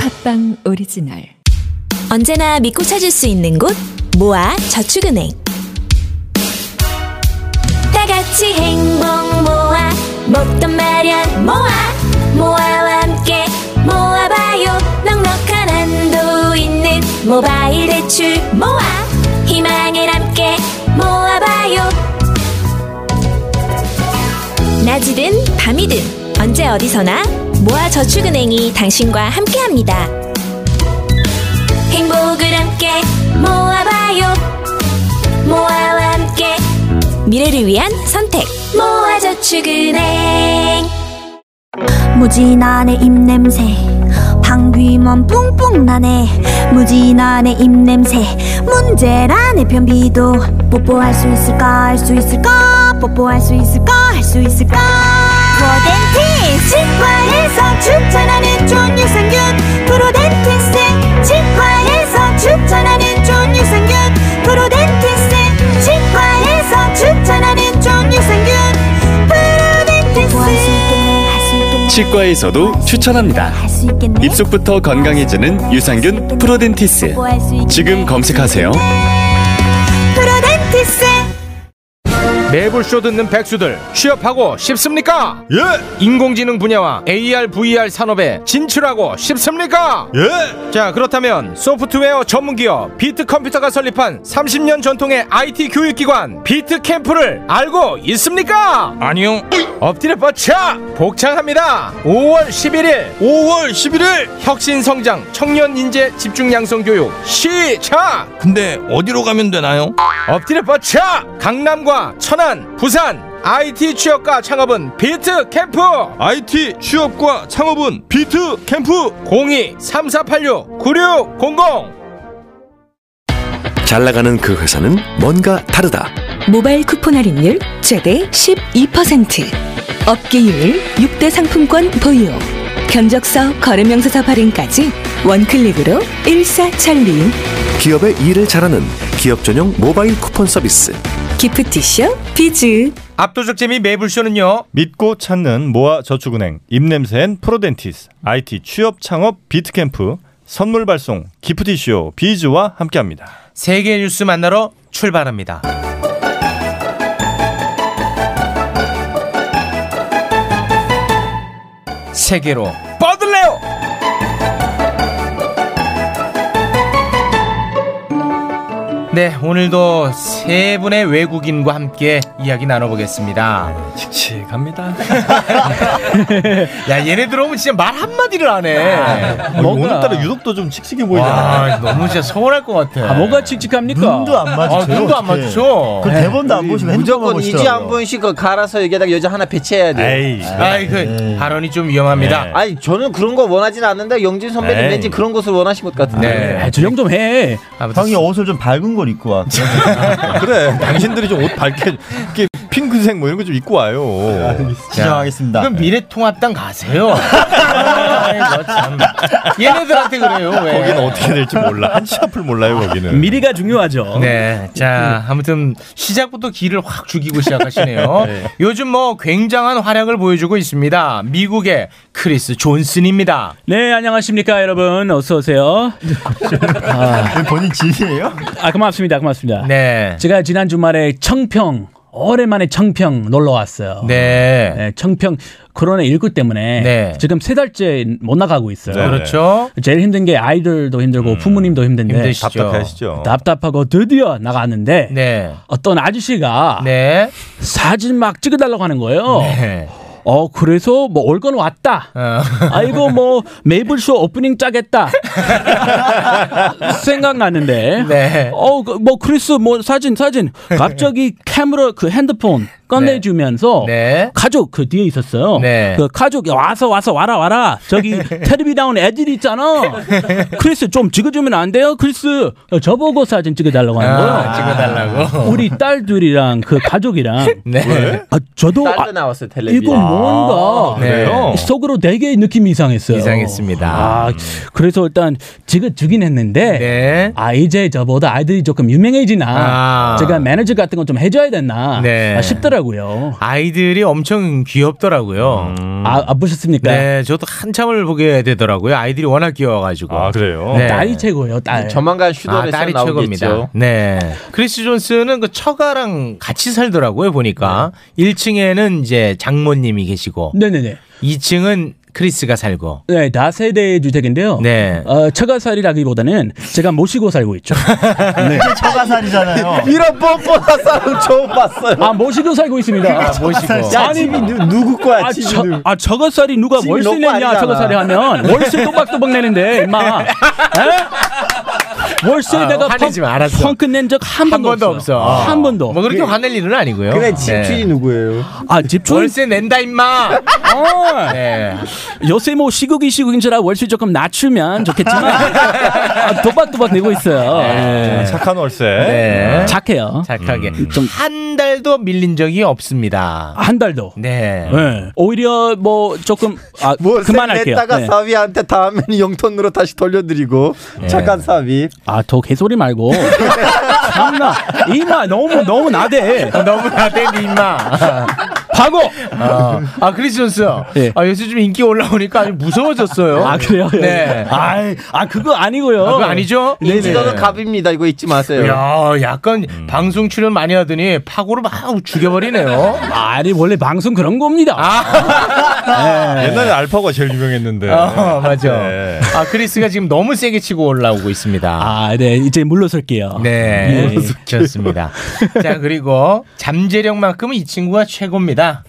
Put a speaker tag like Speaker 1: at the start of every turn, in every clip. Speaker 1: 팟빵 오리지널
Speaker 2: 언제나 믿고 찾을 수 있는 곳 모아 저축은행 다 같이 행복 모아 먹던 마련 모아 모아와 함께 모아봐요 넉넉한 한도 있는 모바일 대출 모아 희망을 함께 모아봐요 낮이든 밤이든 언제 어디서나 모아 저축은행이 당신과 함께합니다. 행복을 함께 모아봐요 모아와 함께 미래를 위한 선택 모아저축은행
Speaker 3: 무진한의 입냄새 방귀만 뿡뿡 나네 무진한의 입냄새 문제란의 변비도 뽀뽀할 수 있을까 할 수 있을까 뽀뽀할 수 있을까 할 수 있을까 프로덴틴 치과에서 추천하는 좋은 유산균 프로덴틴스 치과에서 추천하는 좋은 유산균 프로덴틴스 치과에서 추천하는 좋은 유산균 프로덴틴스
Speaker 4: 치과에서도 추천합니다. 입속부터 건강해지는 유산균 프로덴티스. 지금 검색하세요.
Speaker 3: 프로덴티스
Speaker 5: 매불쇼 듣는 백수들 취업하고 싶습니까?
Speaker 6: 예!
Speaker 5: 인공지능 분야와 AR, VR 산업에 진출하고 싶습니까?
Speaker 6: 예!
Speaker 5: 자 그렇다면 소프트웨어 전문기업 비트컴퓨터가 설립한 30년 전통의 IT 교육기관 비트캠프를 알고 있습니까? 아니요 엎드려 뻗쳐 복창합니다 5월 11일
Speaker 6: 5월 11일!
Speaker 5: 혁신성장 청년인재 집중양성교육 시작
Speaker 6: 근데 어디로 가면 되나요?
Speaker 5: 엎드려 뻗쳐 강남과 천안 부산 IT 취업과 창업은 비트캠프
Speaker 6: IT 취업과 창업은 비트 캠프!
Speaker 5: 02-3486-9600
Speaker 7: 잘 나가는 그 회사는 뭔가 다르다.
Speaker 1: 모바일 쿠폰 할인율 최대 12% 업계율 6대 상품권 보유 견적서 거래명세서 발행까지 원클릭으로 일사천리
Speaker 7: 기업의 일을 잘하는 기업 전용 모바일 쿠폰 서비스.
Speaker 1: 기프티쇼 비즈
Speaker 5: 압도적 재미 매불쇼는요
Speaker 6: 믿고 찾는 모아 저축은행 입냄새엔 프로덴티스 IT 취업 창업 비트캠프 선물 발송 기프티쇼 비즈와 함께합니다.
Speaker 5: 세계 뉴스 만나러 출발합니다. 세계로 뻗을래요. 네, 오늘도 세 분의 외국인과 함께 이야기
Speaker 6: 아, 네,
Speaker 5: 나눠보겠습니다.
Speaker 8: 칙칙합니다.
Speaker 5: 야, 얘네 들어오면 진짜 말 한마디를 안
Speaker 6: 아,
Speaker 5: 해.
Speaker 6: 네. 오늘따라 유독 더좀 칙칙해 보이잖아.
Speaker 5: 와, 너무 진짜 서운할 것 같아.
Speaker 8: 아, 뭐가 칙칙합니까?
Speaker 9: 안
Speaker 5: 아, 눈도 안 맞죠?
Speaker 9: 그 대본도 안 보시면 핸드폰만
Speaker 10: 무조건 이지 한
Speaker 9: 보시더라고요.
Speaker 10: 분씩 그 갈아서 여기다가 여자 하나 배치해야 돼. 요 네.
Speaker 6: 에이.
Speaker 5: 아이, 그 발언이 좀 위험합니다.
Speaker 6: 네.
Speaker 10: 아니 저는 그런 거 원하진 않는데 영진 선배님
Speaker 6: 에이.
Speaker 10: 왠지 그런 것을 원하신 것 같은데.
Speaker 5: 네.
Speaker 8: 아, 조용 좀 해.
Speaker 5: 아무튼
Speaker 9: 형이 옷을 좀 밝은 걸 입고 와.
Speaker 6: 그래. 당신들이 좀 옷 밝게 이렇게 핑크색 뭐 이런 거 좀 입고 와요.
Speaker 9: 시작하겠습니다.
Speaker 5: 그럼 미래통합당 가세요. 아이고, 참. 얘네들한테 그래요. 왜? 아,
Speaker 6: 거기는 어떻게 될지 몰라. 한치 앞을 몰라요, 거기는.
Speaker 8: 미리가 중요하죠.
Speaker 5: 네, 자 아무튼 시작부터 기를 확 죽이고 시작하시네요. 요즘 뭐 굉장한 활약을 보여주고 있습니다. 미국의 크리스 존슨입니다.
Speaker 8: 네, 안녕하십니까, 여러분. 어서 오세요.
Speaker 9: 이거 본인 진이에요?
Speaker 8: 아, 고맙습니다. 고맙습니다.
Speaker 5: 네,
Speaker 8: 제가 지난 주말에 청평 오랜만에 청평 놀러 왔어요.
Speaker 5: 네,
Speaker 8: 네, 청평 코로나 19 때문에
Speaker 5: 네.
Speaker 8: 지금 세 달째 못 나가고 있어요.
Speaker 6: 네.
Speaker 5: 그렇죠.
Speaker 8: 제일 힘든 게 아이들도 힘들고 부모님도 힘든데
Speaker 5: 힘드시죠.
Speaker 6: 답답하시죠?
Speaker 8: 답답하고 드디어 나갔는데
Speaker 5: 네,
Speaker 8: 어떤 아저씨가
Speaker 5: 네,
Speaker 8: 사진 막 찍어달라고 하는 거예요.
Speaker 5: 네.
Speaker 8: 어 그래서 뭐 올 건 왔다.
Speaker 5: 어.
Speaker 8: 아이고 뭐 메이블쇼 오프닝 짜겠다 생각나는데
Speaker 5: 네.
Speaker 8: 어뭐 크리스 뭐 사진 사진 갑자기 카메라 그 핸드폰 꺼내주면서
Speaker 5: 네.
Speaker 8: 가족 그 뒤에 있었어요
Speaker 5: 네.
Speaker 8: 그 가족 야, 와서 와서 와라 와라 저기 테레비 나온 애들 있잖아 크리스 좀 찍어주면 안 돼요 크리스 저보고 사진 찍어달라고 하는 거예요
Speaker 5: 아, 찍어달라고.
Speaker 8: 우리 딸들이랑 그 가족이랑
Speaker 5: 네.
Speaker 8: 아, 저도
Speaker 10: 딸도
Speaker 8: 아,
Speaker 10: 나왔어요 텔레비.
Speaker 8: 이거 뭔가
Speaker 5: 그래요?
Speaker 8: 속으로 되게 느낌이 이상했어요.
Speaker 5: 어. 이상했습니다.
Speaker 8: 아, 그래서 일단 지금 주긴 했는데
Speaker 5: 네.
Speaker 8: 아 이제 저보다 아이들이 조금 유명해지나
Speaker 5: 아.
Speaker 8: 제가 매니저 같은 건 좀 해줘야 되나
Speaker 5: 네.
Speaker 8: 아, 싶더라고요. 하더라고요.
Speaker 5: 아이들이 엄청 귀엽더라고요.
Speaker 8: 아, 안 보셨습니까?
Speaker 5: 네, 저도 한참을 보게 되더라고요. 아이들이 워낙 귀여워가지고. 아,
Speaker 6: 그래요?
Speaker 8: 네. 딸이 최고예요. 딸.
Speaker 5: 조만간
Speaker 8: 슈돌에서
Speaker 5: 아, 딸이
Speaker 8: 나오겠죠.
Speaker 5: 최고입니다. 네. 크리스 존스는 그 처가랑 같이 살더라고요, 보니까. 1층에는 이제 장모님이 계시고.
Speaker 8: 네. 네네네.
Speaker 5: 2층은 크리스가 살고.
Speaker 8: 네, 다세대 주택인데요.
Speaker 5: 네.
Speaker 8: 어, 처가살이라기보다는 제가 모시고 살고 있죠. 네.
Speaker 9: 처가살이잖아요.
Speaker 10: 이런 뻔뻔한 싸움 처음 봤어요.
Speaker 8: 아, 모시고 살고 있습니다.
Speaker 9: 아, 모시고. 야, 집이 누- 누구 거야,
Speaker 8: 아,
Speaker 9: 집이
Speaker 8: 저,
Speaker 9: 누구.
Speaker 8: 아, 저것살이 누가
Speaker 9: 집이
Speaker 8: 월세
Speaker 9: 너무
Speaker 8: 내냐,
Speaker 9: 아니잖아.
Speaker 8: 저것살이 하면. 월세 또박또박 내는데, 임마. 에? 월세
Speaker 5: 아,
Speaker 8: 내가
Speaker 5: 화내지 마, 알았어.
Speaker 8: 펑크 낸 적 한 번도, 없어. 한 번도.
Speaker 5: 뭐 그렇게 화낼 일은 아니고요.
Speaker 6: 네.
Speaker 5: 네.
Speaker 8: 근데 집주인이
Speaker 9: 누구예요?
Speaker 8: 아, 집주인.
Speaker 5: 월세 낸다, 임마! 네.
Speaker 8: 요새 뭐 시국이 시국인지라 월세 조금 낮추면 좋겠지만 아, 도박도박 내고 있어요. 예.
Speaker 6: 착한 월세.
Speaker 5: 네.
Speaker 8: 착해요. 음.
Speaker 5: 착하게.
Speaker 8: 좀-
Speaker 5: 한 달도 밀린 적이 없습니다.
Speaker 8: 한 달도.
Speaker 5: 네.
Speaker 8: 네. 오히려 뭐 조금 아, 그만할게요.
Speaker 10: 냈다가
Speaker 8: 네.
Speaker 10: 뭐 사위한테 다음에 는 용돈으로 다시 돌려드리고 착한 사위.
Speaker 8: 아, 더 개소리 말고. 참나. 이마 너무 너무 나대.
Speaker 5: 너무 나대 이마.
Speaker 8: 파고.
Speaker 5: 아, 아 크리스 존스. 아 요새 좀 인기 올라오니까 아주 무서워졌어요.
Speaker 8: 예. 아, 그래요?
Speaker 5: 네.
Speaker 8: 아, 아 그거 아니고요. 네,
Speaker 5: 그거 아니죠?
Speaker 10: 인지도는 갑입니다. 이거 잊지 마세요.
Speaker 5: 야, 약간 방송 출연 많이 하더니 파고를 막 죽여버리네요.
Speaker 8: 아니 원래 방송 그런 겁니다.
Speaker 9: 네.
Speaker 6: 옛날에 알파고가 제일 유명했는데.
Speaker 5: 아, 맞아. 아, 크리스가 지금 너무 세게 치고 올라오고 있습니다.
Speaker 8: 아, 네. 이제 물러설게요.
Speaker 5: 네.
Speaker 8: 예.
Speaker 5: 좋습니다. 자, 그리고 잠재력만큼은 이 친구가 최고입니다.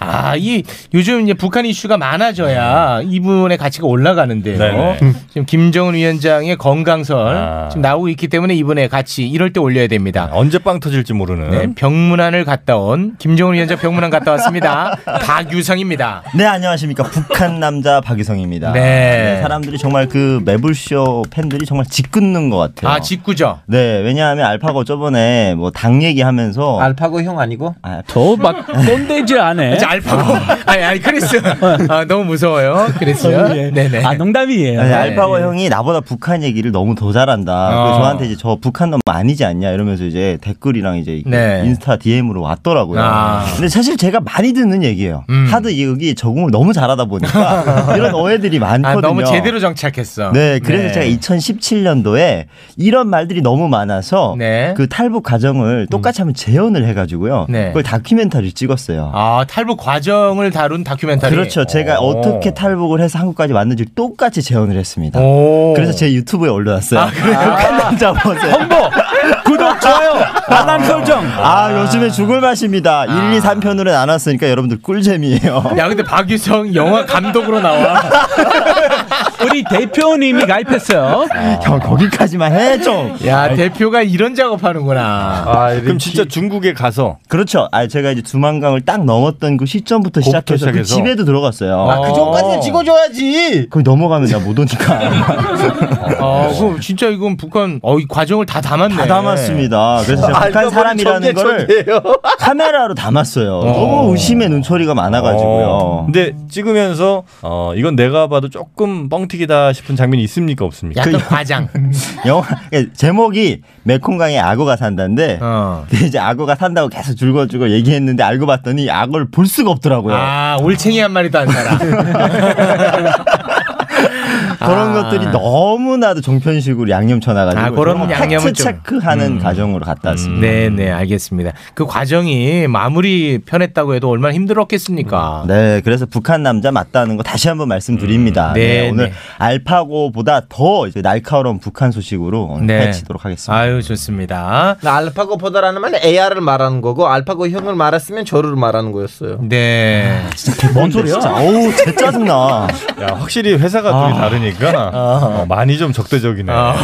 Speaker 5: 아, 이 요즘 이제 북한 이슈가 많아져야 이분의 가치가 올라가는데요.
Speaker 6: 네네. 아.
Speaker 5: 지금 김정은 위원장의 건강설 지금 나오고 있기 때문에 이분의 가치 이럴 때 올려야 됩니다.
Speaker 6: 언제 빵 터질지 모르는.
Speaker 5: 네, 병문안을 갔다 온 김정은 위원장 병문안 갔다 왔습니다. 박유성입니다.
Speaker 9: 네 안녕하십니까 북한 남자 박유성입니다.
Speaker 5: 네.
Speaker 9: 사람들이 정말 그 매불쇼 팬들이 정말 짓궂는 것 같아요.
Speaker 5: 아, 직구죠.
Speaker 9: 네 왜냐하면 알파고 저번에 뭐 당 얘기하면서
Speaker 10: 알파고 형 아니고
Speaker 8: 더막 꼰대질 안 해.
Speaker 5: 이제 알파고. 아니, 아니, 크리스. 아, 너무 무서워요. 크리스.
Speaker 9: 예.
Speaker 5: 네네.
Speaker 8: 아 농담이에요.
Speaker 5: 예.
Speaker 8: 예.
Speaker 9: 네, 알파고 형이 나보다 북한 얘기를 너무 더 잘한다. 그래서
Speaker 5: 어.
Speaker 9: 저한테 이제 저 북한 놈 아니지 않냐 이러면서 이제 댓글이랑 이제
Speaker 5: 네.
Speaker 9: 인스타 DM으로 왔더라고요.
Speaker 5: 아. 음.
Speaker 9: 근데 사실 제가 많이 듣는 얘기예요. 하드 여기 적응을 너무 잘하다 보니까 이런 오해들이 많거든요.
Speaker 5: 아, 너무 제대로 정착했어.
Speaker 9: 네, 그래서 제가 2017년도에 이런 말들이 너무 많아서
Speaker 5: 네. 음.
Speaker 9: 그 탈북 과정을 똑같이 한번 재현을 해가지고요.
Speaker 5: 네.
Speaker 9: 그걸 다큐멘터리를 찍었어요.
Speaker 5: 아 탈북 과정을 다룬 다큐멘터리.
Speaker 9: 그렇죠. 제가
Speaker 5: 오.
Speaker 9: 어떻게 탈북을 해서 한국까지 왔는지 똑같이 재현을 했습니다. 그래서 제 유튜브에 올려놨어요.
Speaker 5: 아.
Speaker 9: 북한 남자 보세요.
Speaker 8: 홍보, 구독, 좋아요, 알람 설정.
Speaker 9: 아, 요즘에 죽을 맛입니다. 1, 2, 3편으로는 안 왔으니까 여러분들 꿀잼이에요.
Speaker 5: 야 근데 박유성 영화 감독으로 나와.
Speaker 8: 우리 대표님이 가입했어요.
Speaker 9: 형 거기까지만 해 좀.
Speaker 5: 야 대표가 이런 작업하는구나.
Speaker 6: 그럼 진짜 중국에 가서
Speaker 9: 그렇죠. 아, 제가 이제 두만강을 딱 넘었던 그 시점부터
Speaker 6: 그거부터
Speaker 9: 시작해서 그
Speaker 6: 시작해서.
Speaker 9: 집에도 들어갔어요.
Speaker 5: 아, 그 전까지는
Speaker 9: 찍어줘야지. 그럼 넘어가면 나 못 오니까.
Speaker 5: 아, 그럼 진짜 이건 북한 어, 이 과정을 다 담았네.
Speaker 9: 다 담았습니다. 그래서 제가
Speaker 5: 알고
Speaker 9: 북한
Speaker 5: 보니
Speaker 9: 사람이라는
Speaker 5: 저게
Speaker 9: 거를 카메라로 담았어요. 너무 의심의 눈초리가 많아가지고요.
Speaker 6: 어. 근데 찍으면서 어, 이건 내가 봐도 조금 뻥튀기다 싶은 장면이 있습니까 없습니까?
Speaker 5: 약간 과장.
Speaker 9: 영화 그러니까 제목이 메콩강에 악어가 산다인데 근데 이제 악어가 산다고 계속 줄거주고 얘기했는데 알고 봤더니 악어를 볼 수가 없더라고요.
Speaker 5: 아 올챙이 한 마리도 안 살아.
Speaker 9: 그런 것들이 너무나도 종편식으로 양념쳐놔가지고
Speaker 5: 아, 그런
Speaker 9: 정말
Speaker 5: 양념은
Speaker 9: 팩트
Speaker 5: 좀- 음.
Speaker 9: 체크하는 과정으로 갔다 왔습니다.
Speaker 5: 네네 알겠습니다. 그 과정이 마무리 편했다고 해도 얼마나 힘들었겠습니까.
Speaker 9: 네, 그래서 북한 남자 맞다는 거 다시 한번 말씀드립니다.
Speaker 5: 네,
Speaker 9: 네, 오늘
Speaker 5: 네.
Speaker 9: 알파고보다 더 이제 날카로운 북한 소식으로 오늘
Speaker 5: 네.
Speaker 9: 음, 해치도록 하겠습니다.
Speaker 5: 아유 좋습니다.
Speaker 10: 나 알파고 보다라는 말은 AR을 말하는 거고 알파고 형을 말했으면 저를 말하는 거였어요.
Speaker 5: 네.
Speaker 9: 뭔 소리야? 어우, 제 짜증나. 아.
Speaker 6: 야, 확실히 회사가 둘이
Speaker 5: 아.
Speaker 6: 다르니까 어, 많이 좀 적대적이네.
Speaker 5: 자,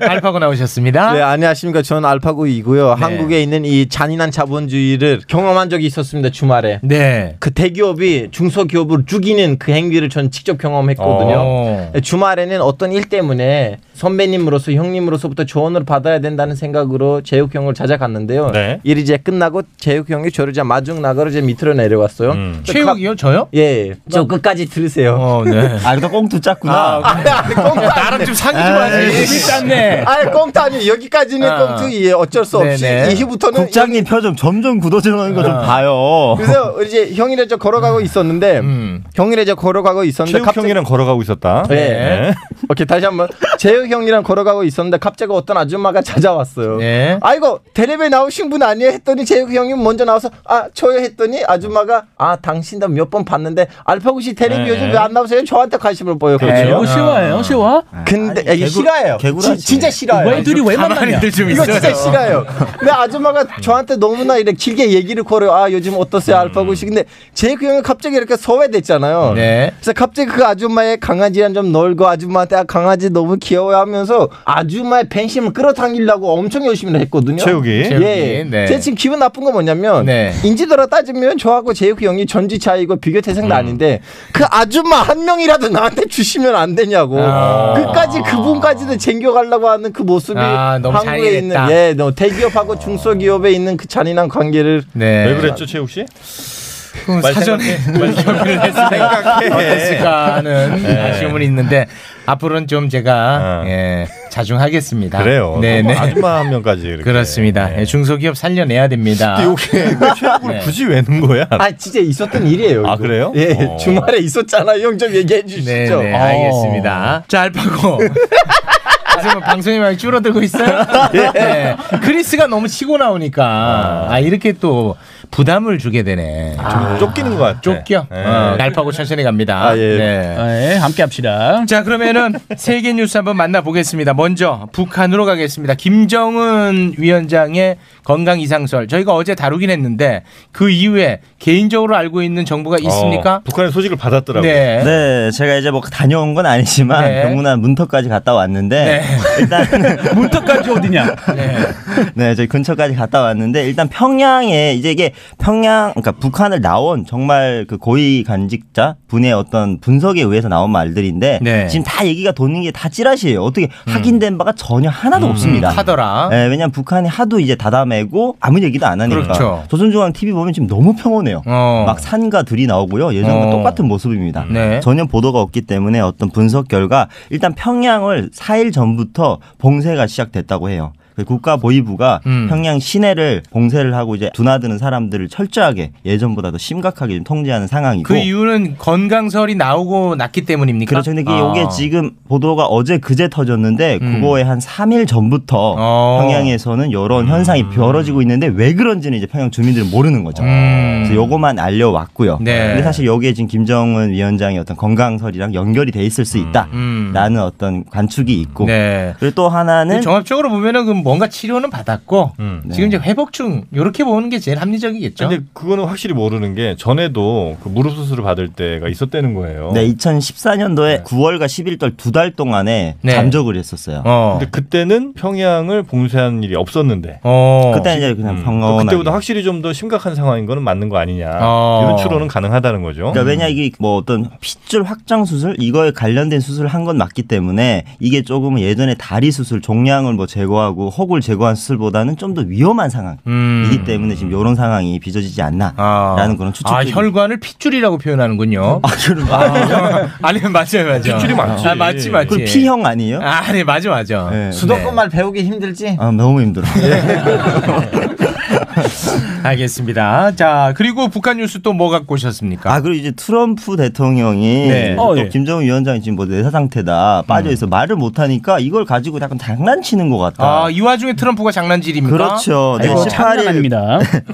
Speaker 5: 알파고 나오셨습니다. 네.
Speaker 10: 네, 안녕하십니까. 저는 알파고이고요.
Speaker 6: 네.
Speaker 10: 한국에 있는 이 잔인한 자본주의를 경험한 적이 있었습니다. 주말에.
Speaker 5: 네.
Speaker 10: 그 대기업이 중소기업을 죽이는 그 행위를 전 직접 경험했거든요.
Speaker 5: 오.
Speaker 10: 주말에는 어떤 일 때문에 선배님으로서 형님으로서부터 조언을 받아야 된다는 생각으로 재욱 형을 찾아갔는데요.
Speaker 6: 네.
Speaker 10: 일이 이제 끝나고 재욱 형이 저를 이제 마중 나가러 이제 밑으로 내려왔어요.
Speaker 5: 음. 최욱이요 저요?
Speaker 10: 예, 저 끝까지 들으세요.
Speaker 5: 어, 네.
Speaker 9: 아, 그다 꽁투 짰구나.
Speaker 5: 나랑 좀 상의 좀 하지.
Speaker 10: 아니 꽁트 아니 여기까지는
Speaker 9: 아.
Speaker 10: 꽁트 이 여쩔 수 없이
Speaker 9: 네네.
Speaker 10: 이 후부터는
Speaker 9: 국장님 표 좀 점점 굳어지는 거 좀 봐요.
Speaker 10: 그래서 이제 형이랑 저 걸어가고 있었는데
Speaker 8: 음.
Speaker 10: 형이랑 저 걸어가고 있었는데
Speaker 6: 체육 형이랑 걸어가고 있었다.
Speaker 9: 네.
Speaker 6: 네.
Speaker 10: 예.
Speaker 8: 네.
Speaker 10: 오케이 다시 한번 재혁 형이랑 걸어가고 있었는데 갑자기 어떤 아줌마가 찾아왔어요.
Speaker 8: 네.
Speaker 10: 아이고 대리배 나오신 분 아니에요? 했더니 재혁 형이 먼저 나와서 아 저요 했더니 아줌마가 아 당신도 몇 번 봤는데 알파고 씨 대리배
Speaker 9: 네.
Speaker 10: 요즘 왜 안 나오세요? 저한테 관심을 보였거든요.
Speaker 8: 이거 싫어해요, 싫어?
Speaker 10: 근데 이게
Speaker 8: 아. 개구-
Speaker 10: 싫어요.
Speaker 8: 개구라지.
Speaker 10: 지- 진짜 싫어요.
Speaker 8: 왜 둘이 왜 가만히들 만나냐? 좀
Speaker 10: 이거
Speaker 8: 있어요.
Speaker 10: 진짜 싫어요. 근데 아줌마가 저한테 너무나 이렇게 길게 얘기를 걸어요. 아 요즘 어떠세요
Speaker 5: 음.
Speaker 10: 알파고 씨. 근데 제이크 형이 갑자기 이렇게 소외됐잖아요.
Speaker 5: 네.
Speaker 10: 그래서 갑자기 그 아줌마의 강아지랑 좀 놀고 아줌마한테 아, 강아지 너무 귀여워 하면서 아줌마의 팬심을 끌어당기려고 엄청 열심히 했거든요.
Speaker 6: 체육이.
Speaker 10: 예.
Speaker 6: 체육이, 네.
Speaker 10: 제 지금 기분 나쁜 건 뭐냐면
Speaker 5: 네.
Speaker 10: 인지도로 따지면 저하고 제이크 형이 전지차이고 비교
Speaker 5: 음.
Speaker 10: 대상도 아닌데 그 아줌마 한 명이라도 나한테 주시면 안 되냐고.
Speaker 5: 아.
Speaker 10: 끝까지 그분까지도 쟁겨가려고 하는 그 모습이
Speaker 5: 아, 너무
Speaker 10: 한국에 있는
Speaker 5: 잔인했다.
Speaker 10: 예, 너무 대기업하고
Speaker 11: 아.
Speaker 10: 중소기업에 있는 그 잔인한 관계를
Speaker 6: 왜 그랬죠, 체육 씨?
Speaker 10: 말
Speaker 5: 네. 그 사전에 결을 했을
Speaker 10: 생각해.
Speaker 5: 어땠을까 하는
Speaker 6: 네. 어.
Speaker 5: 아쉬움은 있는데 앞으로는 좀 제가 예, 자중하겠습니다.
Speaker 6: 그래요. 뭐
Speaker 5: 네네.
Speaker 6: 아줌마 한 명까지 이렇게. 네.
Speaker 5: 그렇습니다. 예, 중소기업 살려내야 됩니다. 네.
Speaker 6: 근데 이게 체육을 굳이 왜 넣은 거야? 어.
Speaker 10: 아 진짜 있었던 일이에요.
Speaker 5: 아 그래요?
Speaker 10: 예, 주말에 있었잖아요. 형 좀 얘기해 주시죠.
Speaker 5: 네,
Speaker 6: 어.
Speaker 5: 알겠습니다. 자, 알파고. 지금 방송이 많이 줄어들고 있어요.
Speaker 10: 예.
Speaker 5: 네. 크리스가 너무 치고 나오니까 아 이렇게 또 부담을 주게 되네. 좀
Speaker 6: 쫓기는 것 같아.
Speaker 5: 쫓겨.
Speaker 6: 네. 아, 예.
Speaker 5: 어, 날파고 천천히 갑니다. 네.
Speaker 8: 아, 예, 함께 합시다.
Speaker 5: 자, 그러면은 세계 뉴스 한번 만나보겠습니다. 먼저 북한으로 가겠습니다. 김정은 위원장의 건강 이상설 저희가 어제 다루긴 했는데 그 이후에 개인적으로 알고 있는 정보가 있습니까?
Speaker 9: 어, 북한의 소식을
Speaker 5: 받았더라고요. 네.
Speaker 9: 제가 이제 뭐 다녀온 건 아니지만
Speaker 5: 네.
Speaker 9: 병문안 문턱까지 갔다 왔는데
Speaker 10: 네.
Speaker 8: 문턱까지 어디냐?
Speaker 9: 네, 저희 근처까지 갔다 왔는데 일단 평양에 이제 이게 평양 그러니까 북한을 나온 정말 그 고위 간직자 분의 어떤 분석에 의해서 나온 말들인데
Speaker 5: 네.
Speaker 9: 지금 다 얘기가 도는 게 다 찌라시예요. 어떻게 확인된 바가 전혀 하나도 없습니다.
Speaker 5: 하더라.
Speaker 9: 네, 왜냐면 북한이 하도 이제 다다매고 아무 얘기도 안 하니까.
Speaker 6: 그러니까.
Speaker 5: 그렇죠.
Speaker 9: 조선중앙 TV 보면 지금 너무 평온해요. 막 산과 들이 나오고요. 예전과
Speaker 5: 어.
Speaker 9: 똑같은 모습입니다.
Speaker 5: 네.
Speaker 9: 전혀 보도가 없기 때문에 어떤 분석 결과 일단 평양을 4일 전부터 봉쇄가 시작됐다고 해요. 그 국가보위부가
Speaker 5: 음.
Speaker 9: 평양 시내를 봉쇄를 하고 이제 드나드는 사람들을 철저하게 예전보다 더 심각하게 좀 통제하는 상황이고
Speaker 5: 그 이유는 건강설이 나오고 났기 때문입니까?
Speaker 9: 그렇죠. 근데 이게
Speaker 5: 아.
Speaker 9: 요게 지금 보도가 어제 그제 터졌는데
Speaker 5: 음.
Speaker 9: 그거에 한 3일 전부터
Speaker 5: 어.
Speaker 9: 평양에서는
Speaker 5: 음.
Speaker 9: 이런 현상이 벌어지고 있는데 왜 그런지는 이제 평양 주민들은 모르는 거죠. 그래서 요거만 알려왔고요.
Speaker 5: 음. 네.
Speaker 9: 근데 사실 여기에 지금 김정은 위원장의 어떤 건강설이랑 연결이 돼 있을 수
Speaker 5: 음.
Speaker 9: 있다라는 어떤 관측이 있고.
Speaker 5: 네.
Speaker 9: 그리고 또 하나는
Speaker 5: 종합적으로 보면은 그 뭔가 치료는 받았고
Speaker 9: 네.
Speaker 5: 지금 이제 회복 중 이렇게 보는 게 제일 합리적이겠죠.
Speaker 6: 근데 그거는 확실히 모르는 게 전에도 그 무릎 수술을 받을 때가 있었다는 거예요.
Speaker 9: 네, 2014년도에
Speaker 5: 네.
Speaker 9: 9월과 11월 두 달 동안에
Speaker 6: 네.
Speaker 9: 잠적을 했었어요.
Speaker 6: 근데 그때는 평양을 봉쇄한 일이 없었는데.
Speaker 5: 어.
Speaker 9: 그때 이제 그냥
Speaker 6: 음.
Speaker 9: 평온하게.
Speaker 6: 그때보다 확실히 좀 더 심각한 상황인 거는 맞는 거 아니냐.
Speaker 9: 어.
Speaker 6: 이런 추론은 가능하다는 거죠.
Speaker 9: 그러니까 왜냐 이게 뭐 어떤 핏줄 확장 수술 이거에 관련된 수술을 한 건 맞기 때문에 이게 조금 은 예전에 다리 수술 종양을 뭐 제거하고 혹을 제거한 수술보다는 좀 더 위험한 상황이기 때문에 지금 이런 상황이 빚어지지 않나라는 그런 추측.
Speaker 5: 음. 아 혈관을 핏줄이라고 표현하는군요. 아, 니 맞아요, 맞아요.
Speaker 9: 핏줄이 맞지.
Speaker 5: 아, 맞지, 맞지.
Speaker 9: 그리고 P형 아니에요?
Speaker 5: 아, 네, 맞아, 맞아.
Speaker 10: 수도권 말 배우기 힘들지?
Speaker 9: 아 너무 힘들어.
Speaker 5: 그러니까. 알겠습니다. 자, 그리고 북한 뉴스 또 뭐 갖고 오셨습니까?
Speaker 9: 아 그리고 이제 트럼프 대통령이
Speaker 5: 네.
Speaker 9: 또
Speaker 5: 어, 예. 음.
Speaker 9: 김정은 위원장이 지금 뭐 내사 상태다 빠져 있어 말을 못 하니까 이걸 가지고 약간 장난치는 것 같다.
Speaker 5: 아, 이 와중에 트럼프가 장난질입니까? 뭐
Speaker 9: 그렇죠. 네, 18일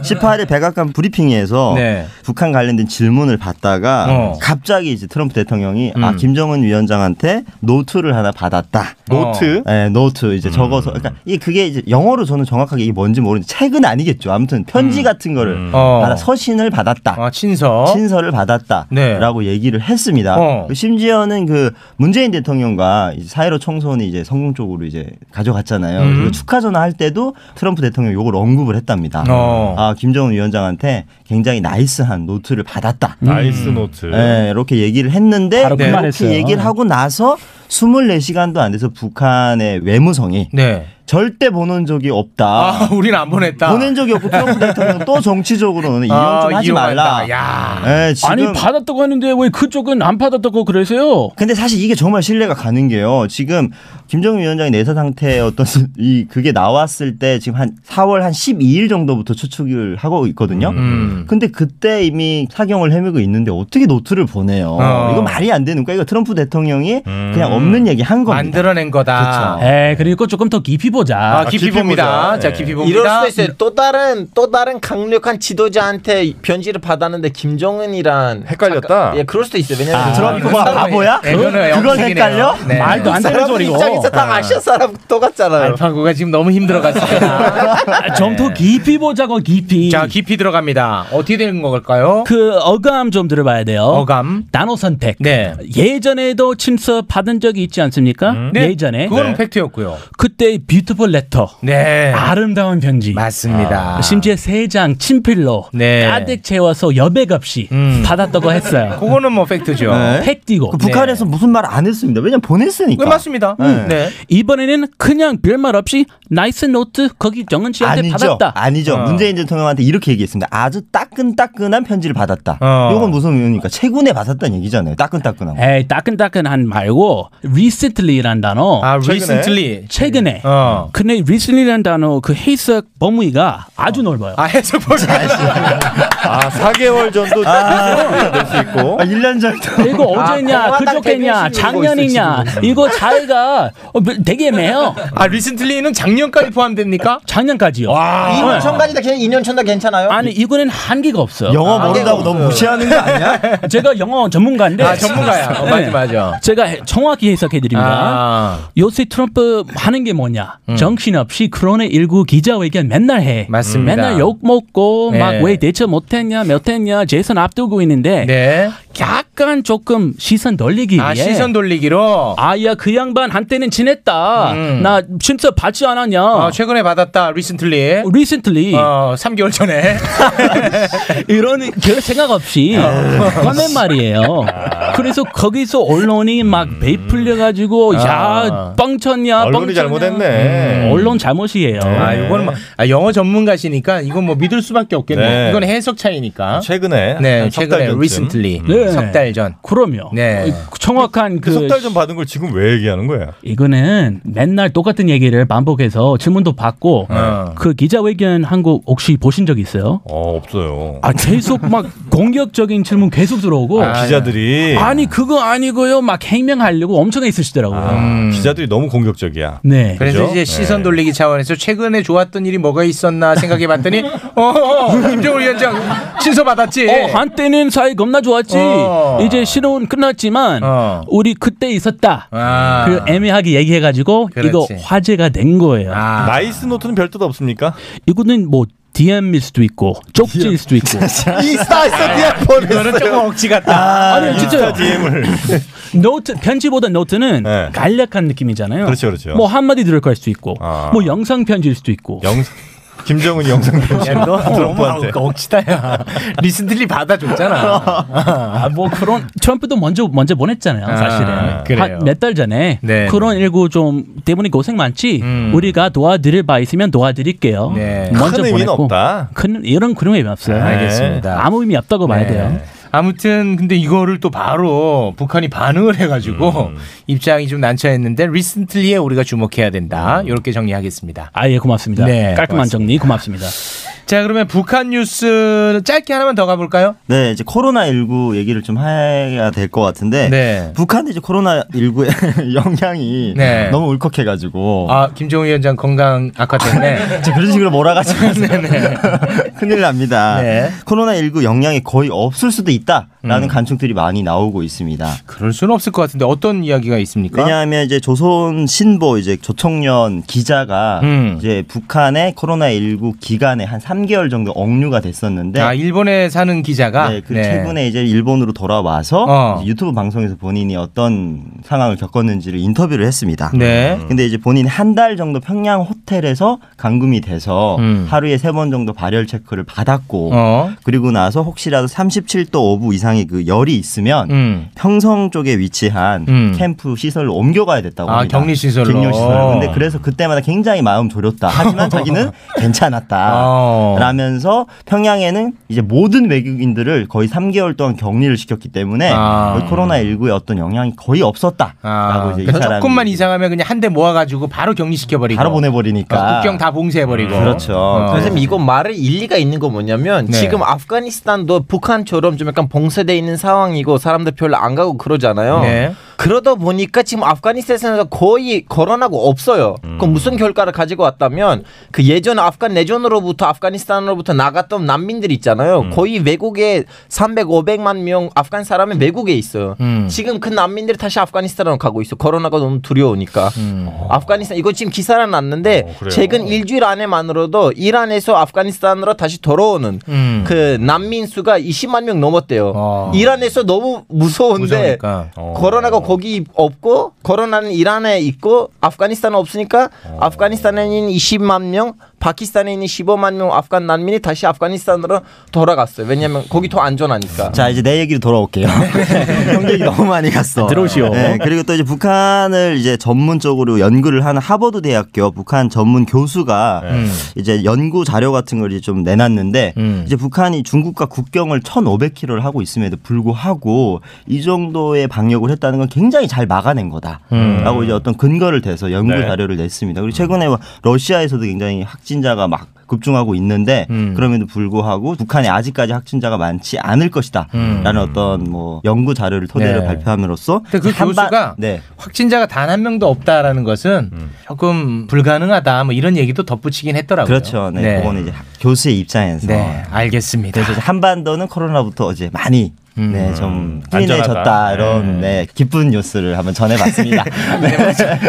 Speaker 9: 18일 백악관 브리핑에서
Speaker 5: 네.
Speaker 9: 북한 관련된 질문을 받다가
Speaker 5: 어.
Speaker 9: 갑자기 이제 트럼프 대통령이 아
Speaker 5: 음.
Speaker 9: 김정은 위원장한테 노트를 하나 받았다.
Speaker 6: 노트?
Speaker 9: 네, 노트
Speaker 5: 음.
Speaker 9: 이제 적어서 그러니까 이게 그게 이제 영어로 저는 정확하게 이게 뭔지 모르는데 책은 아니겠죠. 아무튼 편지 같은 거를
Speaker 5: 음. 어.
Speaker 9: 받아 서신을 받았다.
Speaker 5: 친서. 네.
Speaker 9: 친서를 받았다라고 얘기를 했습니다.
Speaker 5: 어.
Speaker 9: 심지어는 그 문재인 대통령과 이제 사회로 총선이 이제 성공적으로 이제 가져갔잖아요.
Speaker 5: 음.
Speaker 9: 그리고 축하 전화 할 때도 트럼프 대통령 요걸 언급을 했답니다.
Speaker 5: 어.
Speaker 9: 아 김정은 위원장한테 굉장히 나이스한 노트를 받았다.
Speaker 6: 나이스 노트.
Speaker 9: 네, 이렇게 얘기를 했는데
Speaker 6: 바로 그
Speaker 9: 이렇게
Speaker 6: 말했어요.
Speaker 9: 얘기를 하고 나서 24시간도 안 돼서 북한의 외무성이
Speaker 5: 네.
Speaker 9: 절대 보낸 적이 없다.
Speaker 5: 아, 우린 안 보냈다.
Speaker 9: 보낸 적이 없고 트럼프 대통령 또 정치적으로는
Speaker 5: 아,
Speaker 9: 이용 좀 하지
Speaker 5: 이용한다.
Speaker 9: 말라.
Speaker 5: 야.
Speaker 9: 예, 지금-
Speaker 8: 아니 받았다고 했는데 왜 그쪽은 안 받았다고 그러세요?
Speaker 9: 근데 사실 이게 정말 신뢰가 가는 게요. 지금 김정은 위원장의 내사 상태 어떤 이 그게 나왔을 때 지금 한 4월 한 12일 정도부터 추측을 하고 있거든요.
Speaker 5: 음.
Speaker 9: 근데 그때 이미 사경을 헤매고 있는데 어떻게 노트를 보내요?
Speaker 5: 어. 음.
Speaker 9: 이거 말이 안 되는 거야. 이거 트럼프 대통령이 그냥 없는 얘기 한 겁니다.
Speaker 5: 만들어낸
Speaker 9: 그렇죠.
Speaker 5: 아, 거다.
Speaker 8: 에 그러니까 조금 더 깊이 보자.
Speaker 5: 아, 깊이 봅니다.
Speaker 10: 예.
Speaker 5: 자,
Speaker 10: 네.
Speaker 5: 깊이 봅니다.
Speaker 11: 이럴
Speaker 10: 음.
Speaker 11: 수도 있어요. 또 다른 또 다른 강력한 지도자한테 변지를 받았는데 김정은이란 헷갈렸다. 예, 그럴 수도 있어요. 왜냐면 예, 네,
Speaker 5: 아, 트럼프가 바보야? 그건- 그건 헷갈려? 말도 안 되는 소리고.
Speaker 11: 입장에서 다
Speaker 5: 아.
Speaker 11: 아시아 사람 똑같잖아요.
Speaker 5: 알파고가 지금 너무 힘들어갔습니다.
Speaker 8: 아, 좀 더 깊이 보자고 깊이.
Speaker 5: 자 깊이 들어갑니다. 어떻게 되는 걸까요?
Speaker 8: 그 어감 좀 들어봐야 돼요.
Speaker 5: 어감.
Speaker 8: 단어 선택.
Speaker 5: 네.
Speaker 8: 예전에도 침서 받은 적이 있지 않습니까?
Speaker 5: 네,
Speaker 8: 음? 예전에.
Speaker 5: 그거는 팩트였고요.
Speaker 8: 그때 뷰티풀 레터.
Speaker 5: 네.
Speaker 8: 아름다운 편지. 아.
Speaker 5: 맞습니다.
Speaker 8: 심지어 세 장 친필로
Speaker 5: 네. 음.
Speaker 8: 가득 채워서 여백 없이 받았다고 했어요.
Speaker 5: 그거는 뭐 팩트죠.
Speaker 9: 네.
Speaker 8: 팩트고.
Speaker 9: 그 북한에서 무슨 말 안 했습니다. 왜냐면 보냈으니까.
Speaker 5: 네, 맞습니다. 음, 네.
Speaker 8: 이번에는 그냥 별말 없이 나이스 노트 거기 정은 씨한테
Speaker 9: 아니죠.
Speaker 8: 받았다. 어.
Speaker 9: 아니죠.
Speaker 5: 어.
Speaker 9: 문재인 대통령한테 이렇게 얘기했습니다. 아주 따끈따끈한 편지를 받았다.
Speaker 8: 어.
Speaker 9: 이건 무슨 의미입니까? 최근에 받았다는 얘기잖아요. 따끈따끈한. 거.
Speaker 8: 에이 따끈따끈한 말고 recently란 단어.
Speaker 5: 아, 최근에? recently. 어.
Speaker 8: 최근에. 근데 recently란 단어 그 해석 범위가 아주 넓어요.
Speaker 5: 아 해석 범위.
Speaker 8: 아
Speaker 6: 4개월 음. 전도
Speaker 8: 될수
Speaker 6: 있고.
Speaker 11: 어?
Speaker 9: 아 1년 전도.
Speaker 8: 이거 어제냐 그저께냐 작년이냐 이거 자기가 어, 되게 매요.
Speaker 5: 아 리센틀리는 작년까지 포함됩니까?
Speaker 8: 작년까지요.
Speaker 5: 와.
Speaker 11: 2년 전까지다 괜 2년 전다 괜찮아요?
Speaker 8: 아니 이거는 한계가 없어요.
Speaker 11: 영어 모른다고 너무 무시하는 거
Speaker 8: 아니야? 제가 영어 전문가인데. 네.
Speaker 5: 아, 전문가야. 어, 맞아, 맞아.
Speaker 8: 제가 해- 정확히 해석해 드립니다.
Speaker 5: 아.
Speaker 8: 요새 트럼프 하는 게 뭐냐?
Speaker 5: 음.
Speaker 8: 정신없이 코로나 19 기자회견 맨날 해.
Speaker 5: 맞습니다.
Speaker 8: 맨날 욕 먹고
Speaker 5: 네.
Speaker 8: 막 왜 대처 못 했냐, 몇 했냐, 재선 앞두고 있는데 약간 조금 시선 돌리기
Speaker 5: 아
Speaker 8: 위해
Speaker 5: 시선 돌리기로. 음.
Speaker 8: 아야 그 양반 한때는 지냈다. 나 진짜 받지 않았냐?
Speaker 5: 어, 최근에 받았다. 리센틀리.
Speaker 8: 리센틀리.
Speaker 5: 어 3개월 전에.
Speaker 8: 이런 별 생각 없이
Speaker 6: 아.
Speaker 8: 꺼낸 말이에요. 그래서 거기서 언론이
Speaker 6: 음.
Speaker 8: 막 베이풀려 가지고 야
Speaker 5: 아.
Speaker 8: 뻥쳤냐
Speaker 5: 언론이
Speaker 8: 뻥쳤냐.
Speaker 5: 잘못했네.
Speaker 8: 음, 언론 잘못이에요.
Speaker 5: 아 이건 뭐, 아, 영어 전문가시니까 이건 뭐 믿을 수밖에 없겠네.
Speaker 8: 네.
Speaker 5: 이건 해석 차이니까.
Speaker 6: 최근에
Speaker 5: 네
Speaker 6: 한석달
Speaker 5: 최근에
Speaker 6: 전쯤.
Speaker 5: recently
Speaker 6: 네.
Speaker 5: 석달 전.
Speaker 8: 그럼요.
Speaker 5: 네. 음.
Speaker 8: 정확한 그
Speaker 6: 석 달 전 받은 걸 지금 왜 얘기하는 거야?
Speaker 8: 이거는 맨날 똑같은 얘기를 반복해서 질문도
Speaker 6: 네.
Speaker 8: 받고 그 기자회견 한 거 혹시 보신 적 있어요?
Speaker 6: 어 없어요.
Speaker 8: 아 계속 막 공격적인 질문 계속 들어오고
Speaker 6: 아, 기자들이.
Speaker 8: 아니 그거 아니고요 막 해명하려고 엄청 있으시더라고요.
Speaker 6: 기자들이 너무 공격적이야.
Speaker 8: 네.
Speaker 5: 그래서
Speaker 6: 그죠?
Speaker 5: 이제 시선 돌리기 차원에서 최근에 좋았던 일이 뭐가 있었나 생각해봤더니 어, 어 김정은 위원장 신서 받았지.
Speaker 8: 어, 한때는 사이 겁나 좋았지.
Speaker 5: 어.
Speaker 8: 이제 실은 끝났지만
Speaker 6: 어.
Speaker 8: 우리 그때 있었다. 그리고 애매하게 얘기해가지고 이거
Speaker 6: 아. 그렇지. 아.
Speaker 8: 화제가 된 거예요.
Speaker 5: 아.
Speaker 6: 나이스 노트는 별 뜻 없습니까?
Speaker 8: 이거는 뭐 DM일 수도 있고 쪽지일 수도 있고.
Speaker 11: 인스타에서 DM 보냈어요.
Speaker 5: 아, 이거는 조금 억지 같다.
Speaker 8: 아니 진짜 노트 편지보다 노트는 간략한 느낌이잖아요.
Speaker 6: 네. 그렇죠, 그렇죠. 아.
Speaker 8: 뭐 한마디 들어갈 수도 있고,
Speaker 5: 아.
Speaker 8: 뭐 영상 편지일 수도 있고.
Speaker 6: 영 김정은 영상 편지.
Speaker 5: 야, 너 너무
Speaker 6: 트럼프한테.
Speaker 5: 억지다야. 리슨들이 받아줬잖아.
Speaker 8: 아, 뭐 그런 트럼프도 먼저 먼저 보냈잖아요
Speaker 5: 아,
Speaker 8: 사실은
Speaker 5: 그래요.
Speaker 8: 한 몇 달 전에
Speaker 5: 네. 음.
Speaker 8: 그런 일구 좀 때문에 고생 많지 우리가 도와드릴 바 있으면 도와드릴게요 먼저
Speaker 5: 큰 의미는
Speaker 8: 보냈고
Speaker 5: 없다.
Speaker 8: 큰 이런 그런 의미 없어요
Speaker 5: 네. 알겠습니다.
Speaker 8: 아무 의미 없다고 봐야
Speaker 5: 네.
Speaker 8: 돼요
Speaker 5: 아무튼 근데 이거를 또 바로 북한이 반응을 해가지고 입장이 좀 난처했는데 리슨틀리에 우리가 주목해야 된다. 이렇게 정리하겠습니다.
Speaker 8: 아예 고맙습니다
Speaker 5: 네,
Speaker 8: 깔끔한
Speaker 5: 고맙습니다.
Speaker 8: 정리 고맙습니다
Speaker 5: 자 그러면 북한 뉴스 짧게 하나만 더 가볼까요?
Speaker 9: 네, 이제 코로나19 얘기를 좀 해야 될 것 같은데
Speaker 8: 네.
Speaker 9: 북한이 이제 코로나19의 영향이
Speaker 5: 네.
Speaker 9: 너무 울컥해가지고
Speaker 5: 아 김정은 위원장 건강 악화 때문에
Speaker 9: 지금 그런 식으로 몰아가지고 큰일 납니다.
Speaker 5: 네. 음.
Speaker 9: 코로나19 영향이 거의 없을 수도 있다라는 간축들이 많이 나오고 있습니다.
Speaker 5: 그럴 수는 없을 것 같은데 어떤 이야기가 있습니까?
Speaker 9: 왜냐하면 이제 조선 신보 이제 조청년 기자가
Speaker 5: 음.
Speaker 9: 이제 북한의 코로나 19 기간에 한 3개월 정도 억류가 됐었는데
Speaker 5: 아, 일본에 사는 기자가
Speaker 9: 네, 그 최근에 이제 일본으로 돌아와서
Speaker 5: 어.
Speaker 9: 이제 유튜브 방송에서 본인이 어떤 상황을 겪었는지를 인터뷰를 했습니다.
Speaker 5: 네.
Speaker 9: 근데 이제 본인이 한 달 정도 평양 호텔에서 감금이 돼서
Speaker 5: 음.
Speaker 9: 하루에 세 번 정도 발열 체크를 받았고
Speaker 5: 어.
Speaker 9: 그리고 나서 혹시라도 37도 5부 이상의 그 열이 있으면
Speaker 5: 음.
Speaker 9: 평성 쪽에 위치한
Speaker 5: 음.
Speaker 9: 캠프 시설로 옮겨가야 됐다고
Speaker 5: 아,
Speaker 9: 합니다.
Speaker 5: 격리 시설로.
Speaker 9: 격리 시설로. 근데 그래서 그때마다 굉장히 마음 졸였다. 하지만 자기는 괜찮았다.
Speaker 5: 어.
Speaker 9: 라면서 평양에는 이제 모든 외국인들을 거의 3개월 동안 격리를 시켰기 때문에 뭐
Speaker 5: 아.
Speaker 9: 코로나 19의 어떤 영향이 거의 없었다라고 이제 이
Speaker 5: 그러니까
Speaker 9: 사람이
Speaker 5: 조금만 이상하면 그냥 한 대 모아가지고 바로 격리시켜버리고
Speaker 9: 바로 보내버리니까. 음, 그렇죠.
Speaker 5: 어, 국경 다 봉쇄해버리고
Speaker 10: 음,
Speaker 5: 어.
Speaker 10: 선생님 그렇죠. 이거 말에 일리가 있는 건 뭐냐면
Speaker 5: 네.
Speaker 10: 지금 아프가니스탄도 북한처럼 좀 약간 봉쇄돼 있는 상황이고 사람들 별로 안 가고 그러잖아요.
Speaker 5: 네.
Speaker 10: 그러다 보니까 지금 아프가니스탄에서 거의 거론하고 없어요.
Speaker 5: 음.
Speaker 10: 그럼 무슨 결과를 가지고 왔다면 그 예전 아프간 내전으로부터 아프가니스탄으로부터 나갔던 난민들 있잖아요.
Speaker 5: 음.
Speaker 10: 거의 외국에 300, 500만 명 아프간 사람이 외국에 있어요.
Speaker 5: 음.
Speaker 10: 지금 그 난민들이 다시 아프가니스탄으로 가고 있어. 코로나가 너무 두려우니까. 아프가니스탄 이거 지금 기사가 났는데
Speaker 5: 음. 어, 그래요?
Speaker 10: 최근 일주일 안에만으로도 이란에서 아프가니스탄으로 다시 돌아오는
Speaker 5: 음. 어.
Speaker 10: 그 난민 수가 20만 명 넘었대요. 이란에서 너무 무서운데
Speaker 5: 무서우니까. 어.
Speaker 10: 코로나가 거기 없고 코로나는 이란에 있고 아프가니스탄 은 없으니까
Speaker 5: 어.
Speaker 10: 아프가니스탄에는 20만 명, 파키스탄에는 15만 명 아프간 난민이 다시 아프가니스탄으로 돌아갔어요. 왜냐면 거기 더 안전하니까.
Speaker 9: 자 이제 내 얘기로 돌아올게요. 형 얘기 너무 많이 갔어.
Speaker 10: 들어오시오.
Speaker 9: 네, 그리고 또 이제 북한을 이제 전문적으로 연구를 하는 하버드 대학교 북한 전문 교수가
Speaker 5: 음.
Speaker 9: 이제 연구 자료 같은 걸 이제 좀 내놨는데 이제 북한이 중국과 국경을 1,500km를 하고 있음에도 불구하고 이 정도의 방역을 했다는 건 굉장히 잘 막아낸
Speaker 5: 음.
Speaker 9: 거다라고 이제 어떤 근거를 대서 연구
Speaker 5: 네.
Speaker 9: 자료를 냈습니다. 그리고 최근에 뭐 러시아에서도 굉장히 확진자가 막 급증하고 있는데 그럼에도 불구하고 북한이 아직까지 확진자가 많지 않을 것이다라는 어떤 뭐 연구 자료를 토대로
Speaker 5: 음. 네.
Speaker 9: 발표함으로써
Speaker 5: 근데 그
Speaker 9: 한 바-
Speaker 5: 교수가
Speaker 9: 네. 음.
Speaker 5: 확진자가 단 한 명도 없다라는 것은 조금 불가능하다 뭐 이런 얘기도 덧붙이긴 했더라고요.
Speaker 9: 그렇죠. 네, 그거는 이제 교수의 입장에서
Speaker 5: 네, 알겠습니다. 음.
Speaker 9: 그래서 이제 한반도는 코로나부터 이제 많이 네, 좀
Speaker 5: 안전하다.
Speaker 9: 꾸인해졌다 이런 네, 기쁜 뉴스를 한번 전해봤습니다.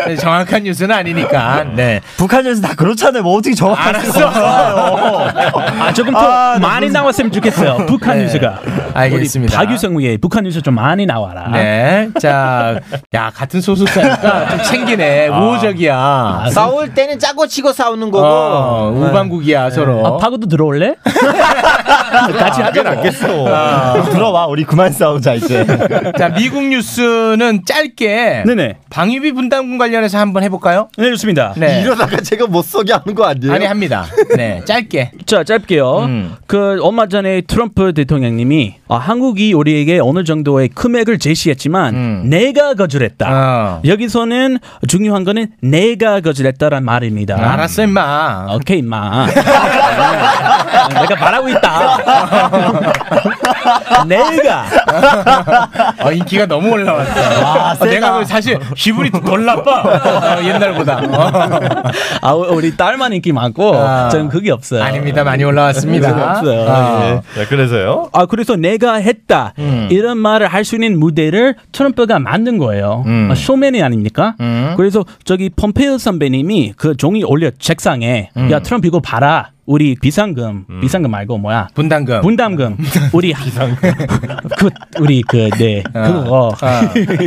Speaker 5: 네, 정확한 뉴스는 아니니까. 네.
Speaker 9: 북한 뉴스 다 그렇잖아요. 뭐 어떻게 정확할 수가 없어요.
Speaker 8: 아 조금 더
Speaker 9: 아, 나
Speaker 8: 많이
Speaker 9: 무슨-
Speaker 8: 나왔으면 좋겠어요. 북한
Speaker 5: 네.
Speaker 8: 뉴스가.
Speaker 5: 알겠습니다.
Speaker 8: 우리 박유성 위에 북한 뉴스 좀 많이 나와라.
Speaker 5: 네. 자, 야 같은 소속사니까 좀 챙기네.
Speaker 8: 아.
Speaker 5: 우호적이야.
Speaker 10: 싸울 때는 짜고 치고 싸우는 거고
Speaker 5: 어, 우방국이야 서로.
Speaker 8: 네.
Speaker 5: 아,
Speaker 8: 아, 파고도 들어올래? 같이 아. 하자.
Speaker 9: 낫겠어 들어와 우리 그만 싸우자 이제.
Speaker 5: 자, 미국 뉴스는 짧게
Speaker 8: 네네.
Speaker 5: 방위비 분담금 관련해서 한번 해볼까요?
Speaker 8: 네, 좋습니다.
Speaker 11: 이러다가 제가 못 서게 하는 거 아니에요?
Speaker 5: 아니 합니다. 네, 짧게.
Speaker 8: 자 짧게요.
Speaker 5: 음.
Speaker 8: 그 얼마 전에 트럼프 대통령님이 아, 한국이 우리에게 어느 정도의 금액을 제시했지만
Speaker 5: 음.
Speaker 8: 내가 거절했다.
Speaker 5: 아.
Speaker 8: 여기서는 중요한 거는 내가 거절했다라는 말입니다.
Speaker 5: 알았어 임마.
Speaker 8: 오케이 임마. 아, 내가 말하고 있다. 내가.
Speaker 5: 어, 인기가 너무 올라왔어.
Speaker 8: 와,
Speaker 5: 어,
Speaker 8: 세다.
Speaker 5: 내가 그 사실 기분이 덜 나빠. 어, 옛날보다. 어.
Speaker 8: 아 우리 딸만 인기 많고 저는 그게 없어요.
Speaker 5: 아. 아닙니다. 많이 올라왔습니다.
Speaker 8: 그게 없어요.
Speaker 5: 아.
Speaker 6: 네,
Speaker 8: 예. 그래서요? 아 그래서 내가 했다 이런 말을 할 수 있는 무대를 트럼프가 만든 거예요. 아, 쇼맨이 아닙니까? 그래서 저기 펌페이오 선배님이 그 종이 올려 책상에 야 트럼프 이거 봐라. 우리 비상금, 비상금 말고 뭐야?
Speaker 5: 분담금.
Speaker 8: 분담금. 우리 비상금. 그 우리 그네 그거.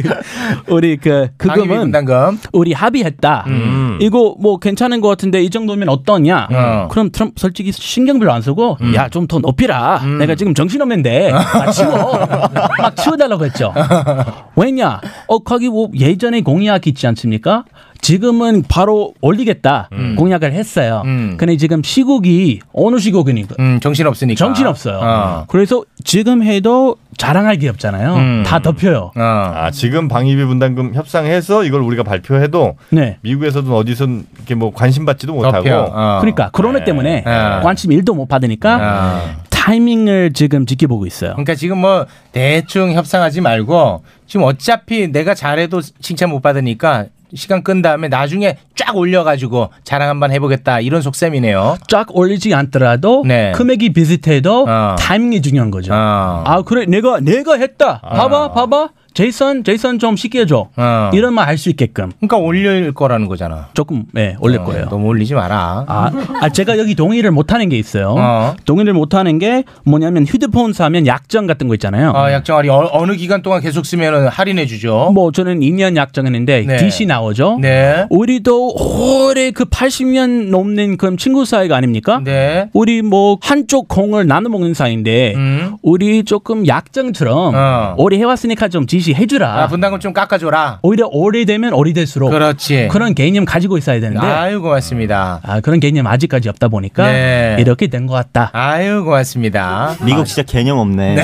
Speaker 8: 우리 그
Speaker 5: 방위비
Speaker 8: 그금은 우리 합의했다.
Speaker 5: 음.
Speaker 8: 이거 뭐 괜찮은 것 같은데 이 정도면 어떠냐?
Speaker 5: 어. 음.
Speaker 8: 그럼 트럼프 솔직히 신경 별로 안 쓰고 야 좀 더 높이라. 내가 지금 정신 없는데 막 치워 막 치워달라고 했죠. 왜냐? 어 거기 뭐 예전에 공약 있지 않습니까? 지금은 바로 올리겠다
Speaker 5: 음.
Speaker 8: 공약을 했어요. 근데 지금 시국이 어느 시국이니까
Speaker 5: 음, 정신 없으니까
Speaker 8: 정신 없어요.
Speaker 5: 어.
Speaker 8: 그래서 지금 해도 자랑할 게 없잖아요.
Speaker 6: 음.
Speaker 8: 다 덮여요.
Speaker 5: 어.
Speaker 6: 아, 지금 방위비 분담금 협상해서 이걸 우리가 발표해도
Speaker 8: 네.
Speaker 6: 미국에서든 어디선 이렇게 뭐 관심 받지도 못하고
Speaker 5: 어.
Speaker 8: 그러니까 코로나
Speaker 6: 네.
Speaker 8: 때문에
Speaker 6: 네.
Speaker 8: 관심 1도 못
Speaker 5: 아.
Speaker 8: 받으니까
Speaker 5: 어.
Speaker 8: 타이밍을 지금 지켜보고 있어요.
Speaker 5: 그러니까 지금 뭐 대충 협상하지 말고 지금 어차피 내가 잘해도 칭찬 못 받으니까 시간 끈 다음에 나중에 쫙 올려가지고 자랑 한번 해보겠다 이런 속셈이네요.
Speaker 8: 쫙 올리지 않더라도
Speaker 5: 네.
Speaker 8: 금액이
Speaker 5: 어. 어.
Speaker 8: 비슷해도 타이밍이 중요한 거죠. 아 그래 내가 내가 했다. 봐봐 봐봐 제이슨 제이슨 좀 쉽게 해줘 이런 말 할 수 있게끔.
Speaker 5: 그러니까 올릴 거라는 거잖아.
Speaker 8: 조금 네, 올릴 거예요.
Speaker 5: 어, 너무 올리지 마라.
Speaker 8: 아, 아, 제가 여기 동의를 못하는 게 있어요. 동의를 못하는 게 뭐냐면 휴대폰 사면 약정 같은 거 있잖아요.
Speaker 5: 아, 약정알이 어, 느 기간 동안 계속 쓰면 할인해 주죠.
Speaker 8: 뭐 저는 2년 약정했는데
Speaker 5: 네.
Speaker 8: DC 나오죠. 우리도 오래 그 80년 넘는 그런 친구 사이가 아닙니까?
Speaker 5: 네.
Speaker 8: 우리 뭐 한쪽 공을 나눠 먹는 사이인데
Speaker 5: 음.
Speaker 8: 우리 조금 약정처럼 오래 해왔으니까 좀 지시해 주라.
Speaker 5: 어. 아, 분담금 좀 깎아줘라.
Speaker 8: 오히려 오래되면 오래될수록
Speaker 5: 그렇지.
Speaker 8: 그런 개념 가지고 있어야 되는데
Speaker 5: 아유 고맙습니다.
Speaker 8: 아, 그런 개념 아직까지 없다 보니까
Speaker 5: 네.
Speaker 8: 이렇게 된 것 같다.
Speaker 5: 아유 고맙습니다.
Speaker 9: 미국 진짜 개념 없네.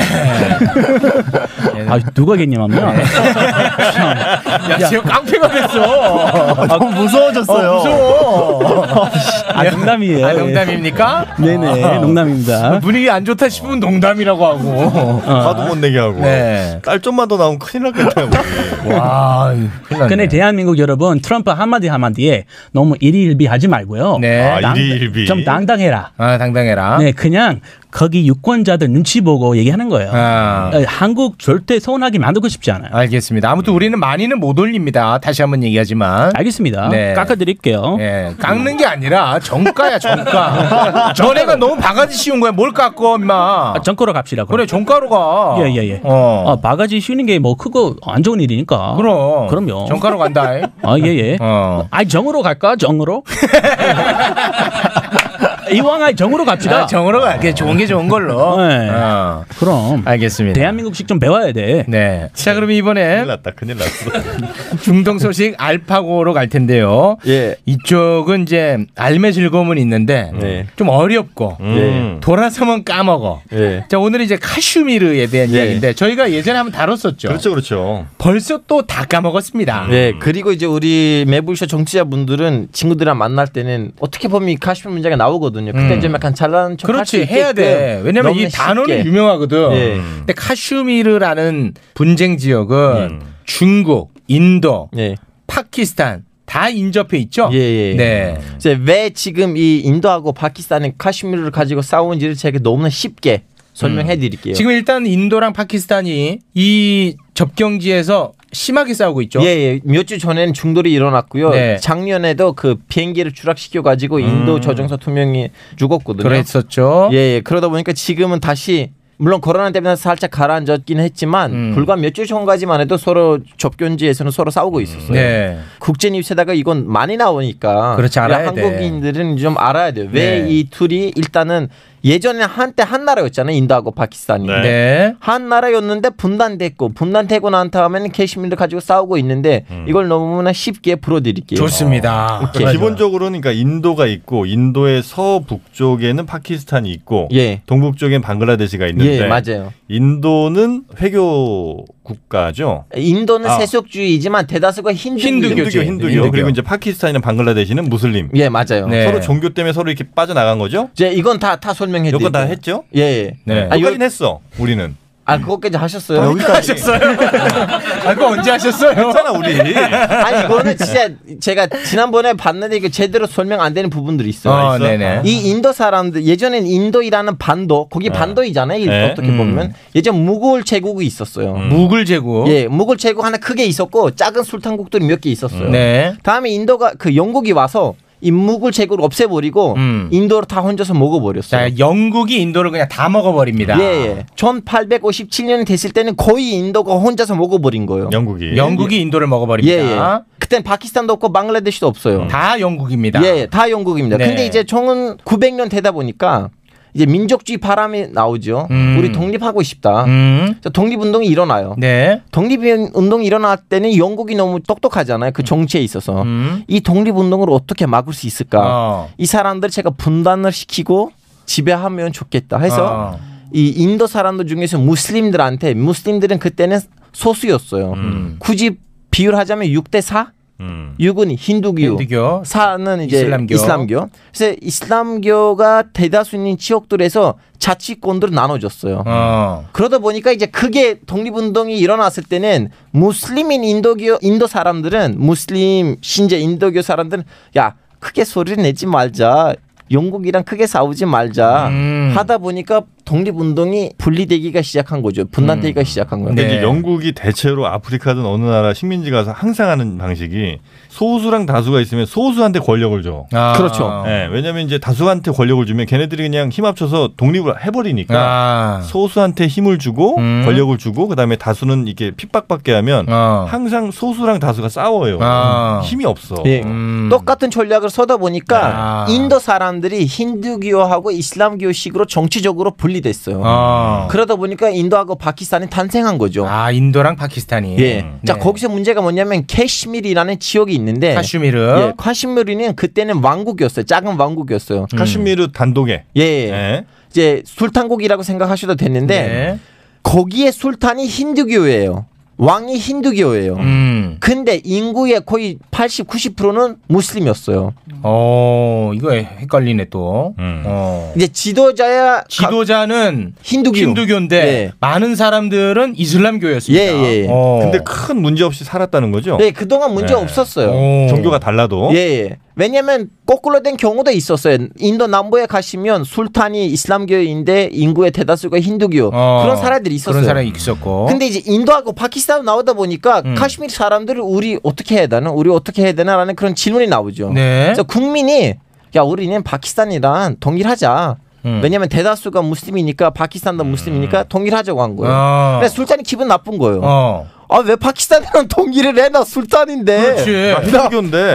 Speaker 5: 예.
Speaker 8: 아, 누가 개념하면
Speaker 5: 야, 지금 깡패가 됐어.
Speaker 8: 너무 무서워졌어요.
Speaker 5: 무서워.
Speaker 8: 아, 농담이에요.
Speaker 5: 아, 농담입니까?
Speaker 8: 네네,
Speaker 5: 아.
Speaker 8: 농담입니다.
Speaker 5: 분위기 안 좋다 싶으면 농담이라고 하고.
Speaker 10: 어.
Speaker 6: 화도
Speaker 8: 어.
Speaker 6: 못 내게 하고
Speaker 5: 네.
Speaker 6: 딸 좀만 더 나오면 큰일 났겠다.
Speaker 5: 와,
Speaker 8: 근데 대한민국 여러분 트럼프 한마디 한마디에 너무 일희일비하지 말고요.
Speaker 5: 아,
Speaker 8: 당-
Speaker 5: 일희일비.
Speaker 8: 좀 당당해라.
Speaker 5: 아, 당당해라.
Speaker 8: 네, 그냥 거기 유권자들 눈치 보고 얘기하는 거예요. 어, 한국 절대 서운하게 만들고 싶지 않아요. 네.
Speaker 5: 아. 알겠습니다. 아무튼 우리는 많이는 못 올립니다. 다시 한번 얘기하지만.
Speaker 8: 알겠습니다. 깎아드릴게요.
Speaker 5: 네. 깎는 게 아니라 정가야
Speaker 8: 음.
Speaker 5: 정가. 너네가 너무 바가지 씌운 거야. 뭘 깎어 임마.
Speaker 8: 정가로 아, 갑시다.
Speaker 5: 그래 정가로 가.
Speaker 8: 예예예.
Speaker 5: 어.
Speaker 8: 아, 바가지 쉬는 게 뭐 크고 안 좋은 일이니까. 그럼. 그럼요.
Speaker 5: 정가로 어, 간다. 이.
Speaker 8: 아 예예. 아 정으로 갈까? 정으로? 이왕 아 정으로 갑시다.
Speaker 5: 아, 정으로 갈게. 좋은 게 좋은 걸로. 어.
Speaker 8: 네. 그럼.
Speaker 5: 알겠습니다.
Speaker 8: 음. 대한민국식 좀 배워야 돼.
Speaker 5: 네. 자 그럼 이번에 큰일
Speaker 6: 났다. 큰일
Speaker 5: 났어. 중동 소식 알파고로 갈 텐데요.
Speaker 6: 예.
Speaker 5: 이쪽은 이제 알매 즐거움은 있는데 좀 어렵고
Speaker 6: 네. 음.
Speaker 5: 돌아서면 까먹어.
Speaker 6: 예.
Speaker 5: 자 오늘 이제 카슈미르에 대한 이야기인데 저희가 예전에 한번 다뤘었죠.
Speaker 6: 그렇죠, 그렇죠.
Speaker 5: 벌써 또 다 까먹었습니다.
Speaker 10: 네, 그리고 이제 우리 매불쇼 정치자분들은 친구들이랑 만날 때는 어떻게 보면 이 카슈미 문제가 나오거든요. 그때
Speaker 5: 음.
Speaker 10: 좀 약간 잘난 척 할수
Speaker 5: 그렇지 해야 돼. 왜냐면 이 단어는 유명하거든.
Speaker 10: 예.
Speaker 5: 근데 카슈미르라는 분쟁 지역은
Speaker 6: 음.
Speaker 5: 중국, 인도,
Speaker 6: 예.
Speaker 5: 파키스탄 다 인접해 있죠. 네.
Speaker 10: 예, 이제 왜 지금 이 인도하고 파키스탄이 카슈미르를 가지고 싸우는지를 제가 너무나 쉽게 설명해 드릴게요.
Speaker 5: 음. 지금 일단 인도랑 파키스탄이 이 접경지에서 심하게 싸우고 있죠.
Speaker 10: 예, 예. 몇 주 전에는 중돌이 일어났고요.
Speaker 5: 네. 음.
Speaker 10: 작년에도 그 비행기를 추락시켜 가지고 인도 저정사 두 명이 죽었거든요.
Speaker 5: 그랬었죠.
Speaker 10: 예, 예. 그러다 보니까 지금은 다시 물론 코로나 때문에 살짝 가라앉았긴 했지만
Speaker 5: 음.
Speaker 10: 불과 몇 주 전까지만 해도 서로 접견지에서는 서로 싸우고 있었어요.
Speaker 5: 네.
Speaker 10: 국제 뉴스에다가 이건 많이 나오니까
Speaker 5: 그렇지, 알아야 돼.
Speaker 10: 한국인들은 좀 알아야 돼요. 왜
Speaker 5: 네.
Speaker 10: 이 둘이 일단은 예전에 한때 한 나라였잖아요. 인도하고 파키스탄이.
Speaker 5: 네. 네.
Speaker 10: 한 나라였는데 분단됐고 분단되고 난 다음에는 캐시민들 가지고 싸우고 있는데 이걸 너무나 쉽게 풀어드릴게요.
Speaker 5: 음.
Speaker 10: 그렇죠.
Speaker 5: 좋습니다.
Speaker 10: 예. 오케이.
Speaker 6: 그러니까 기본적으로는 그러니까 인도가 있고 인도의 서북쪽에는 파키스탄이 있고 동북쪽엔 방글라데시가 있는데
Speaker 10: 예, 맞아요.
Speaker 6: 인도는 회교 국가죠.
Speaker 10: 인도는
Speaker 6: 아.
Speaker 10: 세속주의이지만 대다수가 힌두교.
Speaker 6: 힌두교, 힌두교. 그리고 이제 파키스탄이나 방글라데시는 무슬림.
Speaker 10: 예, 맞아요. 네.
Speaker 6: 서로 종교 때문에 서로 이렇게 빠져나간 거죠?
Speaker 10: 이제 이건 다 다 설명해
Speaker 6: 요거 다
Speaker 10: 드릴게요.
Speaker 6: 했죠?
Speaker 10: 예, 예.
Speaker 6: 네.
Speaker 10: 아, 요-
Speaker 6: 여기까지는 했어. 우리는.
Speaker 10: 아, 그것까지 하셨어요?
Speaker 6: 여기까지.
Speaker 5: 아, 그거 언제 하셨어요?
Speaker 6: 했잖아, 우리.
Speaker 10: 아니 이거는 진짜 제가 지난번에 봤는데 이거 제대로 설명 안 되는 부분들이 있어요.
Speaker 5: 어, 있어요? 네네.
Speaker 10: 이 인도 사람들 예전엔 인도이라는 반도 거기 반도이잖아요.
Speaker 5: 네.
Speaker 10: 어떻게
Speaker 5: 음.
Speaker 10: 보면 예전 무골 제국이 있었어요.
Speaker 5: 무굴 제국.
Speaker 10: 예, 무골 제국 하나 크게 있었고 작은 술탄국들이 몇 개 있었어요.
Speaker 5: 음. 네.
Speaker 10: 다음에 인도가 그 영국이 와서 이 무골 제국을 없애버리고
Speaker 5: 음.
Speaker 10: 인도를 다 혼자서 먹어버렸어요.
Speaker 5: 자, 영국이 인도를 그냥 다 먹어버립니다.
Speaker 10: 예, 예. 1857년이 됐을 때는 거의 인도가 혼자서 먹어버린 거예요.
Speaker 6: 영국이.
Speaker 5: 영국이 인도를
Speaker 10: 예,
Speaker 5: 먹어버립니다.
Speaker 10: 예. 그땐 파키스탄도 없고 방글라데시도 없어요.
Speaker 6: 음.
Speaker 5: 다 영국입니다.
Speaker 10: 예, 다 영국입니다.
Speaker 5: 네.
Speaker 10: 근데 이제 총은 900년 되다 보니까 이제 민족주의 바람이 나오죠.
Speaker 5: 음.
Speaker 10: 우리 독립하고 싶다.
Speaker 5: 음.
Speaker 10: 자, 독립운동이 일어나요.
Speaker 5: 네.
Speaker 10: 독립운동이 일어날 때는 영국이 너무 똑똑하잖아요.
Speaker 5: 음.
Speaker 10: 그 정치에 있어서. 이 독립운동을 어떻게 막을 수 있을까? 이 사람들 제가 분단을 시키고 지배하면 좋겠다 해서
Speaker 5: 어.
Speaker 10: 이 인도 사람들 중에서 무슬림들한테 무슬림들은 그때는 소수였어요. 굳이 비율하자면 6대 4?
Speaker 6: 음.
Speaker 10: 6은 힌두교,
Speaker 5: 힌두교,
Speaker 10: 4는 이제
Speaker 5: 이슬람교.
Speaker 10: 이슬람교. 그래서 이슬람교가 대다수 있는 지역들에서 자치권으로 나눠졌어요.
Speaker 5: 어.
Speaker 10: 그러다 보니까 이제 크게 독립운동이 일어났을 때는 무슬림인 인도교 인도 사람들은 무슬림 신제 인도교 사람들은 야 크게 소리를 내지 말자 영국이랑 크게 싸우지 말자 하다 보니까 독립운동이 분리되기가 시작한 거죠. 분단되기가 시작한 거예요.
Speaker 6: 근데 그러니까 이제 영국이 대체로 아프리카든 어느 나라 식민지 가서 항상 하는 방식이 소수랑 다수가 있으면 소수한테 권력을 줘.
Speaker 5: 아. 그렇죠.
Speaker 6: 예, 왜냐면 이제 다수한테 권력을 주면 걔네들이 그냥 힘 합쳐서 독립을 해버리니까
Speaker 10: 아.
Speaker 6: 소수한테 힘을 주고
Speaker 10: 음.
Speaker 6: 권력을 주고 그다음에 다수는 이렇게 핍박받게 하면 항상 소수랑 다수가 싸워요.
Speaker 10: 어. 아.
Speaker 6: 힘이 없어. 음.
Speaker 10: 예.
Speaker 5: 음.
Speaker 10: 똑같은 전략을 쏘다 보니까
Speaker 6: 아.
Speaker 10: 인도 사람들이 힌두교하고 이슬람교식으로 정치적으로 분리됐어요.
Speaker 5: 아.
Speaker 10: 그러다 보니까 인도하고 파키스탄이 탄생한 거죠.
Speaker 5: 아 인도랑 파키스탄이.
Speaker 10: 예. 자
Speaker 5: 네.
Speaker 10: 거기서 문제가 뭐냐면 캐시미리라는 지역이 있는데
Speaker 5: 카슈미르.
Speaker 10: 예, 카슈미르는 그때는 왕국이었어요. 작은 왕국이었어요.
Speaker 5: 음.
Speaker 6: 카슈미르 단독에.
Speaker 10: 예. 이제 술탄국이라고 생각하셔도 되는데
Speaker 5: 네.
Speaker 10: 거기에 술탄이 힌두교예요. 왕이 힌두교예요.
Speaker 5: 음.
Speaker 10: 근데 인구의 거의 80, 90%는 무슬림이었어요.
Speaker 5: 어 이거 헷갈리네 또.
Speaker 6: 음.
Speaker 5: 어.
Speaker 10: 이제 지도자야
Speaker 5: 지도자는
Speaker 10: 힌두교.
Speaker 5: 힌두교인데
Speaker 10: 예.
Speaker 5: 많은 사람들은 이슬람교였습니다. 어.
Speaker 10: 예, 예.
Speaker 6: 근데 큰 문제 없이 살았다는 거죠?
Speaker 10: 네, 그동안 문제
Speaker 6: 예.
Speaker 10: 없었어요.
Speaker 6: 오. 종교가 달라도.
Speaker 10: 예, 예. 왜냐면 거꾸로 된 경우도 있었어요. 인도 남부에 가시면 술탄이 이슬람교인데 인구의 대다수가 힌두교.
Speaker 5: 어,
Speaker 10: 그런 사람들이 있었어요.
Speaker 5: 그런 사람이 있었고.
Speaker 10: 근데 이제 인도하고 파키스탄 나오다 보니까
Speaker 5: 음.
Speaker 10: 카슈미르 사람들을 우리 어떻게 해야 되나? 우리 어떻게 해야 되나라는 그런 질문이 나오죠.
Speaker 5: 네.
Speaker 10: 그래서 국민이 야 우리는 파키스탄이랑 동일하자.
Speaker 5: 음.
Speaker 10: 왜냐면 대다수가 무슬림이니까 파키스탄도 무슬림이니까 동일하자고 한 거예요.
Speaker 5: 아.
Speaker 10: 근데 술탄이 기분 나쁜 거예요.
Speaker 5: 어.
Speaker 10: 아 왜 파키스탄이랑 동일을 해? 나 술탄인데.
Speaker 5: 그렇지.
Speaker 10: 나
Speaker 6: 힌두교인데.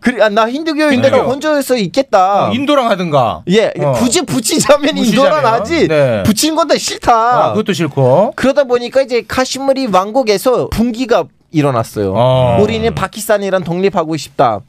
Speaker 10: 그래, 아, 나 힌두교인데 나
Speaker 5: 힌두교.
Speaker 10: 혼자서 있겠다.
Speaker 5: 어, 인도랑 하든가.
Speaker 10: 예,
Speaker 5: 어.
Speaker 10: 굳이 붙이자면
Speaker 5: 붙이자면?
Speaker 10: 인도란 하지.
Speaker 5: 네.
Speaker 10: 붙인 건데 싫다.
Speaker 5: 아, 그것도 싫고.
Speaker 10: 그러다 보니까 이제 카시무리 왕국에서 분기가 일어났어요.
Speaker 5: 어. 음.
Speaker 10: 우리는 파키스탄이랑 독립하고 싶다.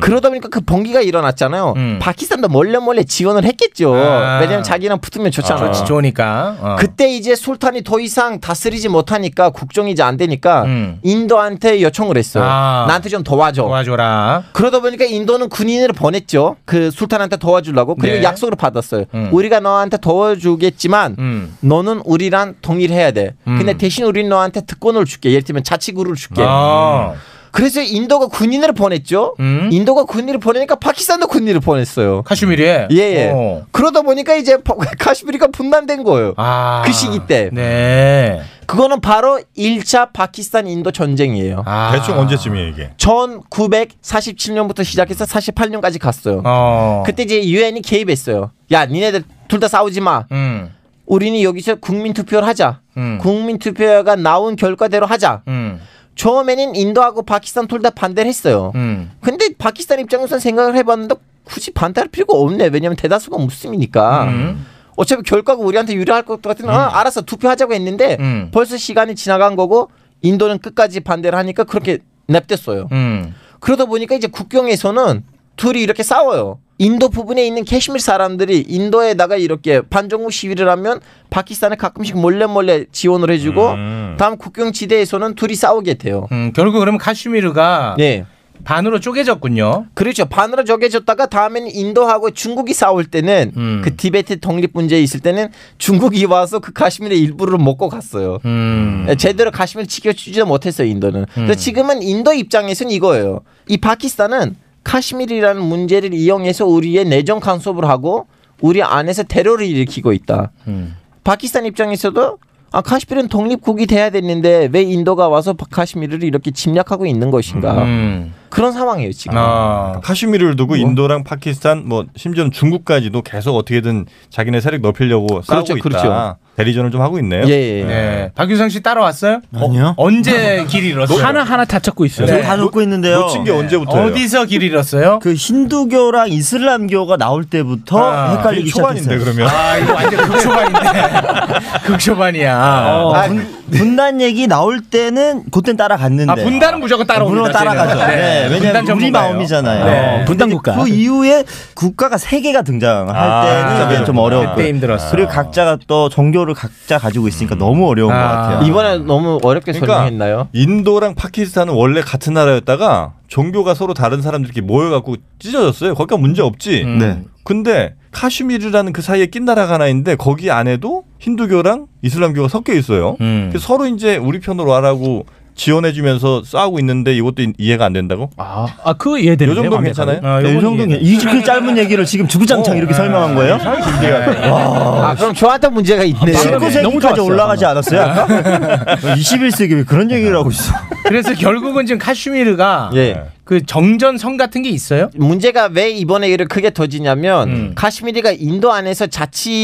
Speaker 10: 그러다 보니까 그 분기가 일어났잖아요. 파키스탄도 몰래 몰래 지원을 했겠죠.
Speaker 5: 아.
Speaker 10: 왜냐면 자기랑 붙으면 좋잖아.
Speaker 5: 좋지, 좋으니까. 어.
Speaker 10: 그때 이제 술탄이 더 이상 다스리지 못하니까 국정이 이제 안 되니까
Speaker 5: 음.
Speaker 10: 인도한테 요청을 했어요.
Speaker 5: 아.
Speaker 10: 나한테 좀 도와줘.
Speaker 5: 도와줘라.
Speaker 10: 그러다 보니까 인도는 군인을 보냈죠. 그 술탄한테 도와주려고. 그리고
Speaker 5: 네.
Speaker 10: 약속을 받았어요.
Speaker 5: 음.
Speaker 10: 우리가 너한테 도와주겠지만
Speaker 5: 음.
Speaker 10: 너는 우리랑 동일해야 돼.
Speaker 5: 음.
Speaker 10: 근데 대신 우리는 너한테 특권을 줄게. 예를 들면 자치구를 줄게.
Speaker 5: 아. 음.
Speaker 10: 그래서 인도가 군인을 보냈죠. 인도가 군인을 보내니까 파키스탄도 군인을 보냈어요.
Speaker 5: 카슈미르에.
Speaker 10: 예. 예.
Speaker 5: 어.
Speaker 10: 그러다 보니까 이제 파- 카슈미리가 분단된 거예요.
Speaker 5: 아.
Speaker 10: 그 시기 때.
Speaker 5: 네.
Speaker 10: 그거는 바로 1차 파키스탄 인도 전쟁이에요.
Speaker 5: 아.
Speaker 10: 아.
Speaker 6: 대충 언제쯤이에요 이게?
Speaker 10: 1947년부터 시작해서 48년까지 갔어요.
Speaker 5: 어.
Speaker 10: 그때 이제 유엔이 개입했어요. 야, 니네들 둘 다 싸우지 마.
Speaker 5: 음.
Speaker 10: 우리는 여기서 국민 투표를 하자.
Speaker 5: 음.
Speaker 10: 국민 투표가 나온 결과대로 하자.
Speaker 5: 음.
Speaker 10: 처음에는 인도하고 파키스탄 둘 다 반대를 했어요.
Speaker 5: 음.
Speaker 10: 근데 파키스탄 입장에선 생각을 해봤는데 굳이 반대할 필요가 없네. 왜냐면 대다수가 무슬림이니까.
Speaker 5: 음.
Speaker 10: 어차피 결과가 우리한테 유리할 것 같은 아, 알았어 투표하자고 했는데
Speaker 5: 음.
Speaker 10: 벌써 시간이 지나간 거고 인도는 끝까지 반대를 하니까 그렇게 냅댔어요.
Speaker 5: 음.
Speaker 10: 그러다 보니까 이제 국경에서는 둘이 이렇게 싸워요. 인도 부분에 있는 캐시밀 사람들이 인도에다가 이렇게 반정부 시위를 하면 파키스탄에 가끔씩 몰래 몰래 지원을 해주고 다음 국경 지대에서는 둘이 싸우게 돼요.
Speaker 5: 음, 결국 그러면 카슈미르가
Speaker 10: 예.
Speaker 5: 반으로 쪼개졌군요.
Speaker 10: 그렇죠. 반으로 적해졌다가 다음에는 인도하고 중국이 싸울 때는
Speaker 5: 음.
Speaker 10: 그 티베트 독립 문제 있을 때는 중국이 와서 그 카시mir의 일부를 먹고 갔어요.
Speaker 5: 음.
Speaker 10: 예, 제대로 가심을 지켜주지도 못했어요 인도는. 그래서 지금은 인도 입장에서는 이거예요. 이 파키스탄은 카시미르라는 문제를 이용해서 우리의 내정 간섭을 하고 우리 안에서 테러를 일으키고 있다.
Speaker 5: 음.
Speaker 10: 파키스탄 입장에서도 아 카시미르는 독립국이 돼야 되는데 왜 인도가 와서 카시미르를 이렇게 침략하고 있는
Speaker 5: 음.
Speaker 10: 것인가? 그런 상황이에요 지금.
Speaker 6: 아. 카슈미르를 두고 인도랑 파키스탄 뭐 심지어는 중국까지도 계속 어떻게든 자기네 세력 넓히려고 싸우고 있다.
Speaker 5: 그렇죠.
Speaker 6: 대리전을 좀 하고 있네요.
Speaker 5: 예. 네. 박유성 씨 따라왔어요? 아니요. 언제 길 잃었어요?
Speaker 8: 하나 하나 다 찾고 있어요.
Speaker 9: 지금 다 놓고 있는데요. 네.
Speaker 5: 네. 어디서 길 잃었어요?
Speaker 9: 그 힌두교랑 이슬람교가 나올 때부터
Speaker 5: 아,
Speaker 9: 헷갈리기
Speaker 5: 그게 초반인데,
Speaker 9: 시작했어요.
Speaker 5: 그러면. 아, 이거 완전 극초반인데. 극초반이야.
Speaker 9: 어,
Speaker 5: 아,
Speaker 9: 분, 분단 얘기 나올 때는 그땐 따라갔는데.
Speaker 5: 아, 분단은 무조건 따라옵니다,
Speaker 9: 물론 따라가죠.
Speaker 5: 쟤는. 네.
Speaker 9: 네,
Speaker 5: 분단
Speaker 9: 왜냐면 우리
Speaker 5: 전문가예요.
Speaker 9: 마음이잖아요.
Speaker 5: 네. 분단
Speaker 9: 근데
Speaker 5: 국가.
Speaker 9: 그 이후에 국가가 세 개가 등장할
Speaker 5: 아,
Speaker 9: 때는 이게 좀
Speaker 5: 그때
Speaker 9: 어려웠고.
Speaker 5: 힘들었어. 음.
Speaker 9: 그리고 각자가 또 종교를 각자 가지고 있으니까 너무 어려운 것 같아요.
Speaker 10: 이번에 너무 어렵게
Speaker 6: 설명했나요? 그러니까 인도랑 파키스탄은 원래 같은 나라였다가 종교가 서로 다른 사람들끼리 모여갖고 찢어졌어요. 거기가 문제 없지.
Speaker 9: 네.
Speaker 6: 근데 카슈미르라는 그 사이에 낀 나라가 하나 있는데 거기 안에도 힌두교랑 이슬람교가 섞여 있어요. 그래서 서로 이제 우리 편으로 와라고 지원해주면서 싸우고 있는데 이것도 이- 이해가 안 된다고?
Speaker 8: 아그 이해되는
Speaker 6: 요 정도 괜찮아요?
Speaker 9: 이 네, 정도면 이렇게 짧은 얘기를 지금
Speaker 5: 어,
Speaker 9: 주구장창
Speaker 5: 네.
Speaker 9: 이렇게 설명한 거예요?
Speaker 10: 아, 그럼 저한테 문제가
Speaker 9: 아,
Speaker 10: 있네.
Speaker 9: 19세기까지 올라가지 않았어요? 네. 아까? 21세기 왜 그런 얘기를 하고 있어?
Speaker 5: 그래서 결국은 지금 카슈미르가
Speaker 10: 예.
Speaker 5: 그 정전성 같은 게 있어요? 음.
Speaker 10: 문제가 왜 이번에 이를 크게 터지냐면 카시미르가 인도 안에서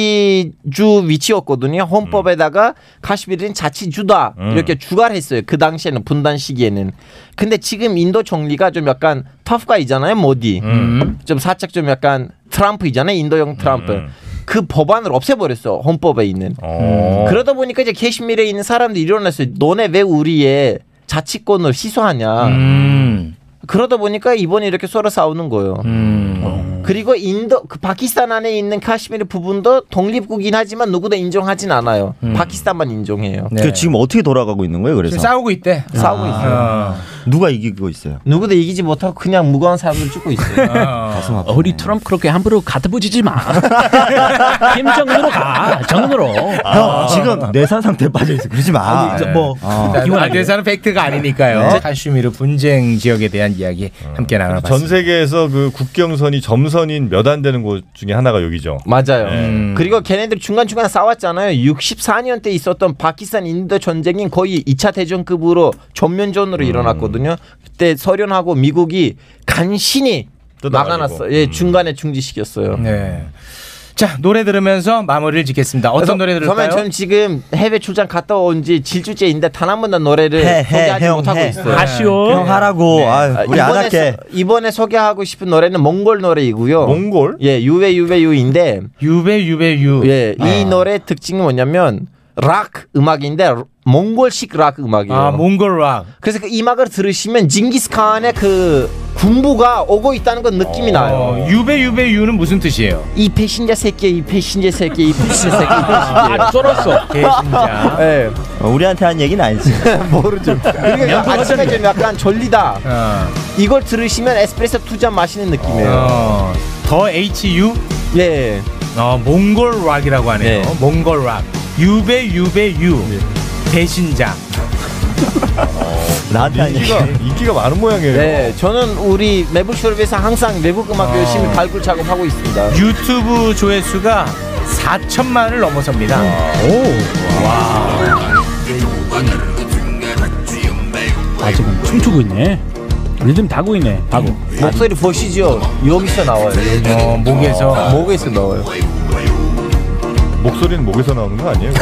Speaker 10: 자치주 위치였거든요. 헌법에다가 카시미르는 자치주다
Speaker 12: 음.
Speaker 10: 이렇게 주가를 했어요. 그 당시에는 분단 시기에는. 근데 지금 인도 정리가 좀 약간 터프가이잖아요. 모디.
Speaker 5: 음.
Speaker 10: 좀 살짝 좀 약간 트럼프이잖아요. 인도형 트럼프.
Speaker 5: 음,
Speaker 10: 그 법안을 없애버렸어 헌법에 있는
Speaker 5: 어.
Speaker 10: 음. 그러다 보니까 이제 캐시미르에 있는 사람들이 일어났어요 너네 왜 우리의 자치권을 시소하냐
Speaker 5: 음.
Speaker 10: 그러다 보니까 이번에 이렇게 서로 싸우는 거예요.
Speaker 9: 음.
Speaker 10: 어. 그리고 인도 그 파키스탄 안에 있는 카시미르 부분도 독립국이긴 하지만 누구도 인정하진 않아요.
Speaker 9: 음.
Speaker 10: 파키스탄만 인정해요.
Speaker 9: 그 지금 어떻게 돌아가고 아. 있는 거예요? 그래서
Speaker 5: 있대.
Speaker 10: 싸우고 있어요.
Speaker 9: 누가 이기고 있어요?
Speaker 10: 누구도 이기지 못하고 그냥 무거운 사람들 죽고 있어요.
Speaker 9: 가슴 음. 아파.
Speaker 8: 우리 트럼프 그렇게 함부로 가드부지지 마. 김정은으로 가. 정으로.
Speaker 10: 어? 아.
Speaker 5: 아,
Speaker 9: 형 지금 내사 상태 에 빠져 있어. 그러지 마.
Speaker 5: 아니, 이제 뭐, 아, 대사는 팩트가 아니니까요.
Speaker 10: 네.
Speaker 9: 네.
Speaker 5: 카슈미르 분쟁 지역에 대한 이야기
Speaker 9: 음.
Speaker 5: 함께
Speaker 6: 전
Speaker 5: 나눠봤습니다.
Speaker 6: 세계에서 그 국경선이 점선인 몇 안 되는 곳 중에 하나가 여기죠. 네.
Speaker 10: 맞아요.
Speaker 5: 음.
Speaker 10: 그리고 걔네들 중간중간 싸웠잖아요. 64년 때 있었던 파키스탄 인도 전쟁이 거의 2차 대전급으로 전면전으로
Speaker 9: 음.
Speaker 10: 일어났거든요. 그때 소련하고 미국이 간신히 막아놨어요. 예, 중간에 중지시켰어요.
Speaker 5: 네. 자 노래 들으면서 마무리를 짓겠습니다. 어떤 노래 들을까요?
Speaker 10: 그러면 저는 지금 해외 출장 갔다 온 지 질주째인데 단 한 번도 노래를
Speaker 9: 해, 해,
Speaker 10: 소개하지
Speaker 9: 해,
Speaker 10: 못하고
Speaker 9: 해.
Speaker 10: 있어요. 네.
Speaker 9: 아쉬워. 형 하라고. 아유, 우리 안
Speaker 10: 이번에
Speaker 9: 할게.
Speaker 10: 소- 이번에 소개하고 싶은 노래는 몽골 노래이고요. 몽골? 예, 유베 유베 유인데
Speaker 5: 유베 유베 유.
Speaker 10: 예, 이 노래 특징이 뭐냐면 락 음악인데 몽골식 락 음악이에요.
Speaker 5: 아 몽골 락.
Speaker 10: 그래서 그 음악을 들으시면 징기스칸의 그 군부가 오고 있다는 건 느낌이 나요.
Speaker 5: 유베 유베 유는 무슨 뜻이에요?
Speaker 10: 이 배신자 새끼야, 이 배신자 새끼야, 이 배신자 새끼야, 이 배신자.
Speaker 9: 아, 쫄았어.
Speaker 5: 배신자.
Speaker 10: 예.
Speaker 9: 어, 우리한테 한 얘기는 아니지.
Speaker 10: 모르죠. 어. 그리고 약간 그러니까 아침에 좀 약간 졸리다. 이걸 들으시면 에스프레소 두 잔 마시는 느낌이에요.
Speaker 5: 어, 더 HU?
Speaker 10: 예.
Speaker 5: 어, 몽골 락이라고 하네요. 몽골 락. 유배 유배 유. 배신자.
Speaker 9: 나한테 한 얘기.
Speaker 10: 인기가 많은 모양이에요. 그러니까 네, 저는 우리 매부쇼를 위해서 항상 외국 음악 열심히 발굴 작업하고 있습니다.
Speaker 5: 유튜브 조회수가 4천만을 넘어섭니다.
Speaker 8: 음.
Speaker 5: 오. 와.
Speaker 8: 아 지금 춤추고 있네. 리듬 다고 있네. 다고.
Speaker 10: 목소리 보시죠. 여기서 나와요.
Speaker 9: 아.
Speaker 5: 어, 목에서.
Speaker 10: 목에서 나와요.
Speaker 6: 목소리는 목에서 나오는 거 아니에요?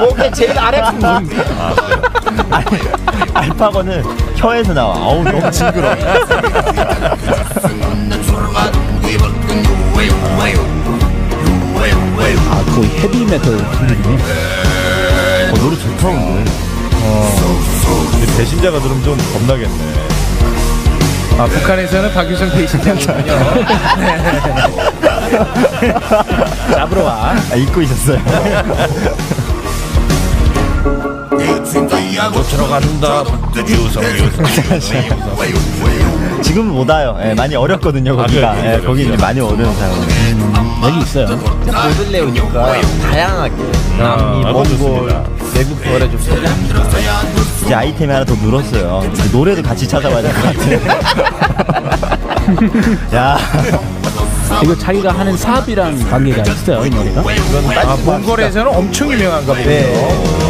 Speaker 10: 목에 제일 아래 부분.
Speaker 9: 알파고는 혀에서 나와. 아우 너무 징그러.
Speaker 8: 아 거의 헤비메탈 분위기네.
Speaker 6: 어, 아, 노래 좋다 근데.
Speaker 5: 어.
Speaker 6: 근데 배신자가 들으면 좀 겁나겠네.
Speaker 5: 아 북한에서는 박유성 배신자군요.
Speaker 8: 잡으러 와.
Speaker 9: 아, 잊고 있었어요.
Speaker 6: 고치러 간다. 유성
Speaker 9: 지금 못 와요. 예, 많이 어렵거든요 거기가.
Speaker 10: 그래요,
Speaker 9: 예,
Speaker 10: 그래요,
Speaker 9: 거기 이제
Speaker 10: 그래요.
Speaker 9: 많이 어려운 상황.
Speaker 10: 음.
Speaker 8: 여기 있어요.
Speaker 10: 모들레오니까 다양하게 남미,
Speaker 9: 아,
Speaker 10: 몽골, 외국 노래 좀
Speaker 5: 네.
Speaker 10: 소개합니다.
Speaker 9: 이제 아이템이 하나 더 늘었어요. 그 노래도 같이 찾아봐야 될 것 같아. 야,
Speaker 8: 이거 자기가 하는 사업이랑 관계가 있어요 이 노래가?
Speaker 5: 아 몽골에서는 엄청 유명한가 보네요.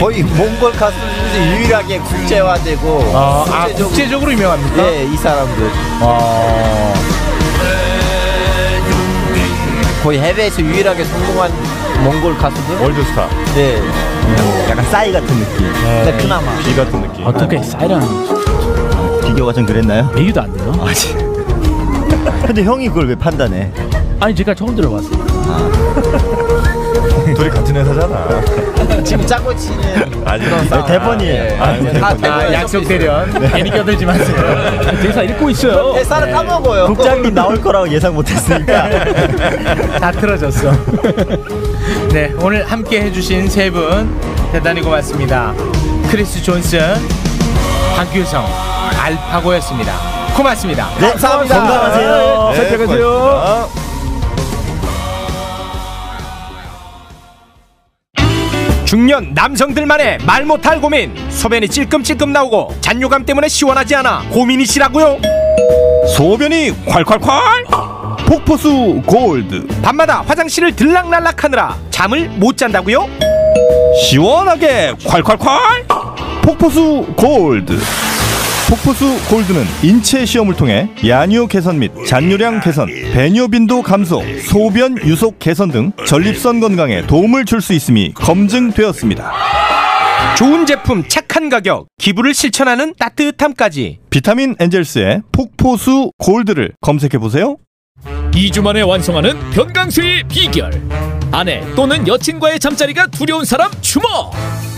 Speaker 10: 거의 몽골 가수 중에서 유일하게 국제화되고
Speaker 5: 아, 아, 국제적으로 유명합니까?
Speaker 10: 예, 이 사람들.
Speaker 5: 아.
Speaker 10: 거의 해외에서 유일하게 성공한 몽골 가수들.
Speaker 6: 월드스타.
Speaker 10: 네.
Speaker 5: 음.
Speaker 9: 약간 싸이 같은 느낌.
Speaker 10: 네, 그나마.
Speaker 6: 비 같은 느낌.
Speaker 8: 어떻게 싸이랑
Speaker 9: 비교가 좀 그랬나요? 아,
Speaker 8: 비교도 안 돼요.
Speaker 9: 근데 형이 그걸 왜 판단해? 아.
Speaker 8: 아니 제가 처음 들어봤어요.
Speaker 6: 둘이 같은 회사잖아.
Speaker 10: 지금 짜고 치는.
Speaker 6: 아니,
Speaker 10: 그런 싸움.
Speaker 9: 대본이에요.
Speaker 10: 아, 예. 다 대본에
Speaker 5: 네. 약속
Speaker 10: 적혀 있어요.
Speaker 5: 대련. 괜히 껴들지 마세요.
Speaker 8: 대사 읽고 있어요.
Speaker 9: 네,
Speaker 10: 네,
Speaker 5: 네.
Speaker 10: 대사를 까먹어요.
Speaker 9: 국장님 나올 거라고 예상 못했으니까.
Speaker 5: 다 틀어졌어. 네, 오늘 함께 해주신 세 분 대단히 고맙습니다. 크리스 존슨, 박규성, 알파고였습니다. 고맙습니다.
Speaker 9: 네, 건강하세요.
Speaker 5: 선택하세요. 중년 남성들만의 말 못할 고민 소변이 찔끔찔끔 나오고 잔뇨감 때문에 시원하지 않아 고민이시라고요? 소변이 콸콸콸 폭포수 골드 밤마다 화장실을 들락날락하느라 잠을 못 잔다고요?
Speaker 13: 시원하게 콸콸콸 폭포수 골드
Speaker 6: 폭포수 골드는 인체 시험을 통해 야뇨 개선 및 잔뇨량 개선, 배뇨 빈도 감소, 소변 유속 개선 등 전립선 건강에 도움을 줄 수 있음이 검증되었습니다.
Speaker 5: 좋은 제품 착한 가격 기부를 실천하는 따뜻함까지
Speaker 6: 비타민 엔젤스의 폭포수 골드를 검색해 보세요.
Speaker 14: 2주 만에 완성하는 변강수의 비결 아내 또는 여친과의 잠자리가 두려운 사람 주목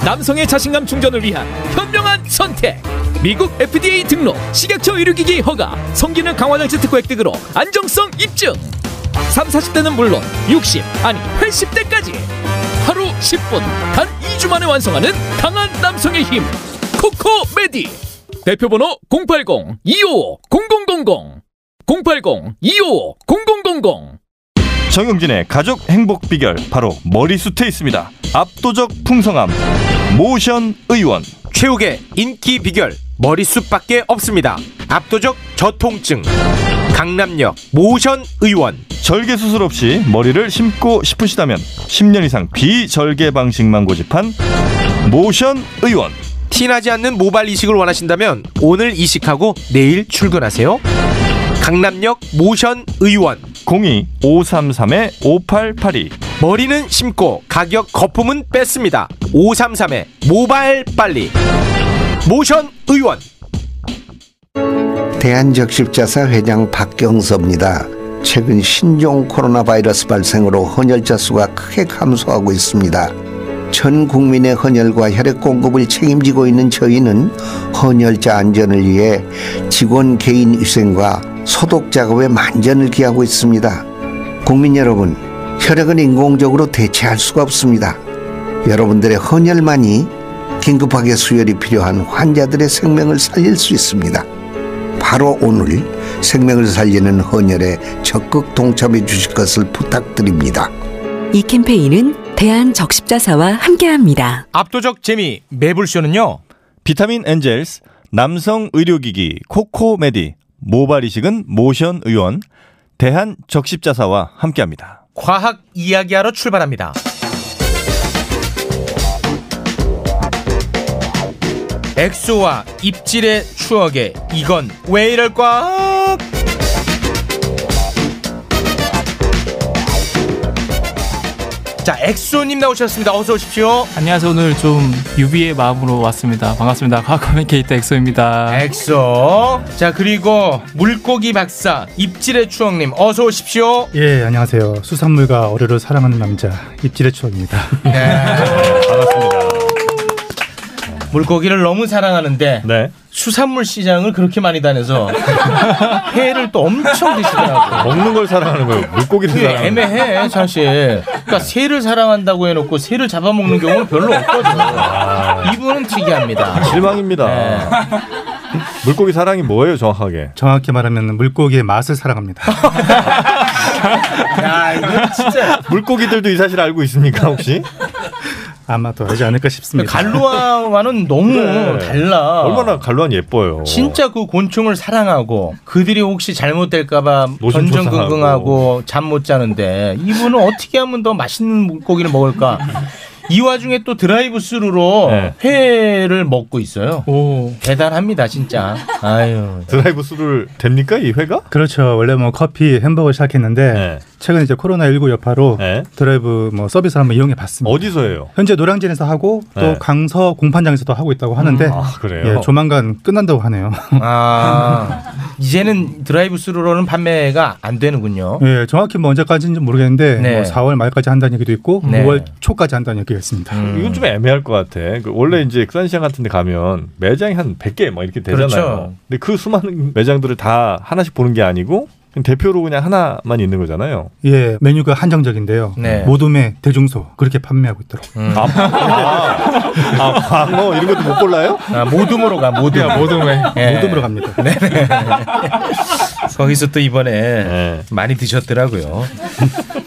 Speaker 14: 남성의 자신감 충전을 위한 현명한 선택 미국 FDA 등록 식약처 의료기기 허가 성기능 강화장치 특허 획득으로 안정성 입증 3, 40대는 물론 60 아니 80대까지 하루 10분 단 2주 만에 완성하는 강한 남성의 힘 코코메디 대표번호 080-255-0000 080-255-0000
Speaker 6: 정영진의 가족 행복 비결 바로 머리숱에 있습니다. 압도적 풍성함 모션 의원
Speaker 5: 최욱의 인기 비결 머리숱밖에 없습니다. 압도적 저통증 강남역 모션 의원
Speaker 6: 절개 수술 없이 머리를 심고 싶으시다면 10년 이상 비절개 방식만 고집한 모션 의원
Speaker 5: 티나지 않는 모발 이식을 원하신다면 오늘 이식하고 내일 출근하세요. 강남역 모션 의원
Speaker 6: 02-533-5882
Speaker 5: 머리는 심고 가격 거품은 뺐습니다. 533에 모발 빨리 모션 의원
Speaker 15: 대한적십자사 회장 박경섭입니다. 최근 신종 코로나 바이러스 발생으로 헌혈자 수가 크게 감소하고 있습니다. 전 국민의 헌혈과 혈액 공급을 책임지고 있는 저희는 헌혈자 안전을 위해 직원 개인 위생과 소독 작업에 만전을 기하고 있습니다. 국민 여러분, 혈액은 인공적으로 대체할 수가 없습니다. 여러분들의 헌혈만이 긴급하게 수혈이 필요한 환자들의 생명을 살릴 수 있습니다. 바로 오늘 생명을 살리는 헌혈에 적극 동참해 주실 것을 부탁드립니다.
Speaker 1: 이 캠페인은 대한적십자사와 함께합니다.
Speaker 5: 압도적 재미 매불쇼는요.
Speaker 6: 비타민 엔젤스 남성 의료기기 코코메디 모발 이식은 모션 의원 대한 적십자사와 함께합니다.
Speaker 5: 과학 이야기하러 출발합니다. 엑소와 입질의 추억에 이건 왜 이럴까? 자, 엑소님 나오셨습니다. 어서 오십시오.
Speaker 16: 안녕하세요. 오늘 좀 유비의 마음으로 왔습니다. 반갑습니다. 과학 커뮤니케이터 엑소입니다.
Speaker 5: 엑소. 자, 그리고 물고기 박사 입질의 추억님 어서 오십시오.
Speaker 17: 예, 안녕하세요. 수산물과 어류를 사랑하는 남자 입질의 추억입니다.
Speaker 6: 네.
Speaker 5: 물고기를 너무 사랑하는데
Speaker 6: 네.
Speaker 5: 수산물 시장을 그렇게 많이 다녀서 회를 또 엄청 드시더라고.
Speaker 6: 먹는 걸 사랑하는 거예요. 물고기를
Speaker 5: 그게
Speaker 6: 사랑하는 거예요.
Speaker 5: 애매해 사실. 그러니까 새를 사랑한다고 해놓고 새를 잡아먹는 경우는 별로 없거든. 이분은 특이합니다.
Speaker 6: 아.
Speaker 5: 네.
Speaker 6: 실망입니다. 물고기 사랑이 뭐예요, 정확하게?
Speaker 17: 정확히 말하면 물고기의 맛을 사랑합니다.
Speaker 5: 야, 이거 진짜
Speaker 6: 물고기들도 이 사실 알고 있습니까, 혹시?
Speaker 17: 아마도 알지 않을까 싶습니다.
Speaker 5: 갈루아와는 너무
Speaker 6: 네.
Speaker 17: 그래.
Speaker 5: 달라.
Speaker 17: 얼마나
Speaker 6: 갈루안 예뻐요.
Speaker 5: 진짜 그 곤충을 사랑하고 그들이 혹시 잘못될까봐
Speaker 6: 노심초사하고.
Speaker 5: 전전긍긍하고 잠 못 자는데 이분은 어떻게 하면 더 맛있는 물고기를 먹을까? 이 와중에 또 드라이브 스루로
Speaker 6: 네.
Speaker 5: 회를 먹고 있어요. 대단합니다, 진짜. 아유.
Speaker 6: 드라이브 스루를 됩니까 이 회가? 네.
Speaker 17: 그렇죠. 원래 뭐 커피, 햄버거 시작했는데 최근 이제 코로나 19 여파로 드라이브 뭐 서비스 한번 이용해 봤습니다.
Speaker 6: 어디서 해요?
Speaker 17: 현재 노량진에서 하고 또
Speaker 6: 네.
Speaker 17: 강서 공판장에서도 하고 있다고 하는데
Speaker 6: 음, 아, 그래요?
Speaker 17: 예, 조만간 끝난다고 하네요.
Speaker 5: 아, 이제는 드라이브 스루로는 판매가 안
Speaker 6: 어?
Speaker 5: 되는군요.
Speaker 17: 예, 정확히 뭐 언제까지인지 모르겠는데
Speaker 5: 네.
Speaker 17: 뭐 4월 말까지 한다는 얘기도 있고 뭐
Speaker 5: 네.
Speaker 17: 5월 초까지 한다는 얘기가 있습니다.
Speaker 6: 음. 이건 좀 애매할 것 같아. 그 원래 이제 익산시장 같은 데 가면 매장이 한 100개 막 이렇게 되잖아요.
Speaker 17: 그렇죠.
Speaker 6: 근데 그 수많은 매장들을 다 하나씩 보는 게 아니고 그럼 대표로 그냥 하나만 있는 거잖아요.
Speaker 17: 예, 메뉴가 한정적인데요.
Speaker 6: 네.
Speaker 17: 모둠에 대중소 그렇게 판매하고 있더라고요.
Speaker 5: 음.
Speaker 6: 아, 광어 이런 것도 못 골라요?
Speaker 5: 아, 모둠으로 가 모둠.
Speaker 18: 모둠에.
Speaker 17: 모둠으로 갑니다.
Speaker 5: 네. 거기서 또 이번에
Speaker 6: 네.
Speaker 5: 많이 드셨더라고요.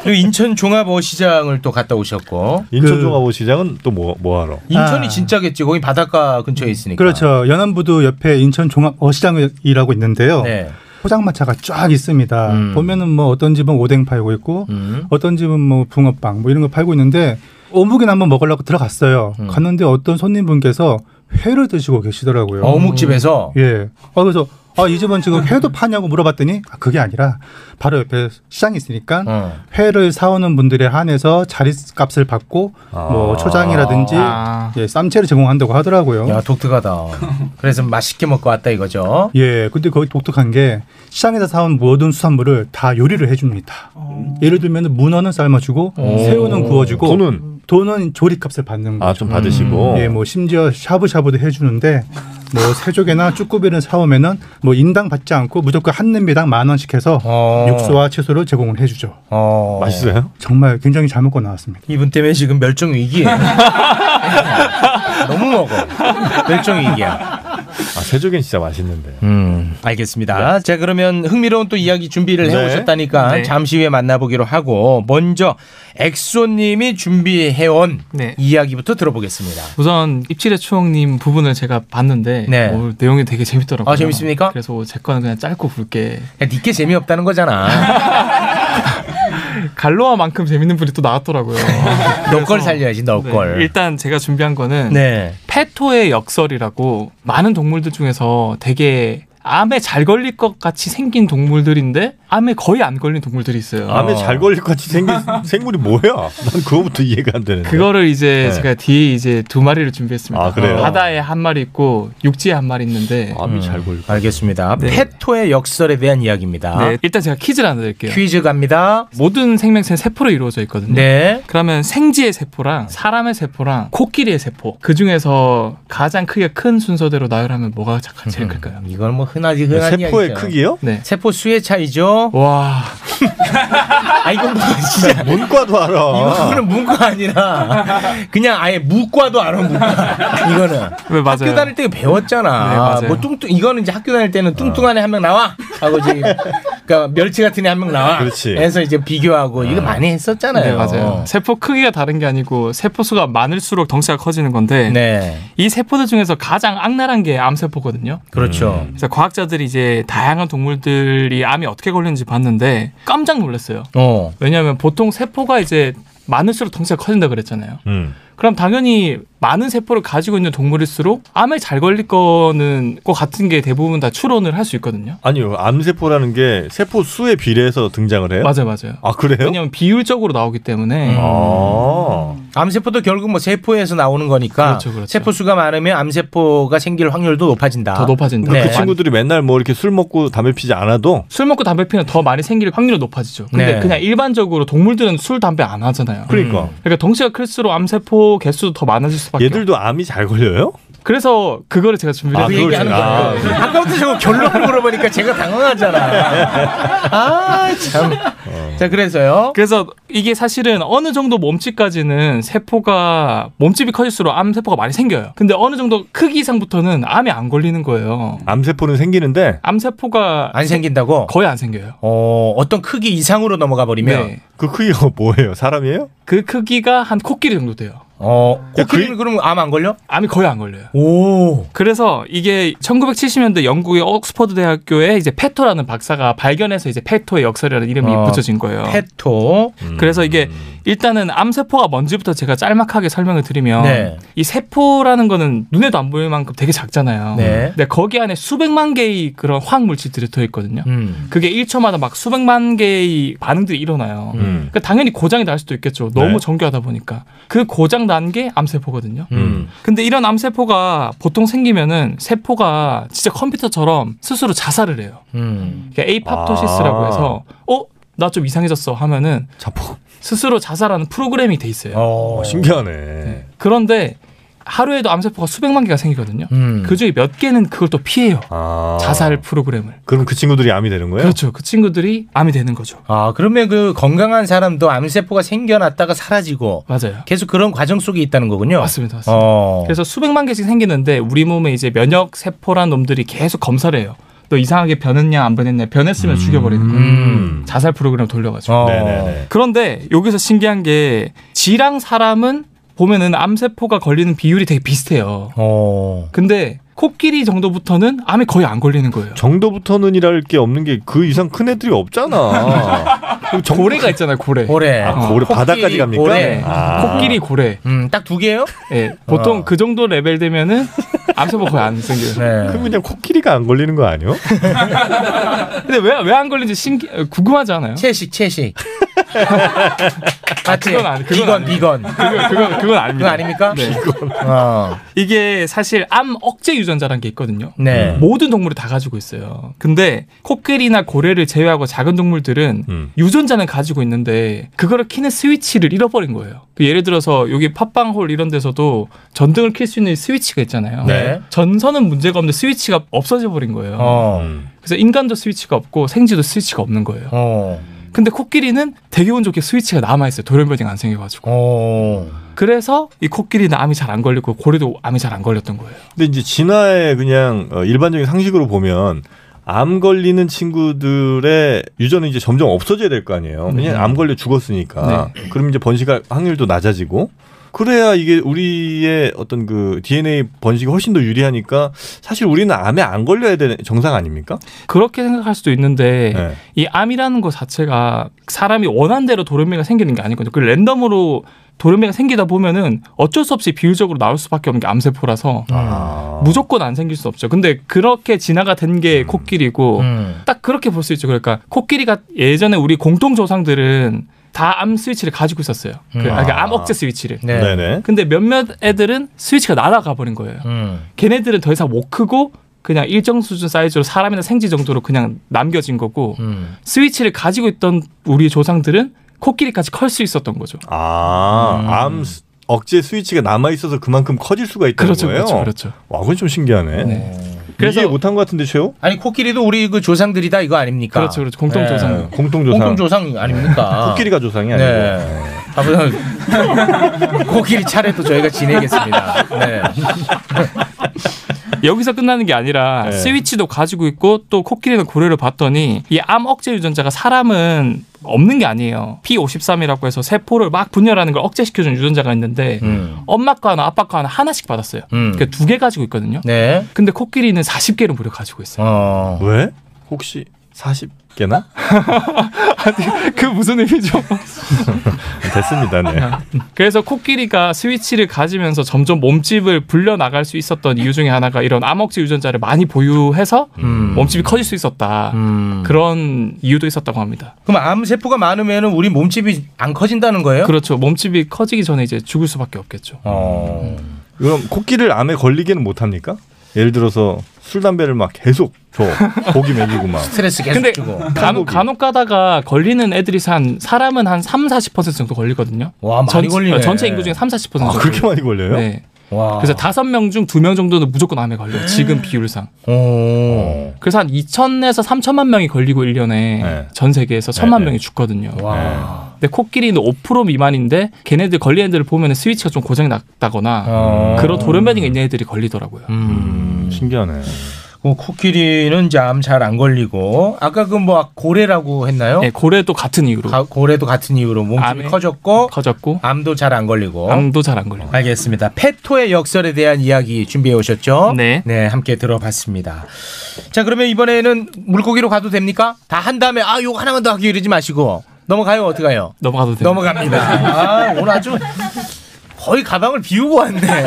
Speaker 5: 그리고 인천 종합어시장을 또 갔다 오셨고.
Speaker 17: 그
Speaker 6: 인천 종합어시장은 또 뭐 뭐하러?
Speaker 5: 인천이 진짜겠지. 거기 바닷가 근처에
Speaker 17: 아.
Speaker 5: 있으니까.
Speaker 17: 그렇죠. 연안부두 옆에 인천 종합 어시장이라고 있는데요.
Speaker 5: 네.
Speaker 17: 포장마차가 쫙 있습니다.
Speaker 5: 음.
Speaker 17: 보면은 뭐 어떤 집은 오뎅 팔고 있고 어떤 집은 뭐 붕어빵 뭐 이런 거 팔고 있는데 어묵이나 한번 먹으려고 들어갔어요.
Speaker 5: 음.
Speaker 17: 갔는데 어떤 손님분께서 회를 드시고 계시더라고요.
Speaker 5: 어묵집에서?
Speaker 17: 예. 아, 그래서 아, 이 집은 지금 회도 파냐고 물어봤더니 아, 그게 아니라 바로 옆에 시장이 있으니까
Speaker 5: 어.
Speaker 17: 회를 사오는 분들에 한해서 자리값을 받고 뭐 초장이라든지
Speaker 5: 아.
Speaker 17: 예, 쌈채를 제공한다고 하더라고요.
Speaker 5: 야 독특하다. 그래서 맛있게 먹고 왔다 이거죠.
Speaker 17: 예, 근데 거기 독특한 게 시장에서 사온 모든 수산물을 다 요리를 해줍니다.
Speaker 6: 어.
Speaker 17: 예를 들면 문어는 삶아주고
Speaker 6: 오.
Speaker 17: 새우는 구워주고
Speaker 6: 돈은?
Speaker 17: 돈은 조리값을 받는
Speaker 5: 아,
Speaker 17: 거죠.
Speaker 6: 아, 좀 받으시고.
Speaker 17: 예, 뭐 심지어 샤브샤브도 해주는데 뭐 새조개나 쭈꾸미를 사오면은 뭐 인당 받지 않고 무조건 한 냄비당 만 원씩 해서
Speaker 5: 어.
Speaker 17: 육수와 채소를 제공을 해주죠.
Speaker 6: 맛있어요?
Speaker 17: 정말 굉장히 잘 먹고 나왔습니다.
Speaker 5: 이분 때문에 지금 멸종 위기에 너무 먹어. 멸종 위기야.
Speaker 6: 아, 새조개는 진짜 맛있는데.
Speaker 5: 음.
Speaker 16: 네.
Speaker 5: 알겠습니다. 자 그러면 흥미로운 또 이야기 준비를
Speaker 6: 네.
Speaker 5: 해오셨다니까
Speaker 6: 네.
Speaker 5: 잠시 후에 만나보기로 하고 먼저 엑소님이 준비해온
Speaker 16: 네.
Speaker 5: 이야기부터 들어보겠습니다.
Speaker 16: 우선 입질의 추억님 부분을 제가 봤는데
Speaker 5: 네.
Speaker 16: 오, 내용이 되게 재밌더라고요.
Speaker 5: 아, 재밌습니까?
Speaker 16: 그래서 제 거는 그냥 짧고 굵게.
Speaker 5: 니게 재미없다는 거잖아.
Speaker 16: 갈로아만큼 재밌는 분이 또 나왔더라고요. 네,
Speaker 5: 너 걸 살려야지 너 걸.
Speaker 16: 일단 제가 준비한 거는
Speaker 5: 네.
Speaker 16: 페토의 역설이라고 많은 동물들 중에서 되게 암에 잘 걸릴 것 같이 생긴 동물들인데 암에 거의 안 걸린 동물들이 있어요.
Speaker 6: 암에 잘 걸릴 것 같이 생긴 생물이 뭐야? 난 그거부터 이해가 안 되는데.
Speaker 16: 그거를 이제
Speaker 6: 네.
Speaker 16: 제가 뒤에 이제 두 마리를 준비했습니다.
Speaker 6: 아, 그래요? 아, 음.
Speaker 16: 바다에 한 마리 있고 육지에 한 마리 있는데
Speaker 5: 암이 잘
Speaker 6: 걸릴
Speaker 5: 알겠습니다.
Speaker 16: 네.
Speaker 5: 페토의 역설에 대한 이야기입니다.
Speaker 16: 네, 일단 제가 퀴즈를 하나 드릴게요.
Speaker 5: 퀴즈 갑니다.
Speaker 16: 모든 생명체는 세포로 이루어져 있거든요.
Speaker 5: 네.
Speaker 16: 그러면 생쥐의 세포랑 사람의 세포랑 코끼리의 세포 그 중에서 가장 크게 큰 순서대로 나열하면 뭐가 가-
Speaker 6: 음.
Speaker 16: 제일 클까요?
Speaker 5: 이건 뭐 흔하지 흔한 이야기죠.
Speaker 16: 네.
Speaker 5: 세포 수의 차이죠.
Speaker 16: 와.
Speaker 5: 아 이건 뭐 진짜
Speaker 6: 문과도 알아.
Speaker 5: 이거는 문과 아니라 그냥 아예 무과도 알아 무과. 이거는
Speaker 16: 왜 맞아요?
Speaker 5: 학교 다닐 때
Speaker 16: 네,
Speaker 5: 배웠잖아.
Speaker 16: 맞아요.
Speaker 5: 뭐 뚱뚱 이거는 이제 학교 다닐 때는 뚱뚱한 애 한 명 나와 하고 이제 그러니까 멸치 같은 애 한 명 나와.
Speaker 16: 그렇지.
Speaker 5: 해서 이제 비교하고 이거 많이 했었잖아요.
Speaker 16: 네, 맞아요. 세포 크기가 다른 게 아니고 세포 수가 많을수록 덩치가 커지는 건데
Speaker 5: 네.
Speaker 16: 이 세포들 중에서 가장 악랄한 게 암세포거든요. 음.
Speaker 5: 그렇죠.
Speaker 16: 그래서 과학자들이 이제 다양한 동물들이 암이 어떻게 걸리는지 봤는데 깜짝 놀랐어요.
Speaker 5: 어.
Speaker 16: 왜냐하면 보통 세포가 이제 많을수록 덩치가 커진다 그랬잖아요.
Speaker 6: 음.
Speaker 16: 그럼 당연히 많은 세포를 가지고 있는 동물일수록 암에 잘 걸릴 거는 것 같은 게 대부분 다 추론을 할 수 있거든요.
Speaker 6: 아니요, 암세포라는 게 세포 수에 비례해서 등장을 해요?
Speaker 16: 맞아요, 맞아요.
Speaker 6: 아 그래요?
Speaker 16: 왜냐하면 비율적으로 나오기 때문에
Speaker 6: 아.
Speaker 5: 음. 암세포도 결국 뭐 세포에서 나오는 거니까
Speaker 16: 그렇죠,
Speaker 5: 세포 수가 많으면 암세포가 생길 확률도 높아진다. 네,
Speaker 16: 더 높아진다.
Speaker 6: 그 친구들이 맨날 뭐 이렇게 술 먹고 담배 피지 않아도
Speaker 16: 술 먹고 담배 피면 더 많이 생길 확률이 높아지죠. 근데
Speaker 6: 네.
Speaker 16: 그냥 일반적으로 동물들은 술, 담배 안 하잖아요.
Speaker 6: 그러니까.
Speaker 16: 그러니까 덩치가 클수록 암세포 개수도 더 많아질 수밖에.
Speaker 6: 얘들도 암이 잘 걸려요?
Speaker 16: 그래서 그거를 제가 준비를
Speaker 6: 아,
Speaker 16: 해서
Speaker 6: 그걸
Speaker 16: 얘기하는
Speaker 6: 제가-
Speaker 16: 거예요.
Speaker 5: 아, 까부터 저거 결론을 물어보니까 제가 당황하잖아. 아, 참.
Speaker 6: 어.
Speaker 5: 자, 그래서요.
Speaker 16: 그래서 이게 사실은 어느 정도 몸집까지는 세포가 몸집이 커질수록 암세포가 많이 생겨요. 근데 어느 정도 크기 이상부터는 암이 안 걸리는 거예요.
Speaker 6: 암세포는 생기는데
Speaker 16: 암세포가
Speaker 5: 안 생긴다고?
Speaker 16: 거의 안 생겨요.
Speaker 5: 어, 어떤 크기 이상으로 넘어가 버리면
Speaker 16: 네.
Speaker 6: 그 크기가 뭐예요? 사람이에요?
Speaker 16: 그 크기가 한 코끼리 정도 돼요.
Speaker 5: 어, 코끼리는 그럼 암 안 걸려?
Speaker 16: 암이 거의 안 걸려요.
Speaker 5: 오.
Speaker 16: 그래서 이게 1970년대 영국의 옥스퍼드 대학교에 이제 페토라는 박사가 발견해서 이제 페토의 역설이라는 이름이
Speaker 5: 어,
Speaker 16: 붙여진 거예요.
Speaker 5: 페토.
Speaker 16: 그래서 이게 일단은 암세포가 뭔지부터 제가 짤막하게 설명을 드리면
Speaker 5: 네.
Speaker 16: 이 세포라는 거는 눈에도 안 보일 만큼 되게 작잖아요.
Speaker 5: 네.
Speaker 16: 근데 거기 안에 수백만 개의 그런 화학 물질들이 들어 있거든요.
Speaker 5: 음.
Speaker 16: 그게 1초마다 막 수백만 개의 반응들이 일어나요.
Speaker 5: 음.
Speaker 16: 그러니까 당연히 고장이 날 수도 있겠죠. 너무
Speaker 5: 네.
Speaker 16: 정교하다 보니까. 그 고장 난 게 암세포거든요.
Speaker 5: 음.
Speaker 16: 근데 이런 암세포가 보통 생기면은 세포가 진짜 컴퓨터처럼 스스로 자살을 해요.
Speaker 5: 음.
Speaker 16: 그러니까 에이팝토시스라고
Speaker 5: 아.
Speaker 16: 해서 어? 나 좀 이상해졌어 하면은
Speaker 6: 뭐.
Speaker 16: 스스로 자살하는 프로그램이 돼 있어요.
Speaker 5: 어,
Speaker 6: 신기하네.
Speaker 16: 그런데 하루에도 암세포가 수백만 개가 생기거든요.
Speaker 14: 음.
Speaker 16: 그 중에 몇 개는 그걸 또 피해요. 자살 프로그램을.
Speaker 6: 아. 그럼 그 친구들이 암이 되는 거예요?
Speaker 16: 그렇죠. 그 친구들이 암이 되는 거죠.
Speaker 5: 아 그러면 그 건강한 사람도 암세포가 생겨났다가 사라지고
Speaker 16: 맞아요.
Speaker 5: 계속 그런 과정 속에 있다는 거군요.
Speaker 16: 맞습니다. 맞습니다.
Speaker 6: 어.
Speaker 19: 어.
Speaker 16: 그래서 수백만 개씩 생기는데 우리 몸에 이제 면역 세포란 놈들이 계속 검사를 해요. 너 이상하게 변했냐 안 변했냐
Speaker 6: 음.
Speaker 16: 변했으면 죽여버리는 거예요. 자살 프로그램 돌려가지고.
Speaker 5: 어. 네네네.
Speaker 16: 그런데 여기서 신기한 게 쥐랑 사람은 보면은 암세포가 걸리는 비율이 되게 비슷해요.
Speaker 6: 어.
Speaker 16: 근데 코끼리 정도부터는 암이 거의 안 걸리는 거예요.
Speaker 6: 정도부터는 이랄 게 없는 게 그 이상 큰 애들이 없잖아. 그
Speaker 16: 고래가 있잖아요, 고래.
Speaker 5: 고래.
Speaker 6: 아, 고래 바다까지 갑니까?
Speaker 16: 고래.
Speaker 6: 아.
Speaker 16: 어. 네. 코끼리 고래.
Speaker 5: 음, 딱 두 개예요?
Speaker 16: 예. 보통 그 정도 레벨 되면은 암세포 거의 안 생겨요.
Speaker 6: 그럼 그냥 코끼리가 안 걸리는 거 아니요?
Speaker 16: 근데 왜 왜 안 걸리는지 신기 궁금하지 않아요?
Speaker 5: 채식 채식.
Speaker 16: 아 그건 아니 그건
Speaker 5: 비건, 비건.
Speaker 16: 그건 그건 그건 아닙니다.
Speaker 5: 그건 아닙니까?
Speaker 16: 비건.
Speaker 5: 어.
Speaker 16: 이게 사실 암 억제 유전자라는 게 있거든요.
Speaker 5: 네.
Speaker 16: 음. 모든 동물이 다 가지고 있어요. 근데 코끼리나 고래를 제외하고 작은 동물들은
Speaker 5: 음.
Speaker 16: 유전자는 가지고 있는데 그거를 키는 스위치를 잃어버린 거예요. 그 예를 들어서 여기 팟빵홀 이런 데서도 전등을 킬 수 있는 스위치가 있잖아요.
Speaker 5: 네.
Speaker 16: 전선은 문제가 없는데 스위치가 없어져 버린 거예요.
Speaker 5: 어.
Speaker 16: 그래서 인간도 스위치가 없고 생쥐도 스위치가 없는 거예요.
Speaker 5: 어.
Speaker 16: 근데 코끼리는 되게 운 좋게 스위치가 남아있어요. 돌연변이가 안 생겨가지고.
Speaker 5: 어.
Speaker 16: 그래서 이 코끼리는 암이 잘 안 걸리고 고래도 암이 잘 안 걸렸던 거예요.
Speaker 6: 근데 이제 진화의 그냥 어, 일반적인 상식으로 보면 암 걸리는 친구들의 유전은 이제 점점 없어져야 될 거 아니에요.
Speaker 20: 네.
Speaker 6: 왜냐면 암 걸려 죽었으니까. 그럼 이제 번식할 확률도 낮아지고 그래야 이게 우리의 어떤 그 DNA 번식이 훨씬 더 유리하니까 사실 우리는 암에 안 걸려야 되는 정상 아닙니까? 네.
Speaker 16: 그렇게 생각할 수도 있는데 이 암이라는 것 자체가 사람이 원한 대로 돌연변이가 생기는 게 아니거든요. 그 랜덤으로 돌연변이가 생기다 보면은 어쩔 수 없이 비율적으로 나올 수밖에 없는 게
Speaker 6: 아,
Speaker 16: 암세포라서
Speaker 8: 아.
Speaker 14: 아.
Speaker 16: 무조건 안 생길 수 없죠. 근데 그렇게 진화가 된 게
Speaker 14: 음.
Speaker 16: 코끼리고 딱 그렇게 볼 수 있죠. 그러니까 코끼리가 예전에 우리 공통 조상들은 다 암 스위치를 가지고 있었어요. 그,
Speaker 14: 음.
Speaker 16: 아, 그러니까
Speaker 14: 아.
Speaker 16: 암 억제 스위치를.
Speaker 14: 네. 네네.
Speaker 16: 근데 몇몇 애들은 스위치가 날아가 버린 거예요.
Speaker 14: 음.
Speaker 16: 걔네들은 더 이상 못 크고 그냥 일정 수준 사이즈로 사람이나 생쥐 정도로 그냥 남겨진 거고
Speaker 14: 음.
Speaker 16: 스위치를 가지고 있던 우리 조상들은 코끼리까지 클 수 있었던 거죠.
Speaker 6: 아, 암 스- 억제 스위치가 남아 있어서 그만큼 커질 수가 있다는
Speaker 16: 그렇죠,
Speaker 6: 거예요.
Speaker 16: 그렇죠, 그렇죠.
Speaker 6: 와, 그건 좀 신기하네. 그러니까
Speaker 5: 그래서-
Speaker 6: 이해 못한 것 같은데 최호?
Speaker 5: 아니 코끼리도 우리 그 조상들이다 이거 아닙니까?
Speaker 6: 그렇죠, 그렇죠. 공통조상.
Speaker 5: 네.
Speaker 6: 공통조상.
Speaker 5: 공통조상 아닙니까?
Speaker 6: 코끼리가 조상이 아니고.
Speaker 5: 네. 아무튼 코끼리 차례도 저희가 지내겠습니다. 네.
Speaker 16: 여기서 끝나는 게 아니라
Speaker 5: 네.
Speaker 16: 스위치도 가지고 있고 또 코끼리나 고래를 봤더니 이 암 억제 유전자가 사람은 없는 게 아니에요. P53이라고 해서 세포를 막 분열하는 걸 억제시켜주는 유전자가 있는데 엄마 거 하나, 아빠 거 하나 하나씩 받았어요.
Speaker 5: 음.
Speaker 16: 그러니까 두 개 가지고 있거든요.
Speaker 5: 네.
Speaker 16: 근데 코끼리는 40개를 무려 가지고 있어요.
Speaker 6: 왜? 혹시 40개나?
Speaker 16: 그 무슨 의미죠?
Speaker 6: 됐습니다. 네.
Speaker 16: 그래서 코끼리가 스위치를 가지면서 점점 몸집을 불려 나갈 수 있었던 이유 중에 하나가 이런 암흑제 유전자를 많이 보유해서
Speaker 5: 음.
Speaker 16: 몸집이 커질 수 있었다. 그런 이유도 있었다고 합니다.
Speaker 5: 그럼 암 세포가 많으면은 우리 몸집이 안 커진다는 거예요?
Speaker 16: 그렇죠. 몸집이 커지기 전에 이제 죽을 수밖에 없겠죠.
Speaker 17: 어.
Speaker 6: 음. 그럼 코끼리를 암에 걸리기는 못 합니까? 예를 들어서 술 담배를 막 계속 줘. 고기 먹이고 막.
Speaker 16: 근데 간혹, 간혹 가다가 걸리는 애들이 한 사람은 한 3, 40% 정도 걸리거든요.
Speaker 5: 와, 많이
Speaker 16: 전체-
Speaker 5: 걸리네.
Speaker 16: 전체 인구 중에 3, 40% 정도.
Speaker 6: 아, 그렇게
Speaker 16: 걸려요.
Speaker 6: 많이 걸려요?
Speaker 16: 네.
Speaker 5: 와.
Speaker 16: 그래서 다섯 명 중 두 명 정도는 무조건 암에 걸려요.
Speaker 5: 네.
Speaker 16: 지금 비율상.
Speaker 5: 오.
Speaker 16: 그래서 한 2천에서 3천만 명이 걸리고 1년에 전 세계에서 천만 명이 죽거든요. 근데 코끼리는 5% 미만인데 걔네들 걸린 애들을 보면 스위치가 좀 고장이 났다거나 그런 돌연변이가 있는 애들이 걸리더라고요.
Speaker 6: 신기하네.
Speaker 5: 뭐 음. 코끼리는 이제 암 잘 안 걸리고 아까 그 뭐 고래라고 했나요?
Speaker 16: 네, 고래도 같은 이유로.
Speaker 5: 고래도 같은 이유로 몸집이
Speaker 16: 암에
Speaker 5: 커졌고
Speaker 16: 커졌고
Speaker 5: 암도 잘 안 걸리고
Speaker 16: 암도 잘 안 걸리고.
Speaker 5: 알겠습니다. 페토의 역설에 대한 이야기 준비해 오셨죠?
Speaker 16: 네.
Speaker 5: 네, 함께 들어봤습니다. 자, 그러면 이번에는 물고기로 가도 됩니까? 다 한 다음에 아, 요거 하나만 더 하기 이러지 마시고 넘어가요. 어떻게 가요?
Speaker 16: 넘어가도
Speaker 5: 됩니다. 넘어갑니다. 아, 오늘 아주 거의 가방을 비우고 왔네.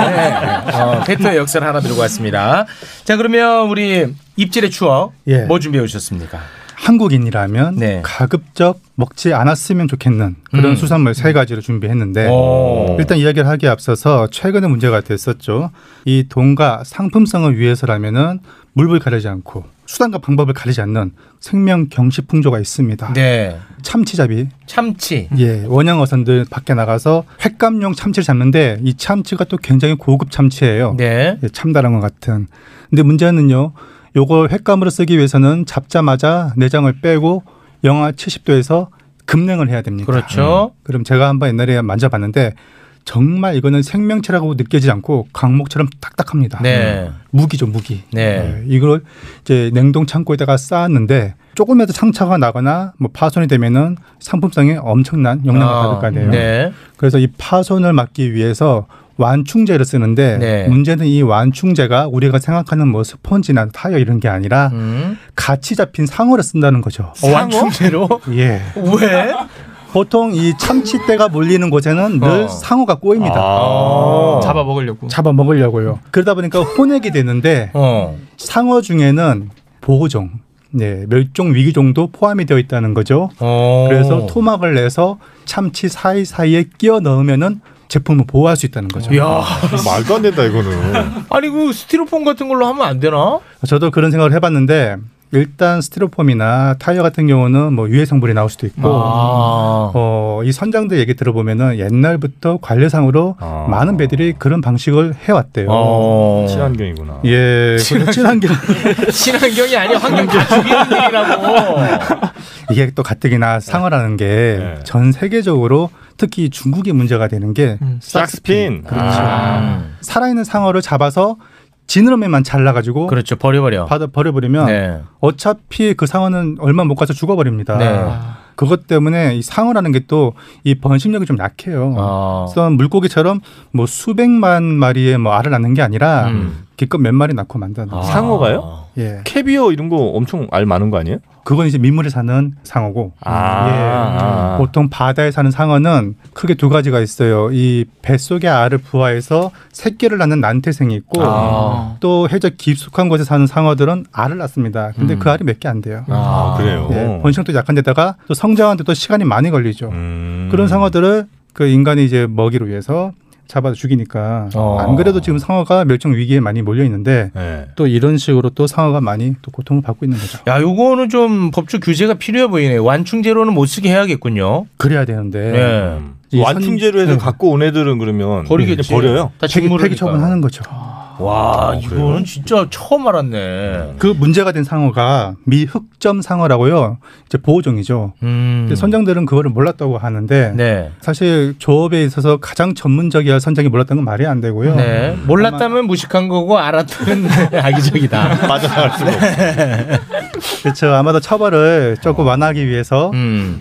Speaker 5: 어, 페토의 역설 하나 들고 왔습니다. 자, 그러면 우리 입질의 추억
Speaker 17: 예.
Speaker 5: 뭐 준비해 오셨습니까?
Speaker 17: 한국인이라면 가급적 먹지 않았으면 좋겠는 그런
Speaker 5: 네. 음.
Speaker 17: 수산물 세 가지를 준비했는데
Speaker 5: 오.
Speaker 17: 일단 이야기를 하기에 앞서서 최근에 문제가 됐었죠. 이 돈과 상품성을 위해서라면은 물불 가리지 않고 수단과 방법을 가리지 않는 생명 경시 풍조가 있습니다.
Speaker 5: 네.
Speaker 17: 참치잡이.
Speaker 5: 참치.
Speaker 17: 예, 원양 어선들 밖에 나가서 횟감용 참치를 잡는데 이 참치가 또 굉장히 고급 참치예요.
Speaker 5: 네.
Speaker 17: 예, 참다랑어 같은. 근데 문제는요. 요걸 횟감으로 쓰기 위해서는 잡자마자 내장을 빼고 영하 70도에서 급냉을 해야 됩니다. 예.
Speaker 5: 그렇죠.
Speaker 17: 그럼 제가 한번 옛날에 만져봤는데 정말 이거는 생명체라고 느껴지지 않고 강목처럼 딱딱합니다. 음.
Speaker 5: 네.
Speaker 17: 무기죠, 무기.
Speaker 5: 네.
Speaker 17: 예, 이걸 이제 냉동 창고에다가 쌓았는데 조금이라도 상처가 나거나 뭐 파손이 되면은 상품성에 엄청난 영향을
Speaker 5: 아,
Speaker 17: 받을 거 아니에요.
Speaker 5: 네.
Speaker 17: 그래서 이 파손을 막기 위해서 완충제를 쓰는데
Speaker 5: 네.
Speaker 17: 문제는 이 완충제가 우리가 생각하는 뭐 스펀지나 타이어 이런 게 아니라 같이 잡힌 상어를 쓴다는 거죠.
Speaker 5: 음. 상어? 완충제로?
Speaker 17: 예.
Speaker 5: 왜?
Speaker 6: 어,
Speaker 17: 보통 이 참치대가 몰리는 곳에는 늘
Speaker 5: 어.
Speaker 17: 상어가 꼬입니다.
Speaker 5: 아. 잡아먹으려고.
Speaker 17: 잡아먹으려고요. 그러다 보니까 혼액이 되는데 상어 중에는 보호종, 네, 멸종 위기종도 포함이 되어 있다는 거죠. 그래서 토막을 내서 참치 사이사이에 끼워 넣으면은 제품을 보호할 수 있다는 거죠.
Speaker 5: 야.
Speaker 6: 아,
Speaker 17: 말도 안 된다 이거는.
Speaker 5: 아니 그 스티로폼 같은 걸로 하면 안 되나?
Speaker 17: 저도 그런 생각을 해봤는데 일단 스티로폼이나 타이어 같은 경우는 뭐 유해 성분이 나올 수도 있고
Speaker 5: 아.
Speaker 17: 어, 이 선장들 얘기 들어보면은 옛날부터 관례상으로 많은 배들이 그런 방식을 해왔대요.
Speaker 6: 아. 어,
Speaker 5: 어.
Speaker 6: 친환경이구나.
Speaker 17: 예, 그래서 친환경
Speaker 5: 친환경이 아니야 환경 다 죽이는 일이라고.
Speaker 17: 이게 또
Speaker 6: 네.
Speaker 17: 가뜩이나 상어라는 게 전 세계적으로 특히 중국이 문제가 되는 게
Speaker 5: 음.
Speaker 6: 싹스핀.
Speaker 17: 그렇죠.
Speaker 5: 아.
Speaker 17: 살아있는 상어를 잡아서 지느러미만 잘라가지고
Speaker 5: 그렇죠 버려버려.
Speaker 17: 받아 버려버리면
Speaker 5: 네.
Speaker 17: 어차피 그 상어는 얼마 못 가서 죽어버립니다.
Speaker 5: 네.
Speaker 17: 그것 때문에 이 상어라는 게 또 이 번식력이 좀 약해요.
Speaker 5: 아.
Speaker 17: 그래서 물고기처럼 뭐 수백만 마리의 뭐 알을 낳는 게 아니라
Speaker 5: 음.
Speaker 17: 기껏 몇 마리 낳고 만다는
Speaker 5: 아.
Speaker 17: 거죠.
Speaker 9: 아.
Speaker 6: 상어가요?
Speaker 17: 예.
Speaker 6: 캐비어 이런 거 엄청 알 많은 거 아니에요?
Speaker 17: 그건 이제 민물에 사는 상어고
Speaker 6: 아.
Speaker 17: 예.
Speaker 6: 아.
Speaker 17: 보통 바다에 사는 상어는 크게 두 가지가 있어요. 이 뱃속의 알을 부화해서 새끼를 낳는 난태생이 있고
Speaker 6: 아.
Speaker 17: 또 해적 깊숙한 곳에 사는 상어들은 알을 낳습니다. 근데 그 알이 몇 개 안 돼요.
Speaker 6: 음. 아, 그래요?
Speaker 17: 예, 번식도 약한데다가 또 성장하는데 또 시간이 많이 걸리죠.
Speaker 6: 음.
Speaker 17: 그런 상어들을 그 인간이 이제 먹이를 위해서 잡아서 죽이니까
Speaker 6: 어.
Speaker 17: 안 그래도 지금 상어가 멸종 위기에 많이 몰려 있는데
Speaker 6: 네.
Speaker 17: 또 이런 식으로 또 상어가 많이 또 고통을 받고 있는 거죠.
Speaker 5: 야, 요거는 좀 법적 규제가 필요해 보이네. 완충제로는 못 쓰게 해야겠군요.
Speaker 17: 그래야 되는데.
Speaker 5: 네.
Speaker 17: 이 예.
Speaker 6: 완충제로 해서 갖고 온 애들은 그러면
Speaker 5: 버리겠지. 아,
Speaker 6: 그냥 버려요?
Speaker 5: 다 직무를
Speaker 17: 폐기 처분하는 거죠.
Speaker 5: 와, 이거는 진짜 처음 알았네.
Speaker 17: 그 문제가 된 상어가 미 흑점 상어라고요. 이제 보호종이죠. 근데 선장들은 그거를 몰랐다고 하는데
Speaker 5: 음. 네.
Speaker 17: 사실 조업에 있어서 가장 전문적이야 선장이 몰랐다는 건 말이 안 되고요.
Speaker 5: 네. 몰랐다면 무식한 거고 알았다면 악의적이다. 네.
Speaker 6: 맞아.
Speaker 17: 그렇죠. 아마도 처벌을 조금 완화하기 위해서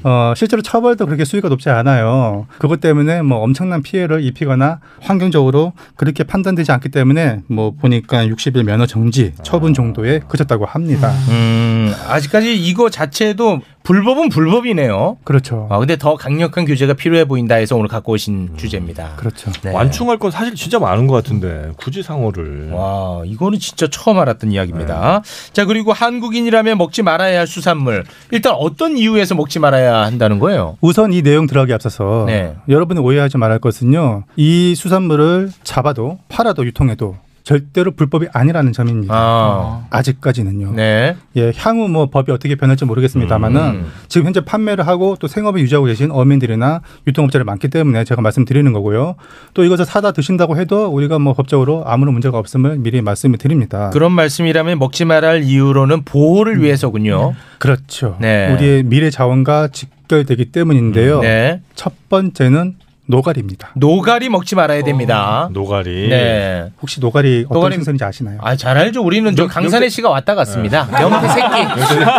Speaker 17: 어, 실제로 처벌도 그렇게 수위가 높지 않아요. 그것 때문에 뭐 엄청난 피해를 입히거나 환경적으로 그렇게 판단되지 않기 때문에 뭐 보니까 60일 면허 정지 처분 정도에 그쳤다고 합니다.
Speaker 5: 음, 아직까지 이거 자체도 불법은 불법이네요.
Speaker 17: 그렇죠.
Speaker 5: 아, 근데 더 강력한 규제가 필요해 보인다 해서 오늘 갖고 오신 주제입니다. 네.
Speaker 17: 그렇죠.
Speaker 6: 완충할 건 사실 진짜 많은 것 같은데 굳이 상어를.
Speaker 5: 와 이거는 진짜 처음 알았던 이야기입니다.
Speaker 17: 네.
Speaker 5: 자 그리고 한국인이라면 먹지 말아야 할 수산물 일단 어떤 이유에서 먹지 말아야 한다는 거예요?
Speaker 17: 우선 이 내용 들어가기 앞서서
Speaker 5: 네.
Speaker 17: 여러분이 오해하지 말할 것은요. 이 수산물을 잡아도 팔아도 유통해도 절대로 불법이 아니라는 점입니다.
Speaker 5: 아.
Speaker 17: 직까지는요
Speaker 5: 네.
Speaker 17: 예, 향후 뭐 법이 어떻게 변할지 모르겠습니다만은
Speaker 5: 음.
Speaker 17: 지금 현재 판매를 하고 또 생업을 유지하고 계신 어민들이나 유통업자들 많기 때문에 제가 말씀드리는 거고요. 또 이것을 사다 드신다고 해도 우리가 뭐 법적으로 아무런 문제가 없음을 미리 말씀을 드립니다.
Speaker 5: 그런 말씀이라면 먹지 말아야 할 이유로는 보호를 위해서군요.
Speaker 17: 그렇죠.
Speaker 5: 네.
Speaker 17: 음. 우리의 미래 자원과 직결되기 때문인데요.
Speaker 5: 음, 네.
Speaker 17: 첫 번째는 노가리입니다. 어,
Speaker 5: 노가리 먹지 말아야 됩니다.
Speaker 6: 노가리.
Speaker 5: 네.
Speaker 17: 혹시 노가리 어떤
Speaker 5: 노가리-
Speaker 17: 생선인지 아시나요?
Speaker 5: 아 잘 알죠. 우리는 저 강산혜 씨가 왔다 갔습니다.
Speaker 17: 네.
Speaker 5: 명태 새끼.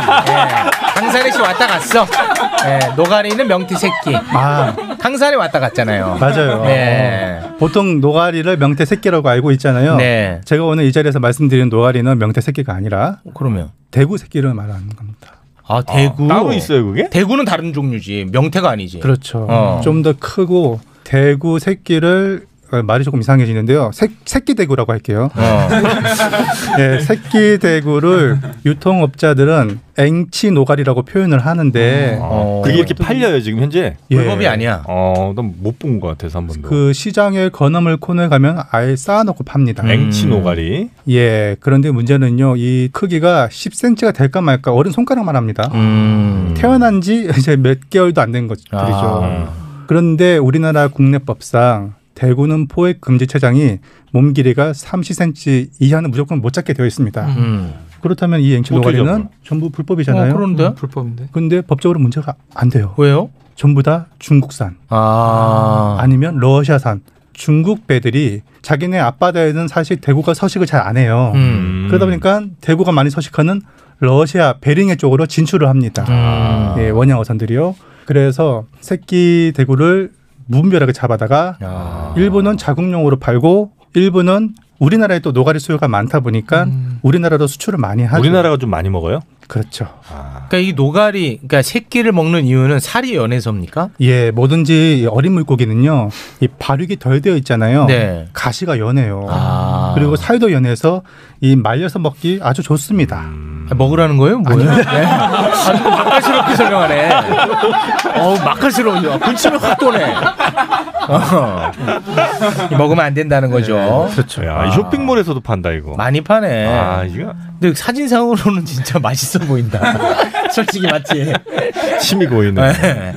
Speaker 5: 예, 강산혜 씨 왔다 갔어. 예, 노가리는 명태 새끼. 강산에 왔다 갔잖아요.
Speaker 17: 아. 맞아요.
Speaker 5: 네.
Speaker 17: 어, 보통 노가리를 명태 새끼라고 알고 있잖아요.
Speaker 5: 네.
Speaker 17: 제가 오늘 이 자리에서 말씀드리는 노가리는 명태 새끼가 아니라
Speaker 5: 그러면
Speaker 17: 대구 새끼를 말하는 겁니다.
Speaker 5: 아 대구
Speaker 17: 따로 있어요, 그게?
Speaker 5: 대구는
Speaker 6: 예.
Speaker 5: 다른 종류지 명태가 아니지.
Speaker 6: 어.
Speaker 17: 그렇죠.
Speaker 5: 어.
Speaker 17: 좀 더 크고 대구 새끼를 어, 말이 조금 이상해지는데요. 새, 새끼 대구라고 할게요.
Speaker 6: 어.
Speaker 17: 예, 새끼 대구를 유통업자들은 앵치 노가리라고 표현을
Speaker 6: 음.
Speaker 17: 하는데
Speaker 6: 아, 그게 이렇게 팔려요 지금 현재?
Speaker 17: 네. 어. 예. 불법이 아니야.
Speaker 6: 어, 난 못 본 것 같아서 한 번도.
Speaker 17: 그 시장의 건어물 코너에 가면 아예 쌓아놓고 팝니다.
Speaker 6: 음. 앵치 노가리.
Speaker 17: 예. 그런데 문제는요. 이 크기가 10cm가 될까 말까 어른 손가락만 합니다. 태어난 지 이제 몇 개월도 안 된 것들이죠. 그런데 우리나라 국내법상 대구는 포획 금지 체장이 몸 길이가 30cm 이하는 무조건 못 잡게 되어 있습니다.
Speaker 5: 음.
Speaker 17: 그렇다면 이 앵치
Speaker 5: 어떻게
Speaker 17: 노가리는
Speaker 5: 잡아요?
Speaker 17: 전부 불법이잖아요.
Speaker 5: 어, 그런데?
Speaker 16: 음, 불법인데.
Speaker 17: 근데 법적으로 문제가 안 돼요. 왜요? 전부 다 중국산. 아. 니면 러시아산. 중국 배들이 자기네 앞바다에는 사실 대구가 서식을 잘 안 해요.
Speaker 5: 음.
Speaker 17: 그러다 보니까 대구가 많이 서식하는 러시아 베링해 쪽으로 진출을 합니다.
Speaker 6: 음.
Speaker 17: 예, 원양 어선들이요. 그래서 새끼 대구를 무분별하게 잡아다가 일부는 자국용으로 팔고 일부는 우리나라에 또 노가리 수요가 많다 보니까 우리나라로 수출을 많이 하죠.
Speaker 6: 음. 우리나라가 좀 많이 먹어요?
Speaker 17: 그렇죠.
Speaker 5: 그러니까 이 노가리, 그러니까 새끼를 먹는 이유는 살이 연해서입니까?
Speaker 17: 예, 뭐든지 이 어린 물고기는요, 이 발육이 덜 되어 있잖아요.
Speaker 5: 네. 아.
Speaker 17: 가시가 연해요. 그리고 살도 연해서 이 말려서 먹기 아주 좋습니다.
Speaker 5: 음. 먹으라는 거예요? 뭐예요? 네. 아주 맛깔스럽게 설명하네. 어우, 맛깔스러워요. 군침이 확 도네. 어. 먹으면 안 된다는 거죠.
Speaker 6: 그렇죠. 야, 이 쇼핑몰에서도 판다 이거.
Speaker 5: 많이 파네.
Speaker 6: 아, 이거
Speaker 5: 근데 사진상으로는 진짜 맛있어 보인다. 솔직히 맞지?
Speaker 6: 침이 고이네.
Speaker 5: 네.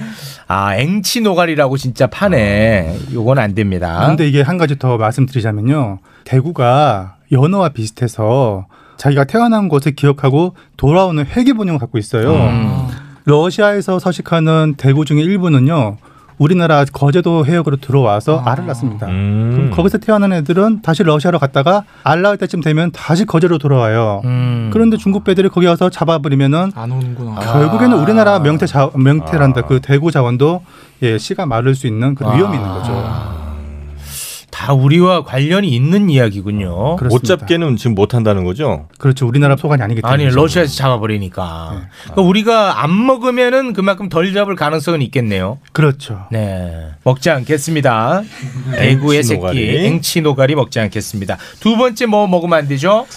Speaker 5: 아, 앵치 노가리라고 진짜 파네. 요건 안 됩니다.
Speaker 17: 근데 이게 한 가지 더 말씀드리자면요. 대구가 연어와 비슷해서 자기가 태어난 곳을 기억하고 돌아오는 회계 본능을 갖고 있어요.
Speaker 5: 음.
Speaker 17: 러시아에서 서식하는 대구 중의 일부는요. 우리나라 거제도 해역으로 들어와서
Speaker 5: 음.
Speaker 17: 알을 낳습니다. 그럼 거기서 태어난 애들은 다시 러시아로 갔다가 알 낳을 때쯤 되면 다시 거제로 돌아와요.
Speaker 5: 음.
Speaker 17: 그런데 중국 배들이 거기 와서 잡아버리면은
Speaker 16: 안 오는구나.
Speaker 17: 결국에는 우리나라 명태 자, 명태란다 그 대구 자원도 예, 씨가 마를 수 있는 그런 위험이 있는 거죠.
Speaker 5: 아. 다 우리와 관련이 있는 이야기군요.
Speaker 6: 못 잡게는 지금 못 한다는 거죠?
Speaker 17: 그렇죠. 우리나라 소관이 아니기
Speaker 5: 아니 러시아에서 잡아버리니까
Speaker 6: 네.
Speaker 5: 그러니까 우리가 안 먹으면은 그만큼 덜 잡을 가능성은 있겠네요.
Speaker 17: 그렇죠.
Speaker 5: 네, 먹지 않겠습니다. 대구의 새끼
Speaker 17: 앵치노가리.
Speaker 5: 앵치노가리 먹지 않겠습니다. 두 번째 뭐 먹으면 안 되죠?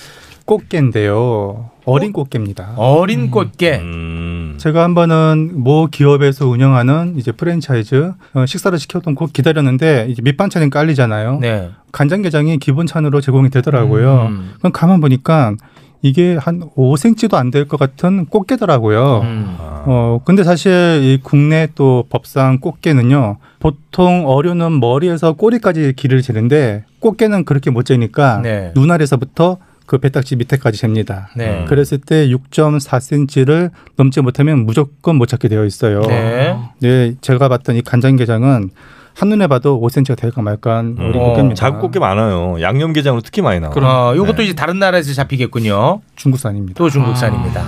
Speaker 17: 꽃게인데요. 어린 꽃게입니다. 음.
Speaker 5: 어린 꽃게.
Speaker 6: 음.
Speaker 17: 제가 한 번은 모 기업에서 운영하는 이제 프랜차이즈 어, 식사를 시켜놓고 기다렸는데 이제 밑반찬이
Speaker 6: 어?
Speaker 17: 깔리잖아요.
Speaker 5: 네.
Speaker 17: 간장게장이 기본찬으로 제공이
Speaker 5: 음,
Speaker 17: 되더라고요. 그럼 가만 보니까 이게 한 5cm도 안 될 것 같은 꽃게더라고요.
Speaker 5: 음.
Speaker 17: 어 근데 사실 이 국내 또 법상 꽃게는요 보통 어류는 머리에서 꼬리까지 길을 재는데 꽃게는 그렇게 못 재니까
Speaker 5: 네.
Speaker 17: 눈알에서부터 그 배딱지 밑에까지 잽니다.
Speaker 5: 네.
Speaker 17: 그랬을 때 6.4cm를 넘지 못하면 무조건 못 찾게 되어 있어요.
Speaker 5: 네.
Speaker 17: 네, 제가 봤던 이 간장게장은 한눈에 봐도 5cm가 될까 말까한 어린 꽃게입니다.
Speaker 6: 작은 꽃게 많아요. 양념게장으로 특히 많이 네. 나와.
Speaker 5: 그럼 아, 요것도 이제 다른 나라에서 잡히겠군요.
Speaker 17: 중국산입니다. 아,
Speaker 5: 또 중국산입니다.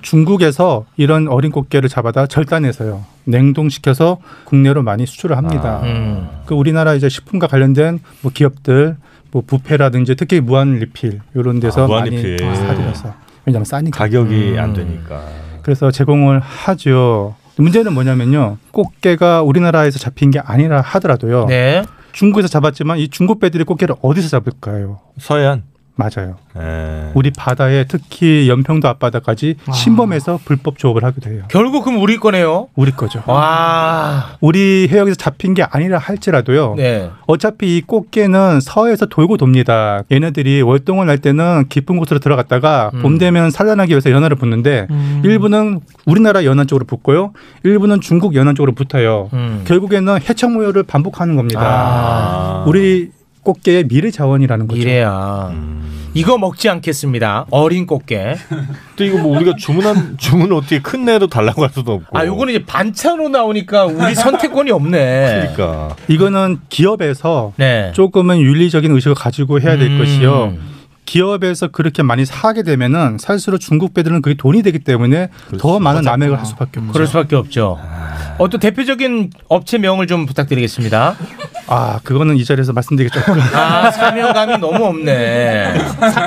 Speaker 17: 중국에서 이런 어린 꽃게를 잡아다 절단해서요 냉동시켜서 국내로 많이 수출을
Speaker 6: 아,
Speaker 17: 합니다.
Speaker 6: 음.
Speaker 17: 그 우리나라 이제 식품과 관련된 뭐 기업들 뭐 부페라든지 특히 무한 리필 이런 데서
Speaker 6: 아, 무한
Speaker 17: 많이
Speaker 6: 리필. 아.
Speaker 17: 사들여서 왜냐하면 싸니까 음.
Speaker 6: 가격이 안 되니까.
Speaker 17: 그래서 제공을 하죠. 문제는 뭐냐면요 꽃게가 우리나라에서 잡힌 게 아니라 하더라도요
Speaker 5: 네.
Speaker 17: 중국에서 잡았지만 이 중국 배들이 꽃게를 어디서 잡을까요?
Speaker 6: 서해안.
Speaker 17: 맞아요.
Speaker 5: 예.
Speaker 17: 우리 바다에 특히 연평도 앞바다까지 침범해서 불법 조업을 하게 돼요.
Speaker 5: 결국 그럼 우리 거네요.
Speaker 17: 우리 거죠.
Speaker 5: 와.
Speaker 17: 우리 해역에서 잡힌 게 아니라 할지라도요.
Speaker 5: 네.
Speaker 17: 어차피 이 꽃게는 서해에서 돌고 돕니다. 얘네들이 월동을 할 때는 깊은 곳으로 들어갔다가 봄 되면 산란하기 위해서 연안을 붙는데 일부는 우리나라 연안 쪽으로 붙고요. 일부는 중국 연안 쪽으로 붙어요.
Speaker 5: 음.
Speaker 17: 결국에는 해청무효를 반복하는 겁니다.
Speaker 5: 아.
Speaker 17: 우리 꽃게의 미래 자원이라는 거죠.
Speaker 5: 미래야. 이거 먹지 않겠습니다. 어린 꽃게.
Speaker 6: 음. 또 이거 뭐 우리가 주문한 주문 어떻게 큰 애로 달라고 할 수도 없고.
Speaker 5: 아, 요거는 이제 반찬으로 나오니까 그러니까 우리 선택권이 없네.
Speaker 6: 그러니까.
Speaker 17: 이거는 기업에서
Speaker 5: 네. 음.
Speaker 17: 조금은 윤리적인 의식을 가지고 해야 될 것이요. 기업에서 그렇게 많이 사게 되면은 살수록 중국 배들은 그게 돈이 되기 때문에 더 많은 남액을 할 수밖에 없죠.
Speaker 5: 음. 그럴 수밖에 없죠. 어, 또 대표적인 업체 명을 좀 부탁드리겠습니다.
Speaker 17: 아, 그거는 이 자리에서 말씀드리기 조금.
Speaker 5: 아, 사명감이 너무 없네.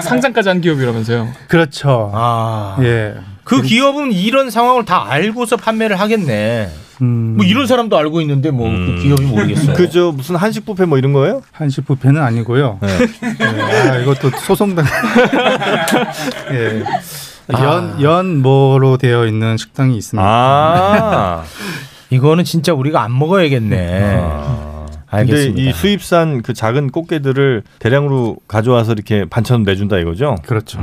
Speaker 16: 상장까지 한 기업이라면서요.
Speaker 17: 그렇죠.
Speaker 5: 아.
Speaker 17: 예.
Speaker 5: 그 기업은 이런 상황을 다 알고서 판매를 하겠네. 뭐 이런 사람도 알고 있는데 뭐
Speaker 16: 음.
Speaker 5: 그 기업이 모르겠어요.
Speaker 6: 그저 무슨 한식 뷔페 뭐 이런 거예요?
Speaker 17: 한식 뷔페는 아니고요.
Speaker 5: 네.
Speaker 17: 아, 이것도 소송당. 예.
Speaker 6: 아.
Speaker 17: 연, 연 뭐로 되어 있는 식당이 있습니다. 네.
Speaker 5: 아. 이거는 진짜 우리가 안 먹어야겠네.
Speaker 6: 근데 이 수입산 그 작은 꽃게들을 대량으로 가져와서 이렇게 반찬 내준다 이거죠? 음.
Speaker 17: 그렇죠.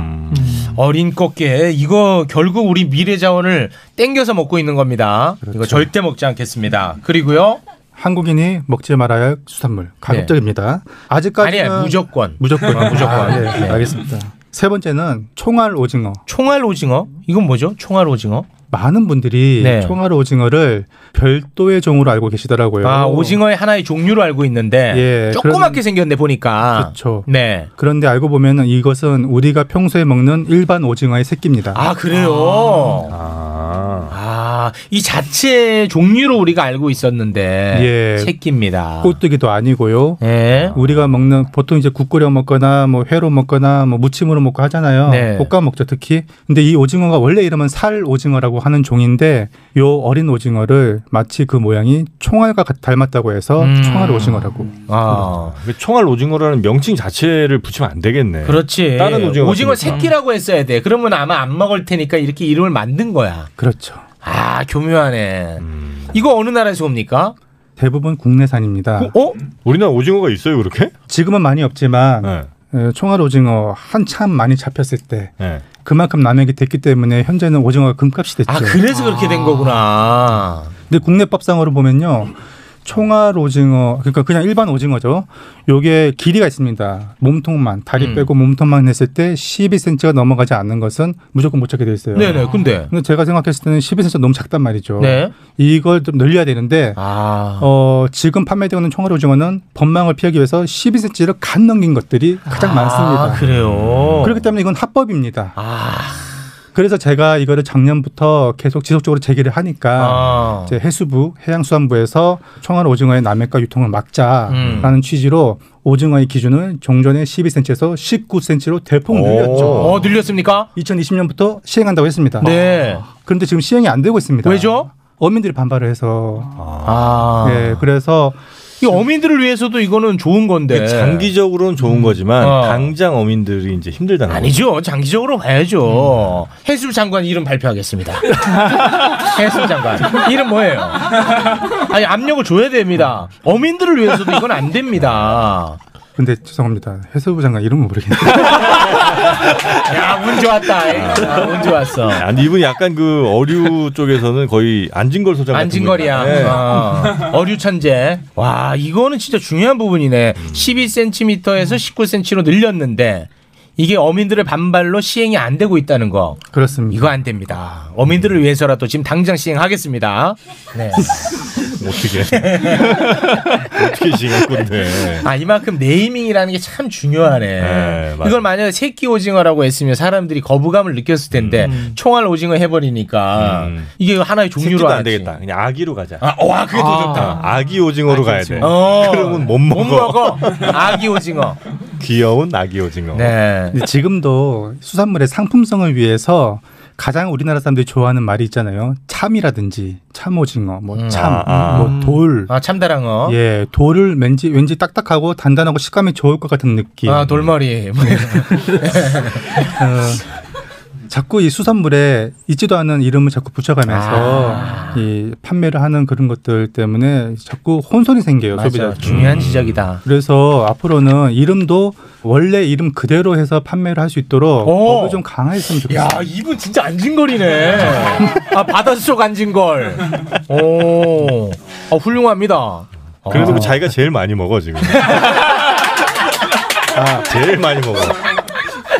Speaker 5: 어린 꽃게 이거 결국 우리 미래 자원을 땡겨서 먹고 있는 겁니다. 이거 절대 먹지 않겠습니다. 그리고요.
Speaker 17: 한국인이 먹지 말아야 할 수산물 가급적입니다. 아직까지는
Speaker 5: 네. 아니야, 무조건.
Speaker 17: 무조건
Speaker 5: 아, 무조건.
Speaker 17: 아, 예,
Speaker 5: 네.
Speaker 17: 알겠습니다. 세 번째는 총알 오징어.
Speaker 5: 총알 오징어? 이건 뭐죠? 총알 오징어?
Speaker 17: 많은 분들이
Speaker 5: 네.
Speaker 17: 총알 오징어를 별도의 종으로 알고 계시더라고요.
Speaker 5: 아 오징어의 하나의 종류로 알고 있는데
Speaker 17: 예,
Speaker 5: 조그맣게 생겼네 보니까. 그렇죠. 네.
Speaker 17: 그런데 알고 보면 이것은 우리가 평소에 먹는 일반 오징어의 새끼입니다.
Speaker 5: 아 그래요. 아, 이 자체 종류로 우리가 알고 있었는데
Speaker 17: 예.
Speaker 5: 새끼입니다.
Speaker 17: 꼬뚜기도 아니고요.
Speaker 5: 예.
Speaker 17: 우리가 먹는 보통 이제 국 끓여 먹거나 뭐 회로 먹거나 뭐 무침으로 먹고 하잖아요.
Speaker 5: 네.
Speaker 17: 볶아 먹죠 특히. 근데 이 오징어가 원래 이름은 살 오징어라고 하는 종인데 요 어린 오징어를 마치 그 모양이 총알과 같- 닮았다고 해서
Speaker 5: 음.
Speaker 17: 총알 오징어라고.
Speaker 5: 아,
Speaker 6: 그 총알 오징어라는 명칭 자체를 붙이면 안 되겠네.
Speaker 5: 그렇지.
Speaker 6: 다른 오징어
Speaker 5: 예. 오징어
Speaker 6: 같은 거.
Speaker 5: 새끼라고 했어야 돼. 그러면 아마 안 먹을 테니까 이렇게 이름을 만든 거야.
Speaker 17: 그렇죠.
Speaker 5: 아 교묘하네.
Speaker 6: 음.
Speaker 5: 이거 어느 나라에서 옵니까?
Speaker 17: 대부분 국내산입니다.
Speaker 5: 어?
Speaker 6: 우리나라 오징어가 있어요 그렇게? 네.
Speaker 17: 지금은 많이 없지만 에, 총알 오징어 한참 많이 잡혔을 때 그만큼 남에게 됐기 때문에 현재는 오징어가 금값이 됐죠.
Speaker 5: 아 그래서 그렇게 된 거구나.
Speaker 17: 근데 국내법상으로 보면요. 총알 오징어 그러니까 그냥 일반 오징어죠. 요게 길이가 있습니다. 몸통만 다리
Speaker 5: 음.
Speaker 17: 빼고 몸통만 했을 때 12cm가 넘어가지 않는 것은 무조건 못 잡게 돼 있어요.
Speaker 5: 네네. 근데
Speaker 17: 근데 제가 생각했을 때는 12cm 너무 작단 말이죠.
Speaker 5: 네. 아.
Speaker 17: 이걸 좀 늘려야 되는데 어, 지금 판매되는 총알 오징어는 범망을 피하기 위해서 12cm를 간 넘긴 것들이 가장 많습니다.
Speaker 5: 아, 그래요.
Speaker 17: 그렇기 때문에 이건 합법입니다.
Speaker 5: 아.
Speaker 17: 그래서 제가 이거를 작년부터 계속 지속적으로 제기를 하니까
Speaker 5: 아.
Speaker 17: 이제 해수부 해양수산부에서 청알 오징어의 남해가 유통을 막자라는
Speaker 5: 음.
Speaker 17: 취지로 오징어의 기준을 종전의 12cm에서 19cm로 대폭 늘렸죠.
Speaker 5: 어 늘렸습니까?
Speaker 17: 2020년부터 시행한다고 했습니다.
Speaker 5: 네.
Speaker 17: 그런데 지금 시행이 안 되고 있습니다.
Speaker 5: 왜죠?
Speaker 17: 어민들이 반발을 해서.
Speaker 5: 아.
Speaker 17: 예, 그래서
Speaker 5: 이 어민들을 위해서도 이거는 좋은
Speaker 17: 그
Speaker 5: 건데.
Speaker 6: 장기적으로는 좋은 거지만
Speaker 5: 어.
Speaker 6: 당장 어민들이 이제 힘들다는 음.
Speaker 5: 아니죠. 장기적으로 봐야죠. 해수 장관 이름 발표하겠습니다. 해수 장관 이름 뭐예요? 아니 압력을 줘야 됩니다. 어민들을 위해서도 이건 안 됩니다.
Speaker 17: 근데 죄송합니다. 해수부 장관 이름은 모르겠네요.
Speaker 5: 아, 야운
Speaker 6: 아.
Speaker 5: 좋았다. 아, 운 좋았어.
Speaker 6: 네, 아니 이분이 약간 그 어류 쪽에서는 거의 안진걸 소장 같은
Speaker 5: 안진걸이야.
Speaker 6: 분이네.
Speaker 5: 어. 어류 천재. 와 아, 이거는 진짜 중요한 부분이네.
Speaker 6: 음.
Speaker 5: 12cm에서 19cm로 늘렸는데 이게 어민들의 반발로 시행이 안 되고 있다는 거.
Speaker 17: 그렇습니다.
Speaker 5: 이거 안 됩니다.
Speaker 6: 음.
Speaker 5: 어민들을 위해서라도 지금 당장 시행하겠습니다. 네.
Speaker 6: 어떻게 어떻게 지금 건데?
Speaker 5: 아 이만큼 네이밍이라는 게 참 중요하네.
Speaker 6: 맞아.
Speaker 5: 이걸 만약에 새끼 오징어라고 했으면 사람들이 거부감을 느꼈을 텐데
Speaker 6: 음,
Speaker 5: 총알 오징어 해버리니까 이게 하나의 종류로
Speaker 6: 새끼도 음, 안
Speaker 5: 하지.
Speaker 6: 되겠다. 그냥 아기로 가자.
Speaker 5: 아, 와 그게 더 좋다.
Speaker 6: 아기 오징어로 가야 돼.
Speaker 5: 어.
Speaker 6: 그러면 못 먹어.
Speaker 5: 아기 오징어.
Speaker 6: 귀여운 아기 오징어.
Speaker 5: 네.
Speaker 17: 근데 지금도 수산물의 상품성을 위해서 가장 우리나라 사람들이 좋아하는 말이 있잖아요. 참이라든지 참오징어, 뭐 참,
Speaker 5: 아, 아.
Speaker 17: 뭐 돌.
Speaker 5: 아 참다랑어.
Speaker 17: 예, 돌을 왠지 왠지 딱딱하고 단단하고 식감이 좋을 것 같은
Speaker 6: 예.
Speaker 17: 느낌.
Speaker 5: 아 돌머리.
Speaker 17: 어, 자꾸 이 수산물에 있지도 않은 이름을 자꾸 붙여가면서
Speaker 5: 아.
Speaker 17: 이 판매를 하는 그런 것들 때문에 자꾸 혼선이 생겨요
Speaker 5: 맞아.
Speaker 17: 소비자.
Speaker 6: 음.
Speaker 5: 중요한 지적이다.
Speaker 17: 그래서 앞으로는 이름도 원래 이름 그대로 해서 판매를 할 수 있도록
Speaker 6: 어.
Speaker 17: 법을 좀 강화했으면
Speaker 5: 야
Speaker 17: 좋겠어요.
Speaker 5: 이분 진짜 안진걸이네. 아 바닷속 안진걸. 오. 아, 훌륭합니다. 아.
Speaker 6: 그래도 그 자기가 제일 많이 먹어 지금. 아, 제일 많이 먹어.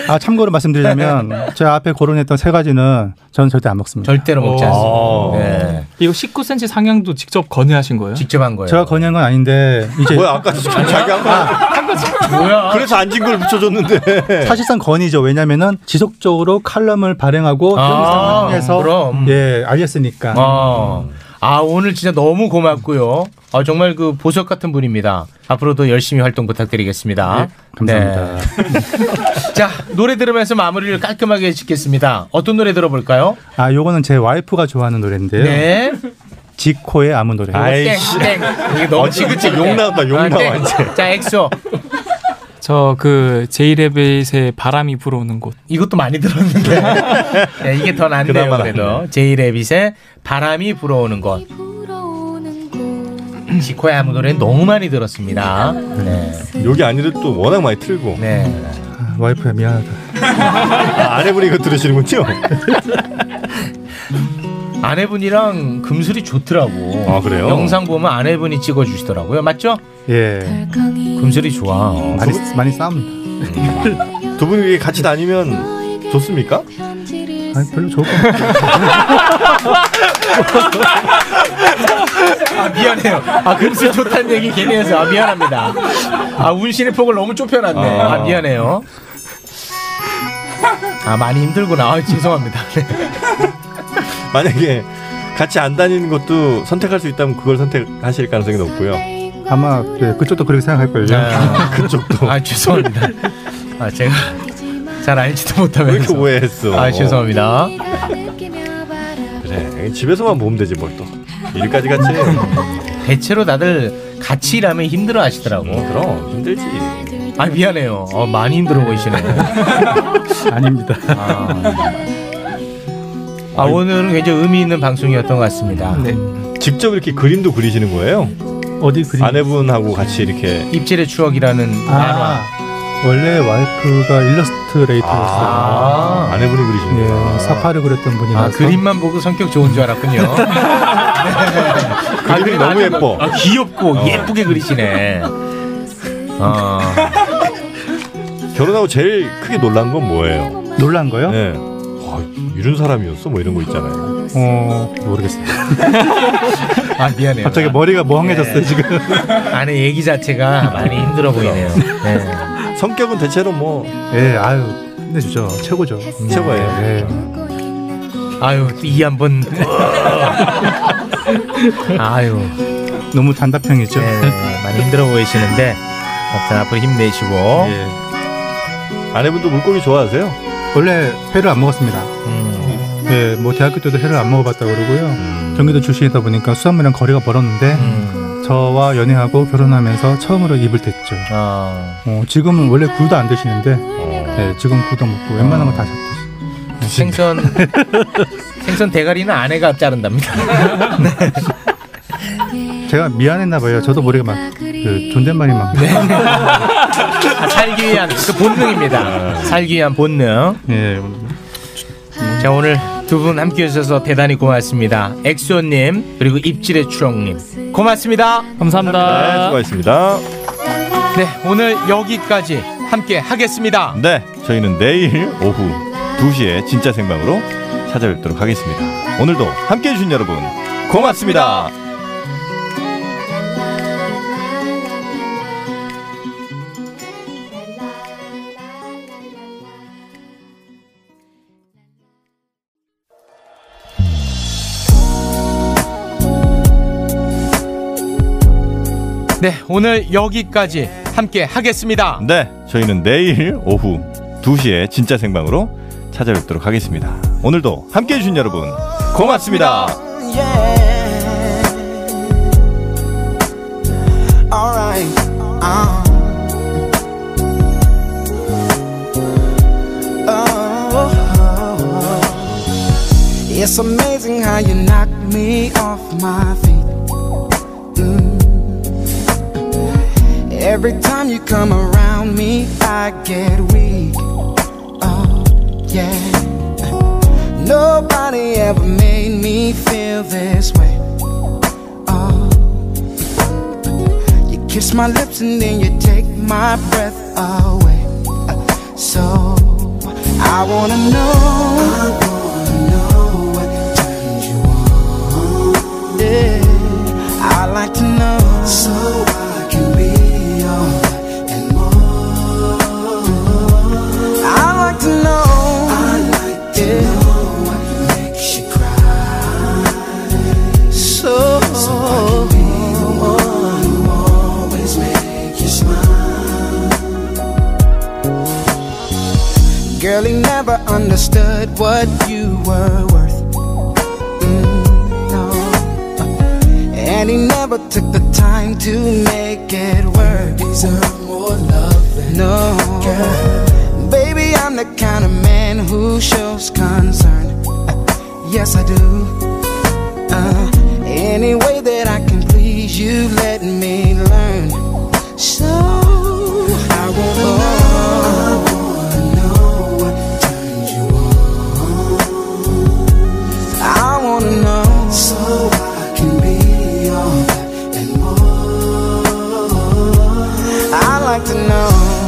Speaker 17: 아 참고로 말씀드리자면 제가 앞에 거론했던 세 가지는 저는 절대 안 먹습니다.
Speaker 5: 절대로
Speaker 17: 먹지
Speaker 6: 어.
Speaker 5: 않습니다.
Speaker 17: 네.
Speaker 16: 네.
Speaker 5: 네.
Speaker 16: 이거 19cm 상향도 직접 건의하신 거예요?
Speaker 5: 직접 한 거예요.
Speaker 17: 제가 건의한 건 아닌데 이제
Speaker 6: 뭐야 아까 자기 한 거.
Speaker 5: 뭐야?
Speaker 6: 그래서 안진 걸 붙여줬는데.
Speaker 17: 사실상 건의죠. 왜냐면은 지속적으로 칼럼을 발행하고
Speaker 5: 아,
Speaker 17: 그런 상황에서
Speaker 5: 그럼.
Speaker 17: 예 알렸으니까.
Speaker 5: 아, 아 오늘 진짜 너무 고맙고요. 아 정말 그 보석 같은 분입니다. 앞으로도 열심히 활동 부탁드리겠습니다.
Speaker 17: 예,
Speaker 5: 감사합니다. 자 노래 들으면서 마무리를 깔끔하게 짓겠습니다. 어떤 노래 들어볼까요?
Speaker 17: 아 요거는 제 와이프가 좋아하는 노래인데요.
Speaker 5: 네.
Speaker 17: 지코의 아무 노래.
Speaker 5: 땡, 땡. 이게 너무 지긋지긋해. 아, 땡. 자, 엑소.
Speaker 16: 저 그 제이레빗의 바람이 불어오는 곳.
Speaker 5: 이것도 많이 들었는데. 네, 이게 더 낫네요.
Speaker 16: 그나마
Speaker 5: 그래도 제이레빗의 바람이 불어오는 것. 지코의 아무 노래 너무 많이 들었습니다. 네.
Speaker 6: 여기 아니라 또 워낙 많이 틀고.
Speaker 17: 아, 와이프야 미안하다.
Speaker 6: 아, 아내분이 이거 들으시는군요.
Speaker 5: 아내분이랑 금술이 좋더라고.
Speaker 6: 아, 그래요?
Speaker 5: 영상 보면 아내분이 찍어주시더라고요. 맞죠?
Speaker 17: 예.
Speaker 5: 금술이 좋아.
Speaker 17: 많이 많이 싸웁니다.
Speaker 6: 음. 두 분이 같이 다니면 좋습니까?
Speaker 17: 아니 별로 좋을 것
Speaker 5: 아 미안해요. 아 금술 좋다는 얘기 괜히 해서 아 미안합니다. 아 운신의 폭을 너무 좁혀놨네. 아,
Speaker 21: 아.
Speaker 5: 미안해요. 아 많이 힘들구나. 아, 죄송합니다.
Speaker 6: 만약에 같이 안 다니는 것도 선택할 수 있다면 그걸 선택하실 가능성이 높고요.
Speaker 17: 아마 네, 그쪽도 그렇게 생각할 걸요.
Speaker 6: 네.
Speaker 5: 그쪽도. 아 죄송합니다. 아 제가 잘 알지도 못하면서
Speaker 6: 왜 이렇게 오해했어?
Speaker 5: 아 죄송합니다.
Speaker 6: 그래 집에서만 보면 되지 뭘 또. 일까지 같이.
Speaker 5: 대체로 다들 같이 일하면 힘들어 하시더라고. 그럼 힘들지. 아 미안해요. 어, 많이 힘들어 보이시네요. 아닙니다. 아, 아, 오늘은 굉장히 의미 있는 방송이었던 것 같습니다.
Speaker 6: 직접 이렇게 그림도 그리시는 거예요?
Speaker 17: 어디 그림?
Speaker 6: 아내분하고 같이 이렇게
Speaker 5: 입질의 추억이라는
Speaker 17: 아, 원래 와이프가 일러스트레이터였어요.
Speaker 5: 아,
Speaker 6: 아내분이
Speaker 17: 그리시네요. 사파를 그렸던 분이라서.
Speaker 5: 아, 그림만 보고 성격 좋은 줄 알았군요. 아, 그림
Speaker 17: 너무
Speaker 5: 아주
Speaker 17: 예뻐.
Speaker 5: 아, 귀엽고
Speaker 6: 어.
Speaker 5: 예쁘게 그리시네.
Speaker 17: 아.
Speaker 6: 결혼하고 제일 크게 놀란 건 뭐예요?
Speaker 17: 놀란 거요?
Speaker 6: 네. 와, 이런 사람이었어 뭐 이런 거 있잖아요.
Speaker 17: 어 모르겠어요.
Speaker 5: 아 미안해요. 네.
Speaker 17: 갑자기 머리가 모항해졌어요, 지금.
Speaker 5: 아내 얘기 자체가 많이 힘들어 보이네요.
Speaker 6: 성격은 대체로 뭐
Speaker 17: 예, 아유, 힘내주죠. 최고죠.
Speaker 5: 음,
Speaker 6: 최고예요.
Speaker 17: 예.
Speaker 5: 아유, 또 이 한번. 아유. 네,
Speaker 17: 너무 단답형이죠.
Speaker 5: 많이 힘들어 보이시는데 아무튼 앞으로 힘내시고.
Speaker 6: 예. 아내분도 물고기 좋아하세요? 음.
Speaker 17: 원래 회를 안 먹었습니다. 예, 뭐 대학교 때도 회를 안 먹어봤다 그러고요. 경기도 출신이다 보니까 수산물이랑 거리가 멀었는데
Speaker 6: 음.
Speaker 17: 저와 연애하고 결혼하면서 처음으로 입을 댔죠.
Speaker 6: 아.
Speaker 17: 어, 지금은 원래 굴도 안 드시는데
Speaker 6: 어.
Speaker 17: 예, 지금 굴도 먹고 웬만한 거 다 드시.
Speaker 5: 생선 생선 대가리는 아내가 자른답니다.
Speaker 6: 네.
Speaker 17: 제가 미안했나 봐요. 저도 모르게 막그 존댓말이 막.
Speaker 5: 아, 살기 위한 그 본능입니다. 살기 위한 본능.
Speaker 17: 예.
Speaker 5: 자 오늘 두 분 함께 해주셔서 대단히 고맙습니다. 엑소님 그리고 입질의 추억님 고맙습니다.
Speaker 16: 감사합니다.
Speaker 6: 네, 수고하셨습니다.
Speaker 5: 네 오늘 여기까지 함께 하겠습니다.
Speaker 6: 네, 저희는 내일 오후 2시에 진짜 생방으로 찾아뵙도록 하겠습니다. 오늘도 함께 해주신 여러분, 고맙습니다.
Speaker 5: 네 오늘 여기까지 함께 하겠습니다.
Speaker 6: 네, 저희는 내일 오후 2시에 진짜 생방으로 찾아뵙도록 하겠습니다. 오늘도 함께 해주신 여러분, 고맙습니다.
Speaker 19: Alright. Uh. Oh. It's amazing how you knock me off my feet. Mm. Every time you come around me, I get weak. Oh, yeah. Nobody ever made me feel this way. Oh. You kiss my lips and then you take my breath away. Uh, So I wanna know. I wanna know what turned you on. Yeah, I like to know. So I can be all that and more. I like to know. I like to know what makes you cry. So, so I can be the one who always make you smile. Girl, he never understood what you were worth. Mm, no. And he never took the time to make it work. These are more loving. No. Baby, I'm the kind of man who shows concern. Uh, Yes, I do. Uh, any way that I can please you, let me learn. So I wanna know. I wanna know so I can be all that and more. I like to know.